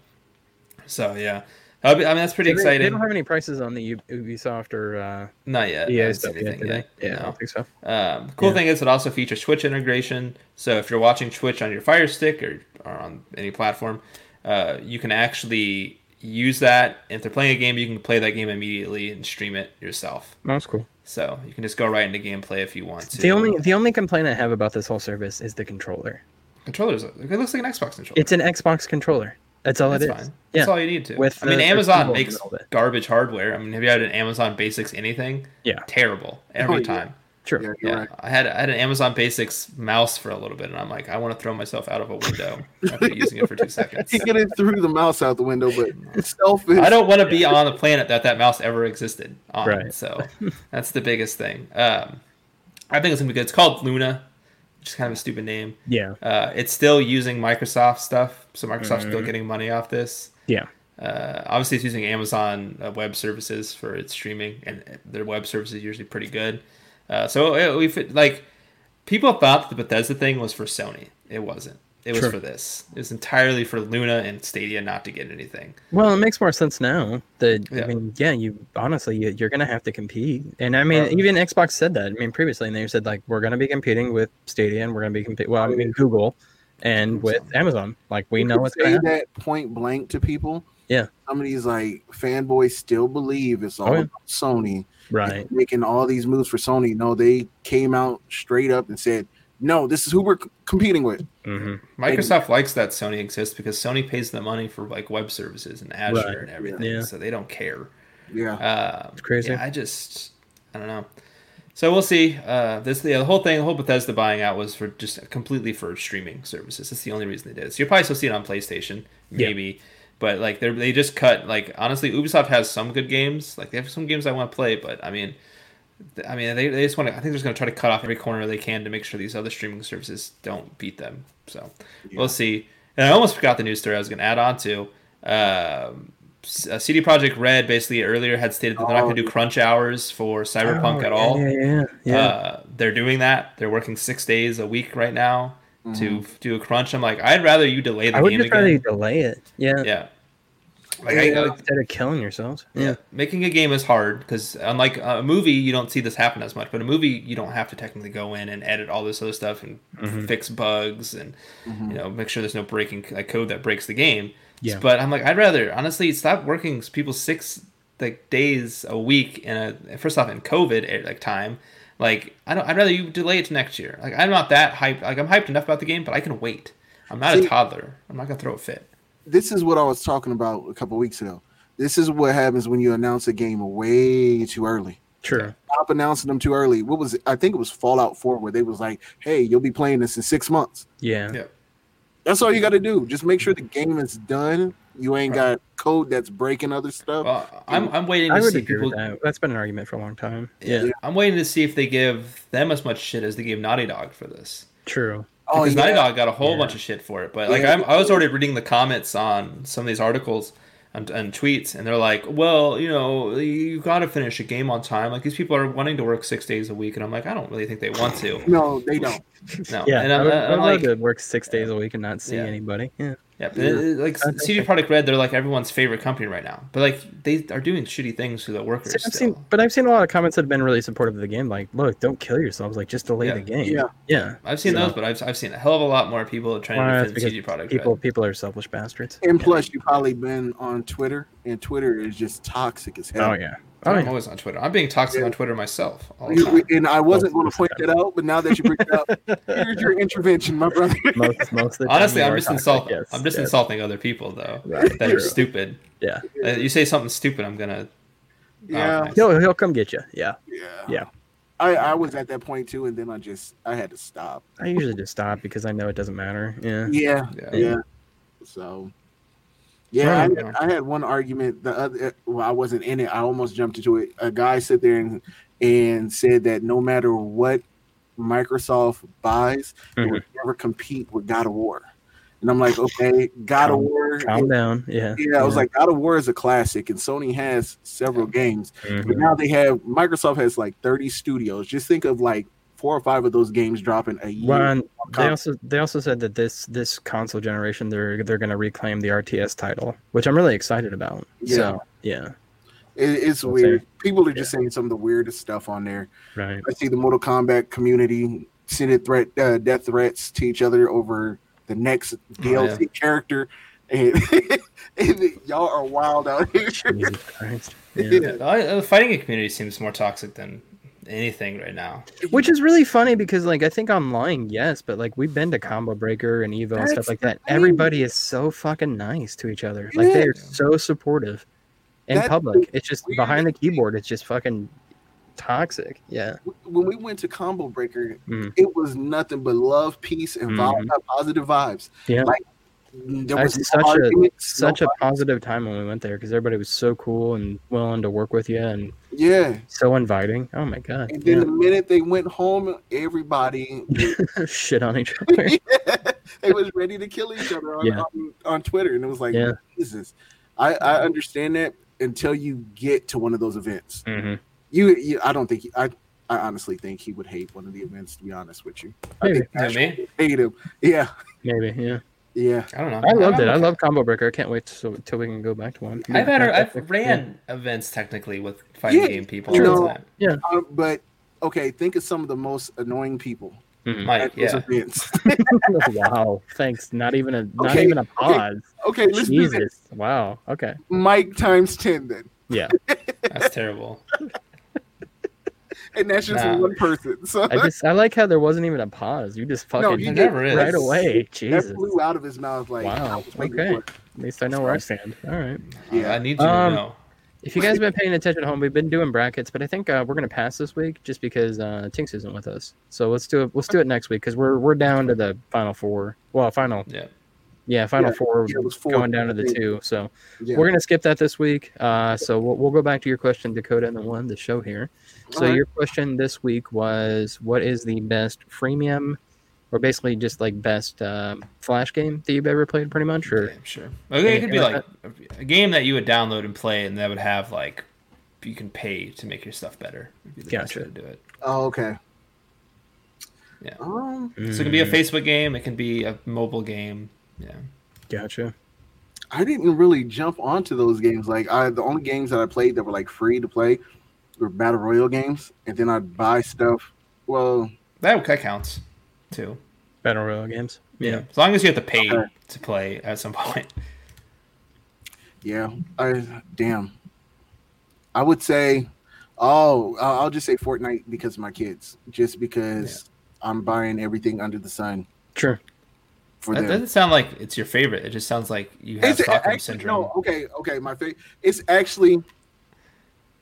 S2: so yeah I mean, that's pretty
S1: Do they- They
S2: exciting.
S1: don't have any prices on the U- Ubisoft or uh,
S2: Not yet. I
S1: EA
S2: haven't
S1: stuff
S2: seen
S1: yet.
S2: anything
S1: do they?
S2: yet.
S1: Yeah, I
S2: No.
S1: don't think so.
S2: Um, cool
S1: Yeah.
S2: thing is it also features Twitch integration. So if you're watching Twitch on your Fire Stick or, or on any platform, uh, you can actually use that. If they're playing a game, you can play that game immediately and stream it yourself.
S1: That's cool.
S2: So you can just go right into gameplay if you want to.
S1: The only the only complaint I have about this whole service is the controller.
S2: controllers, it looks like an Xbox controller.
S1: It's an Xbox controller. That's all
S2: That's
S1: it is.
S2: fine.
S1: Yeah.
S2: That's all you need to.
S1: With
S2: I mean,
S1: the- their
S2: Amazon
S1: keyboard
S2: makes
S1: and all that.
S2: garbage hardware. I mean, have you had an Amazon Basics anything?
S1: Yeah.
S2: Terrible every
S3: yeah.
S2: time.
S1: True.
S3: Yeah, you're
S2: Yeah,
S3: right.
S2: I had I had an Amazon Basics mouse for a little bit, and I'm like, I want to throw myself out of a window after using it for two
S3: I
S2: seconds.
S3: can get it through the mouse out the window, but itself is.
S2: I don't want to be on the planet that that mouse ever existed on.
S1: Right.
S2: So that's the biggest thing. Um, I think it's gonna be good. It's called Luna, which is kind of a stupid name.
S1: Yeah.
S2: Uh, it's still using Microsoft stuff, so Microsoft's still getting money off this.
S1: Yeah.
S2: Uh, obviously, it's using Amazon uh, Web Services for its streaming, and uh, their web service is usually pretty good. Uh, so uh, we fit- like people thought that the Bethesda thing was for Sony. It wasn't. It was
S1: True.
S2: for this. It was entirely for Luna and Stadia not to get anything.
S1: Well, it makes more sense now. That I
S2: Yeah.
S1: mean, yeah, you honestly you, you're gonna have to compete, and I mean,
S2: Right.
S1: even Xbox said that. I mean, previously, and they said like we're gonna be competing with Stadia, and we're gonna be comp- well, I mean, Google, and with Amazon. Like we
S3: You
S1: know
S3: could
S1: what's gonna
S3: say
S1: happen.
S3: that point blank to people.
S1: Yeah.
S3: some of these like fanboys still believe it's all
S1: Oh, yeah.
S3: about Sony
S1: right.
S3: making all these moves for Sony. No, they came out straight up and said, "No, this is who we're c- competing with."
S1: hmm
S2: Microsoft likes that Sony exists because Sony pays the money for like web services and Azure
S1: Right.
S2: and everything,
S1: Yeah.
S2: so they don't care.
S3: Yeah,
S2: Um,
S1: crazy.
S2: Yeah, I just, I don't know. So we'll see. Uh, this yeah, the whole thing, the whole Bethesda buying out was for just completely for streaming services. That's the only reason they did it. So you'll probably still see it on PlayStation,
S1: Yeah.
S2: maybe. But like they they just cut like honestly, Ubisoft has some good games. Like they have some games I want to play, but I mean, th- I mean they, they just want to. I think they're just going to try to cut off every corner they can to make sure these other streaming services don't beat them. So
S3: Yeah.
S2: we'll see. And I almost forgot the news story I was going to add on to. Um, S- uh, CD Project Red basically earlier had stated that they're not going to do crunch hours for Cyberpunk
S1: Oh,
S2: at all.
S1: Yeah, yeah, yeah.
S2: Uh, they're doing that. They're working six days a week right now to f- do a crunch. I'm like, I'd rather you delay the
S1: Mm-hmm. I would
S2: game
S1: just rather you
S2: again.
S1: delay it. Yeah.
S2: Yeah. Like, I-
S3: Yeah.
S2: I-
S1: Instead of killing yourselves.
S2: yeah. Making a game is hard because unlike a movie, you don't see this happen as much. But a movie, you don't have to technically go in and edit all this other stuff and
S1: Mm-hmm.
S2: fix bugs and you know make sure there's no breaking like code that breaks the game.
S1: Yeah.
S2: But I'm like, I'd rather honestly stop working people six like days a week in a first off in COVID eh, like time. Like I don't. I'd rather you delay it to next year. Like I'm not that hyped. Like I'm hyped enough about the game, but I can wait. I'm not
S3: See-
S2: a toddler. I'm not gonna throw a fit.
S3: this is what I was talking about a couple weeks ago. This is what happens when you announce a game way too early.
S1: True.
S3: Stop announcing them too early. What was it? I think it was Fallout Four where they was like, "Hey, you'll be playing this in six months."
S1: Yeah.
S2: Yeah.
S3: That's all you got to do. Just make sure the game is done. You ain't got code that's breaking other stuff.
S2: Well, I'm I'm waiting to
S1: I would
S2: see
S1: agree
S2: people
S1: with that. That's been an argument for a long time. Yeah.
S2: I'm waiting to see if they give them as much shit as they gave Naughty Dog for this.
S1: True.
S3: oh,
S2: Because Naughty
S3: yeah.
S2: Dog got a whole
S1: Yeah.
S2: bunch of shit for it. But like
S3: Yeah.
S2: I'm, I was already reading the comments on some of these articles and, and tweets, and they're like, "Well, you know, you got to finish a game on time. Like these people are wanting to work six days a week, and I'm like, I don't really think they want to.
S3: No, they don't.
S2: No,
S1: Yeah.
S2: and
S1: I
S2: I'm,
S1: would,
S2: I'm
S1: I'd like
S2: like,
S1: to work six days a week and not see
S2: Yeah.
S1: anybody. Yeah.
S2: yeah, but it- it- like
S1: I think
S2: CD Product Red, they're like everyone's favorite company right now. But like they are doing shitty things to the workers.
S1: See, I've
S2: still.
S1: seen, but I've seen a lot of comments that have been really supportive of the game. Like, look, don't kill yourselves. Like, just delay
S2: Yeah.
S1: the game.
S3: Yeah.
S1: Yeah.
S2: I've seen
S1: Yeah.
S2: those, but I've, I've seen a hell of a lot more people trying
S1: Well,
S2: to
S1: that's
S2: defend
S1: because
S2: CD Product
S1: People,
S2: Red.
S1: people are selfish bastards.
S3: And plus, you've probably been on Twitter, and Twitter is just toxic as hell.
S1: Oh yeah. Oh
S2: I'm
S1: yeah.
S2: always on Twitter. I'm being toxic
S3: Yeah.
S2: on Twitter myself. Oh, All the
S3: You-
S2: time.
S3: we- and I wasn't going to point that out, but now that you bring it up, here's your intervention, my brother.
S1: Most, most of the time
S2: Honestly,
S1: you
S2: I'm
S1: are
S2: just
S1: toxic,
S2: insulting.
S1: yes,
S2: I'm just
S1: yes.
S2: insulting other people though
S1: Right.
S2: that
S1: True.
S2: are stupid.
S1: Yeah.
S2: Uh, you say something stupid, I'm gonna.
S3: Yeah.
S2: nice.
S1: He'll he'll come get you. Yeah.
S3: yeah,
S1: Yeah.
S3: I, I was at that point too, and then I just I had to stop.
S1: I usually just stop because I know it doesn't matter. Yeah.
S3: Yeah,
S2: Yeah.
S3: yeah. So, yeah,
S1: Right.
S3: I, had- I had one argument. The other, eh, well, I wasn't in it. I almost jumped into it. A guy sat there and and said that no matter what Microsoft buys, it would never compete with God of War. And I'm like, okay, God of
S1: Calm-
S3: War.
S1: Calm down. Yeah.
S3: Yeah, I was like, God of War is a classic, and Sony has several games.
S1: Mhm.
S3: Mm-hmm. But now they have Microsoft has like 30 studios. Just think of like four or five of those games dropping a year.
S1: Ron, they also they also said that this this console generation they're they're going to reclaim the RTS title, which I'm really excited about.
S3: Yeah.
S1: So yeah,
S3: It- it's
S1: I'll
S3: weird. People are just saying some of the weirdest stuff on there.
S1: right.
S3: I see the Mortal Kombat community sending threat uh, death threats to each other over the
S1: Oh,
S3: next DLC character, and, and y'all are wild out here.
S1: Jesus Christ. Yeah.
S3: Yeah.
S2: Uh, The fighting game community seems more toxic than anything right now.
S1: Which is really funny because, like, I think online, yes, but like we've been to Combo Breaker and Evo and
S3: That's
S1: stuff like that.
S3: the thing.
S1: Everybody is so fucking nice to each other. Like they are
S2: Yeah.
S1: so supportive in
S3: That's the
S1: public. It's just
S3: weirdest
S1: behind the
S3: thing.
S1: keyboard. It's just fucking toxic. Yeah.
S3: when we went to Combo Breaker,
S1: Mm. Mm-hmm.
S3: it was nothing but love, peace, and vibe, positive vibes.
S1: Yeah.
S3: like there
S1: I-
S3: was no
S1: such a-
S3: arguments,
S1: Such
S3: no-
S1: a positive time when we went there because everybody was so cool and willing to work with you and
S3: yeah.
S1: so inviting. Oh my god.
S3: And then the minute they went home, everybody
S1: Yeah. Shit on each other.
S3: they was ready to kill each other on,
S1: Yeah.
S3: on, on Twitter, and it was like,
S1: Yeah.
S3: Jesus, I, I understand that until you get to one of those events.
S2: Mm-hmm.
S1: Mhm.
S3: You, you I don't think he- I, I honestly think he would hate one of the events. To be honest with you, I
S1: Maybe.
S2: You
S3: think
S2: know what I
S3: Ash
S2: mean?
S3: would hate him. Yeah,
S1: Maybe. Yeah.
S3: yeah.
S2: I don't know.
S1: I loved it.
S2: I'm
S1: I
S2: okay.
S1: love Combo Breaker. I can't wait till, till we can go back to one.
S2: I've had,
S1: Yeah.
S2: I've ran events technically with fighting
S3: Yeah,
S2: game people
S3: you
S2: all
S3: know,
S2: the time.
S3: Um, but okay, think of some of the most annoying people
S1: Mhm.
S2: Mike,
S3: at those
S2: yeah.
S3: events.
S1: wow. Thanks. Not even a not
S3: Okay,
S1: even a
S3: okay,
S1: pause.
S3: okay, let's do this.
S1: Jesus. Wow. Okay.
S3: Mike times ten then,
S1: Yeah.
S2: That's terrible.
S3: and that's just
S2: Nah.
S3: one person. So
S1: I just I like how there wasn't even a pause. You just
S3: No,
S1: fucking
S3: he
S2: It
S3: did
S2: never is.
S1: right away.
S3: that
S1: Jesus.
S3: flew out of his mouth like,
S1: Wow,
S3: I was waiting
S1: okay.
S3: for it.
S1: At least I know where I stand. All right.
S2: Yeah.
S3: Yeah.
S2: I need you
S1: Um,
S2: to know.
S1: If you guys have been paying attention at home, we've been doing brackets, but I think uh, we're gonna pass this week just because uh, Tinks isn't with us. So let's do it. Let's do it next week because we're we're down to the final four. Well, final
S2: Yeah.
S1: yeah, final four
S3: yeah, it was four,
S1: going down to
S3: I
S1: the
S3: think.
S1: two. So
S3: Yeah.
S1: We're going to skip that this week. Uh, so we'll, we'll go back to your question, Dakota, and the one the show here. So
S3: Alright.
S1: your question this week was, what is the best freemium, or basically just like best um, flash game that you've ever played, pretty much? Or
S2: Yeah, I'm sure. I think it could be
S1: Yeah.
S2: like a game that you would download and play, and that would have like you can pay to make your stuff better. Would be the best
S1: Gotcha.
S2: way to do it.
S3: Oh, okay.
S2: Yeah.
S3: Um,
S2: So it can be a Facebook game. It can be a mobile game. Yeah.
S1: gotcha.
S3: I didn't really jump onto those games. Like, I the only games that I played that were like free to play were battle royal games, and then I'd buy stuff. Well,
S2: That that counts too.
S1: Battle Royale games.
S2: Yeah. As long as you have to pay
S3: Okay.
S2: to play at some point.
S3: yeah, I damn. I would say, oh, I- I'll just say Fortnite because of my kids, just because I'm buying everything under the sun
S1: Sure.
S3: for
S2: that
S3: them.
S2: doesn't sound like it's your favorite. It just sounds like you have
S3: It's
S2: Stockholm
S3: actually,
S2: syndrome.
S3: no, okay, okay. My favorite. It's actually,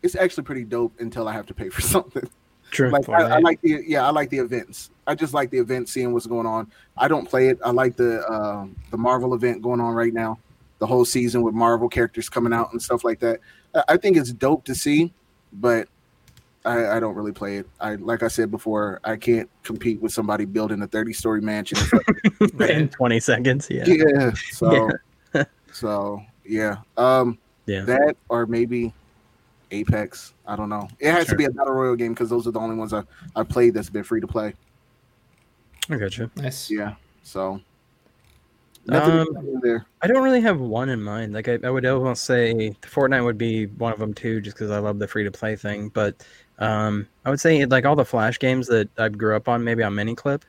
S3: it's actually pretty dope until I have to pay for something.
S1: True.
S3: like I, I
S2: Fortnite.
S3: like the yeah, I like the events. I just like the event, seeing what's going on. I don't play it. I like the um, the Marvel event going on right now, the whole season with Marvel characters coming out and stuff like that. I, I think it's dope to see, but I, I don't really play it. I like I said before, I can't compete with somebody building a thirty story mansion.
S1: In
S2: Right.
S1: 20 seconds. Yeah.
S3: yeah. So so yeah, um,
S1: Yeah.
S3: that or maybe. Apex, I don't know. It has
S1: Sure.
S3: to be a battle royale game because those are the only ones I I played that's been free to play.
S1: I gotcha.
S2: Nice.
S3: Yeah. So
S1: Um,
S3: nothing in there.
S1: I don't really have one in mind. Like I, I would almost say Fortnite would be one of them too, just because I love the free to play thing. But um, I would say like all the Flash games that I grew up on, maybe on MiniClip,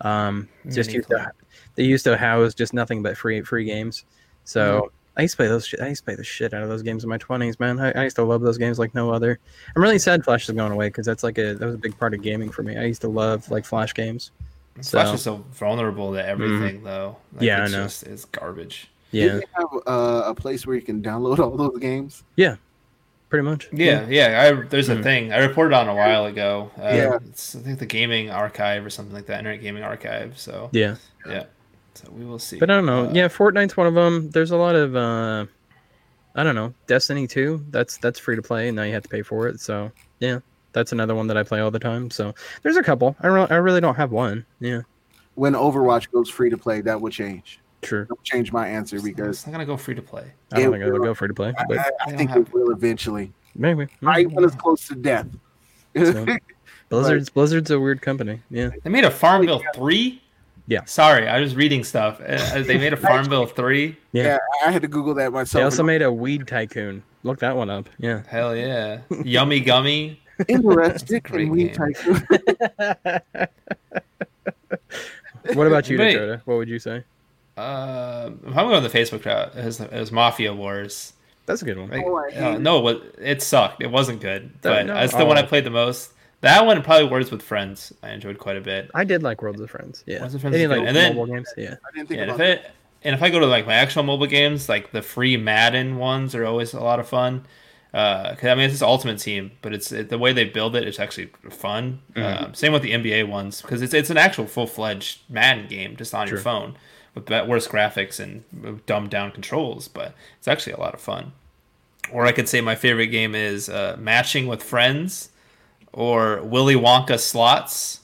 S1: um, just used
S2: MiniClip.
S1: to, they used to house just nothing but free free games. So
S2: Mm-hmm.
S1: I used to play those. shi- I used to play the shit out of those games in my twenties, man. I, I used to love those games like no other. I'm really sad Flash is going away because that's like a that was a big part of gaming for me. I used to love like Flash games.
S2: Flash
S1: So- Mm-hmm.
S2: is so vulnerable to everything, though.
S1: Yeah, I
S2: it's
S1: know.
S2: Just, it's garbage.
S3: Did
S1: Yeah,
S3: they have uh, a place where you can download all those games?
S1: pretty much.
S2: Yeah, yeah. I, there's
S1: Mhm.
S2: a thing I reported on a while ago. Uh,
S3: Yeah.
S2: it's, I think the gaming archive or something like that, Internet Gaming Archive. So
S1: yeah.
S2: yeah, so we will see.
S1: But I don't know.
S2: Uh,
S1: yeah, Fortnite's one of them. There's a lot of uh I don't know. Destiny 2, that's that's free to play and now you have to pay for it. So, yeah. That's another one that I play all the time. So, there's a couple. I re- I really don't have one. Yeah.
S3: When Overwatch goes free to play, that would change.
S1: True.
S3: That would change my answer
S2: it's not-
S3: because
S2: it's not gonna go free to play.
S1: I don't
S3: It
S1: think I would
S3: will-
S1: go free to play,
S3: I,
S1: but Hmm.
S3: I- I
S2: They don't
S3: think
S2: have-
S3: it will eventually.
S1: maybe.
S3: Right when it's close to death.
S1: So- Blizzard's Blizzard's a weird company. Yeah.
S2: They made a Farmville three.
S1: Yeah.
S2: Sorry, I was reading stuff. Uh, they made a Farmville three.
S1: Yeah.
S3: Yeah, I had to Google that myself.
S1: They also made a Weed Tycoon. Look that one up. Yeah.
S2: Hell yeah. Yummy gummy.
S3: interested
S2: Great
S3: in Wii
S2: game.
S3: Tycoon.
S1: What about you,
S2: Wait.
S1: Dakota? What would you say?
S2: Uh, I'm going the Facebook route. It was, it was Mafia Wars.
S1: That's a good one.
S2: Like,
S3: Oh, I hate
S2: uh, no, it, was, it sucked. It wasn't good.
S1: That-
S2: But
S1: no.
S2: that's the one I
S1: Oh.
S2: played the most. That one and probably Words with Friends. I enjoyed quite a bit.
S1: I did like Worlds of Friends. Yeah.
S2: Worlds of Friends
S1: Any,
S2: is good.
S1: like
S2: And then-
S1: mobile games? Yeah.
S3: I didn't think
S2: Yeah, and
S3: about
S2: if it, and if I go to like my actual mobile games, like the free Madden ones are always a lot of fun. Because I mean, it's this Ultimate Team, but it's it, the way they build it is actually fun.
S3: Mm-hmm.
S2: Um, same with the NBA ones, because it's it's an actual full fledged Madden game just on your
S1: Sure.
S2: phone with bet- worse graphics and uh, dumbed down controls, but it's actually a lot of fun. Or I could say my favorite game is uh, Matching with Friends, or Willy Wonka Slots,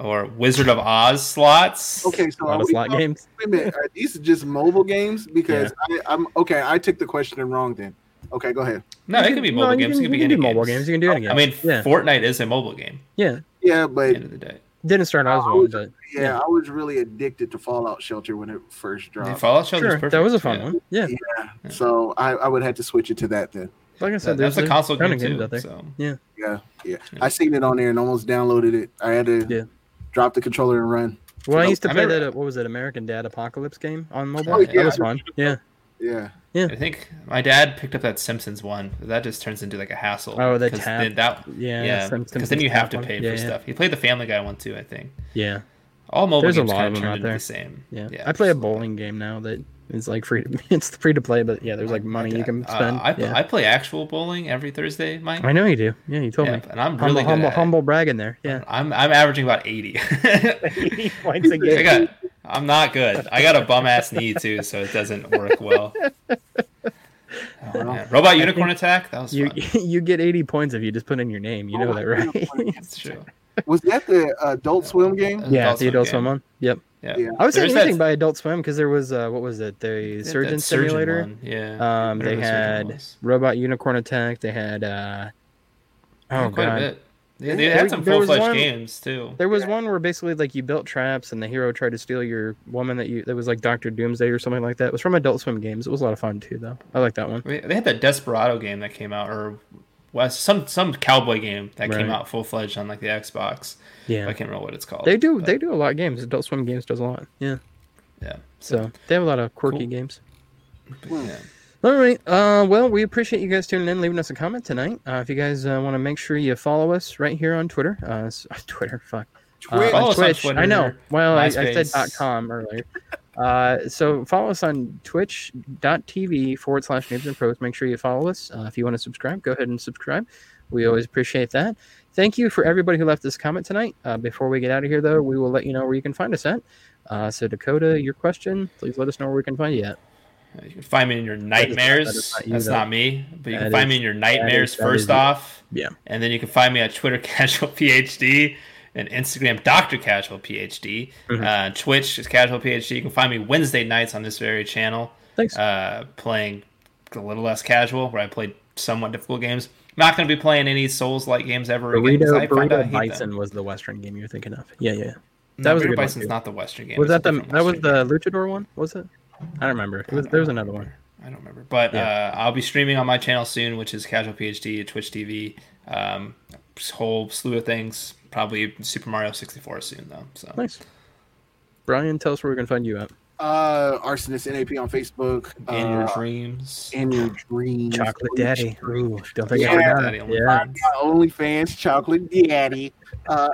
S2: or Wizard of Oz Slots.
S3: Okay,
S1: A
S3: so
S1: lot
S3: are
S1: of
S3: we
S1: slot
S3: talking-
S1: games.
S3: Wait a minute, are these just mobile games? Because I, I'm okay. I took the question wrong then. Okay, go ahead.
S2: No,
S1: You
S2: it could be mobile
S1: no, you
S2: games.
S1: Can,
S2: it could be
S1: you
S2: any
S1: can do mobile
S2: games.
S1: games. You can do any game.
S2: I mean,
S1: yeah,
S2: Fortnite is a mobile game.
S1: yeah.
S3: Yeah,
S2: At the
S3: but
S2: end of the day,
S1: Didn't start out as one, but
S3: yeah,
S1: yeah.
S3: I was really addicted to Fallout Shelter when it first
S2: The
S3: dropped.
S2: Fallout Shelter
S1: sure,
S2: perfect.
S1: that was a fun
S2: yeah.
S1: one. Yeah,
S2: Yeah.
S3: So I, I would have to switch it to that then.
S1: like I
S2: So
S1: said,
S2: that's
S1: there's
S2: a console
S1: ton
S2: game
S1: of games out
S2: too.
S1: there.
S2: So
S3: Yeah, yeah.
S2: Yeah.
S3: I seen it on there and almost downloaded it. I had to
S1: Yeah.
S3: drop the controller and run.
S1: Well, I
S2: No,
S1: used to
S2: I
S1: play
S2: remember-
S1: that. uh, What was it? American Dad Apocalypse game on mobile.
S2: Oh, yeah.
S1: That was fun. Yeah.
S3: Yeah,
S2: I think my dad picked up that Simpsons one. but That just turns into like a hassle.
S1: Oh, the
S2: 'cause
S1: tab.
S2: then that
S1: Yeah.
S2: yeah,
S1: some- some
S2: because then you have to
S1: stuff.
S2: pay
S1: yeah,
S2: for
S1: yeah,
S2: stuff. He played the Family Guy one too, I think.
S1: Yeah.
S2: All mobile
S1: There's a
S2: games
S1: lot
S2: kind
S1: of
S2: of
S1: them
S2: turned
S1: out
S2: into
S1: there.
S2: the same.
S1: Yeah. I play a
S2: just-
S1: bowling game now that is like free. To, it's free to play, but yeah, there's like money you can
S2: Uh,
S1: spend.
S2: I,
S1: yeah.
S2: I play actual bowling every Thursday, Mike.
S1: I know you do. Yeah, you told
S2: Yeah,
S1: me.
S2: and I'm
S1: Humble,
S2: really good
S1: humble,
S2: at it.
S1: humble brag in there. Yeah.
S2: I'm I'm averaging about eighty.
S1: Points a
S2: I
S1: game.
S2: got. I'm not good. I got a bum ass knee too, so it doesn't work well. Oh, man. Robot unicorn attack. That was
S1: You
S2: fun.
S1: you get 80 points if you just put in your name. You know that, right?
S2: That's true.
S3: was that the Adult Swim game?
S2: That's
S1: yeah,
S2: Adult
S1: the
S2: Swim
S1: Adult
S2: game.
S1: Swim one. Yep.
S2: Yeah.
S3: Yeah.
S1: I would say
S2: There's that-
S1: anything by Adult Swim because there was uh, what was it? The
S2: that
S1: Surgeon
S2: surgeon
S1: Simulator.
S2: one, Yeah.
S1: Um,
S2: Whatever
S1: they
S2: the surgeon
S1: had
S2: was.
S1: Robot Unicorn Attack. They had uh, oh
S2: quite a
S1: god,
S2: bit. They, they
S1: There-
S2: had some
S1: there
S2: full
S1: was
S2: fledged
S1: one-
S2: games too.
S1: there was one where basically like you built traps and the hero tried to steal your woman that you that was like Doctor Doomsday or something like that. It was from Adult Swim games. It was a lot of fun too, though. I like that one.
S2: They they had that Desperado game that came out, or West some some cowboy game that came
S1: Right.
S2: out full fledged on like the Xbox.
S1: Yeah,
S2: I can't remember what it's called.
S1: they do
S2: but,
S1: they do a lot of games. Adult Swim games does a lot. Yeah,
S2: Yeah.
S1: so they have a lot of quirky
S2: Cool.
S1: games.
S2: but yeah.
S1: All right. Uh, well, we appreciate you guys tuning in, leaving us a comment tonight. Uh, if you guys uh, want to make sure you follow us right here on Twitter, uh, s- Twitter, fuck. Uh,
S3: Twitch.
S2: Follow
S1: on
S2: us on
S1: Twitch. I know.
S2: Twitter,
S1: Well, I, I said
S2: MySpace.
S1: .com earlier. Uh, so follow us on twitch.tv forward slash noobs and pros. Make sure you follow us. Uh, if you want to subscribe, go ahead and subscribe. We always appreciate that. Thank you for everybody who left this comment tonight. Uh, before we get out of here, though, we will let you know where you can find us at. Uh, so, Dakota, your question, please let us know where we can find you at.
S2: You can find me in your
S1: is-
S2: nightmares.
S1: that is not you,
S2: That's
S1: though.
S2: not me. But you
S1: That
S2: can find
S1: is-
S2: me in your nightmares
S1: that
S2: first
S1: is you.
S2: off.
S1: Yeah.
S2: And then you can find me at Twitter Casual PhD and Instagram Dr. Casual PhD.
S1: Mm-hmm.
S2: Uh, Twitch is Casual PhD. You can find me Wednesday nights on this very channel
S1: Thanks.
S2: uh, playing a little less casual where I play somewhat difficult games. not going to be playing any Souls like games ever again. 'cause
S1: Burrito,
S2: I find out I
S1: Burrito
S2: hate
S1: Bison
S2: them.
S1: was the Western game you're thinking of. Yeah, yeah.
S2: No,
S1: That was a good
S2: Burrito
S1: one,
S2: Bison's
S1: too.
S2: not the Western game.
S1: Was
S2: It's
S1: that
S2: a
S1: the
S2: different
S1: that was
S2: Western
S1: the Luchador one? Was it? I don't remember. It was, there was another one.
S2: I don't remember, but uh, I'll be streaming on my channel soon, which is Casual PhD at Twitch TV. Um, whole slew of things. Probably Super Mario 64 soon though. So
S1: Nice. Brian, tell us where we can find you at.
S3: Uh, Arsonist NAP on Facebook.
S2: in
S3: uh,
S2: your dreams,
S3: in your dreams.
S1: Chocolate Daddy. Ooh, don't think
S3: Yeah.
S1: I forgot
S2: Daddy
S1: it.
S2: only
S1: Yeah.
S2: fans.
S3: OnlyFans, Chocolate Daddy. Uh,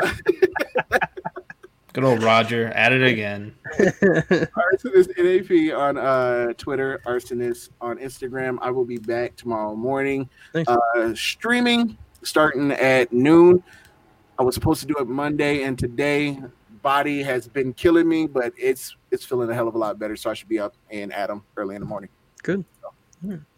S2: Good old Roger at it again.
S3: Arsonist NAP on uh, Twitter, Arsonist on Instagram. I will be back tomorrow morning.
S1: Thanks.
S3: Uh, streaming starting at noon. I was supposed to do it Monday, and today body has been killing me, but it's it's feeling a hell of a lot better. So I should be up and at 'em early in the morning.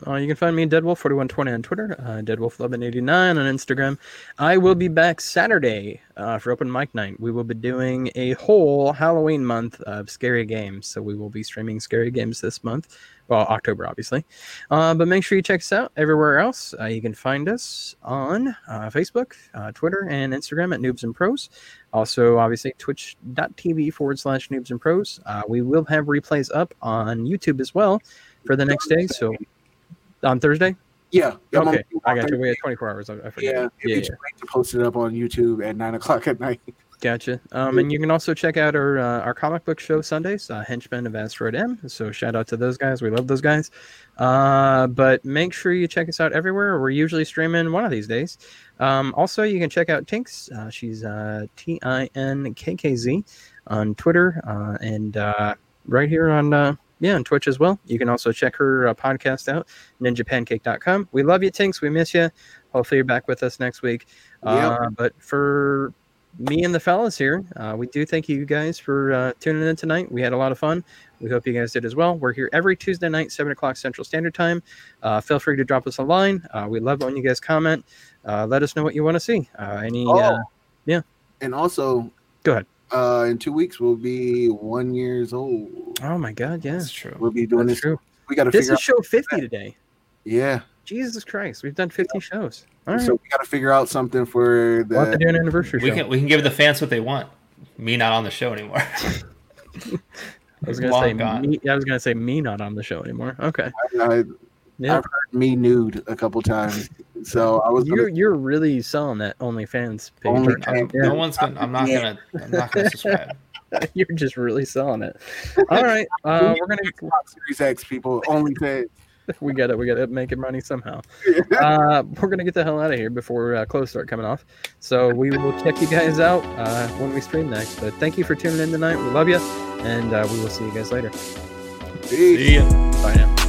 S1: Uh, you can find me Deadwolf4120 on Twitter, uh, DeadwolfLevin89 on Instagram. I will be back Saturday uh, for open mic night. We will be doing a whole Halloween month of scary games, so we will be streaming scary games this month. Well, October, obviously. Uh, but make sure you check us out everywhere else. Uh, you can find us on uh, Facebook, uh, Twitter, and Instagram at Noobs and Pros. Also, obviously, twitch.tv forward slash noobs and pros. Uh, we will have replays up on YouTube as well for the next day. So on Thursday?
S3: Yeah. yeah, I'm on-
S1: Okay. I got you. We had 24 hours. I I forgot.
S3: Yeah, it'd be
S1: Yeah,
S3: too late to post it up on YouTube at nine o'clock at night.
S1: Gotcha. Um, and you can also check out our uh, our comic book show Sundays, uh, Henchmen of Asteroid M. So shout out to those guys. We love those guys. Uh, but make sure you check us out everywhere. We're usually streaming one of these days. Um, also, you can check out Tinks. Uh, she's uh, T I N K K Z on Twitter uh, and uh, right here on uh, yeah on Twitch as well. You can also check her uh, podcast out, NinjaPancake.com. We love you, Tinks. We miss you. Hopefully, you're back with us next week. Uh, but for me and the fellas here. Uh, we do thank you guys for uh, tuning in tonight. We had a lot of fun. We hope you guys did as well. We're here every Tuesday night, 7 o'clock Central Standard Time. Uh, feel free to drop us a line. Uh, we love when you guys comment. Uh, let us know what you want to see. Uh, any,
S3: Oh.
S1: uh,
S3: And also,
S1: Go ahead.
S3: Uh, in two weeks, we'll be one years old.
S1: oh my God, yeah.
S2: That's true.
S3: We'll be doing
S1: That's
S3: this.
S1: true.
S3: We got to
S1: This
S3: figure
S1: is
S3: out.
S1: show 50 today.
S3: Yeah.
S1: Jesus Christ. We've done 50 shows. All right.
S3: So we got to figure out something for
S1: We'll have to
S3: the.
S1: do an anniversary
S2: We
S1: show.
S2: can we can give the fans what they want. Me not on the show anymore.
S1: I was gonna
S2: Long
S1: say
S2: gone.
S1: me, I was gonna say me not on the show anymore. Okay.
S3: I,
S1: Yeah.
S3: I've heard me nude a couple times, so I was.
S1: You're
S3: Gonna,
S1: you're really selling that OnlyFans page.
S3: Only-
S1: right now.
S2: I'm-
S1: Yeah.
S2: No one's gonna. I'm not gonna. I'm not gonna subscribe.
S1: You're just really selling it. All right, uh, we're gonna
S3: Series X people only said
S1: we got it. We got to make it money somehow. Uh, we're gonna get the hell out of here before uh, clothes start coming off. So we will check you guys out uh, when we stream next. But thank you for tuning in tonight. We love you, and uh, we will see you guys later.
S3: "Hey,
S2: See ya.
S1: Bye now.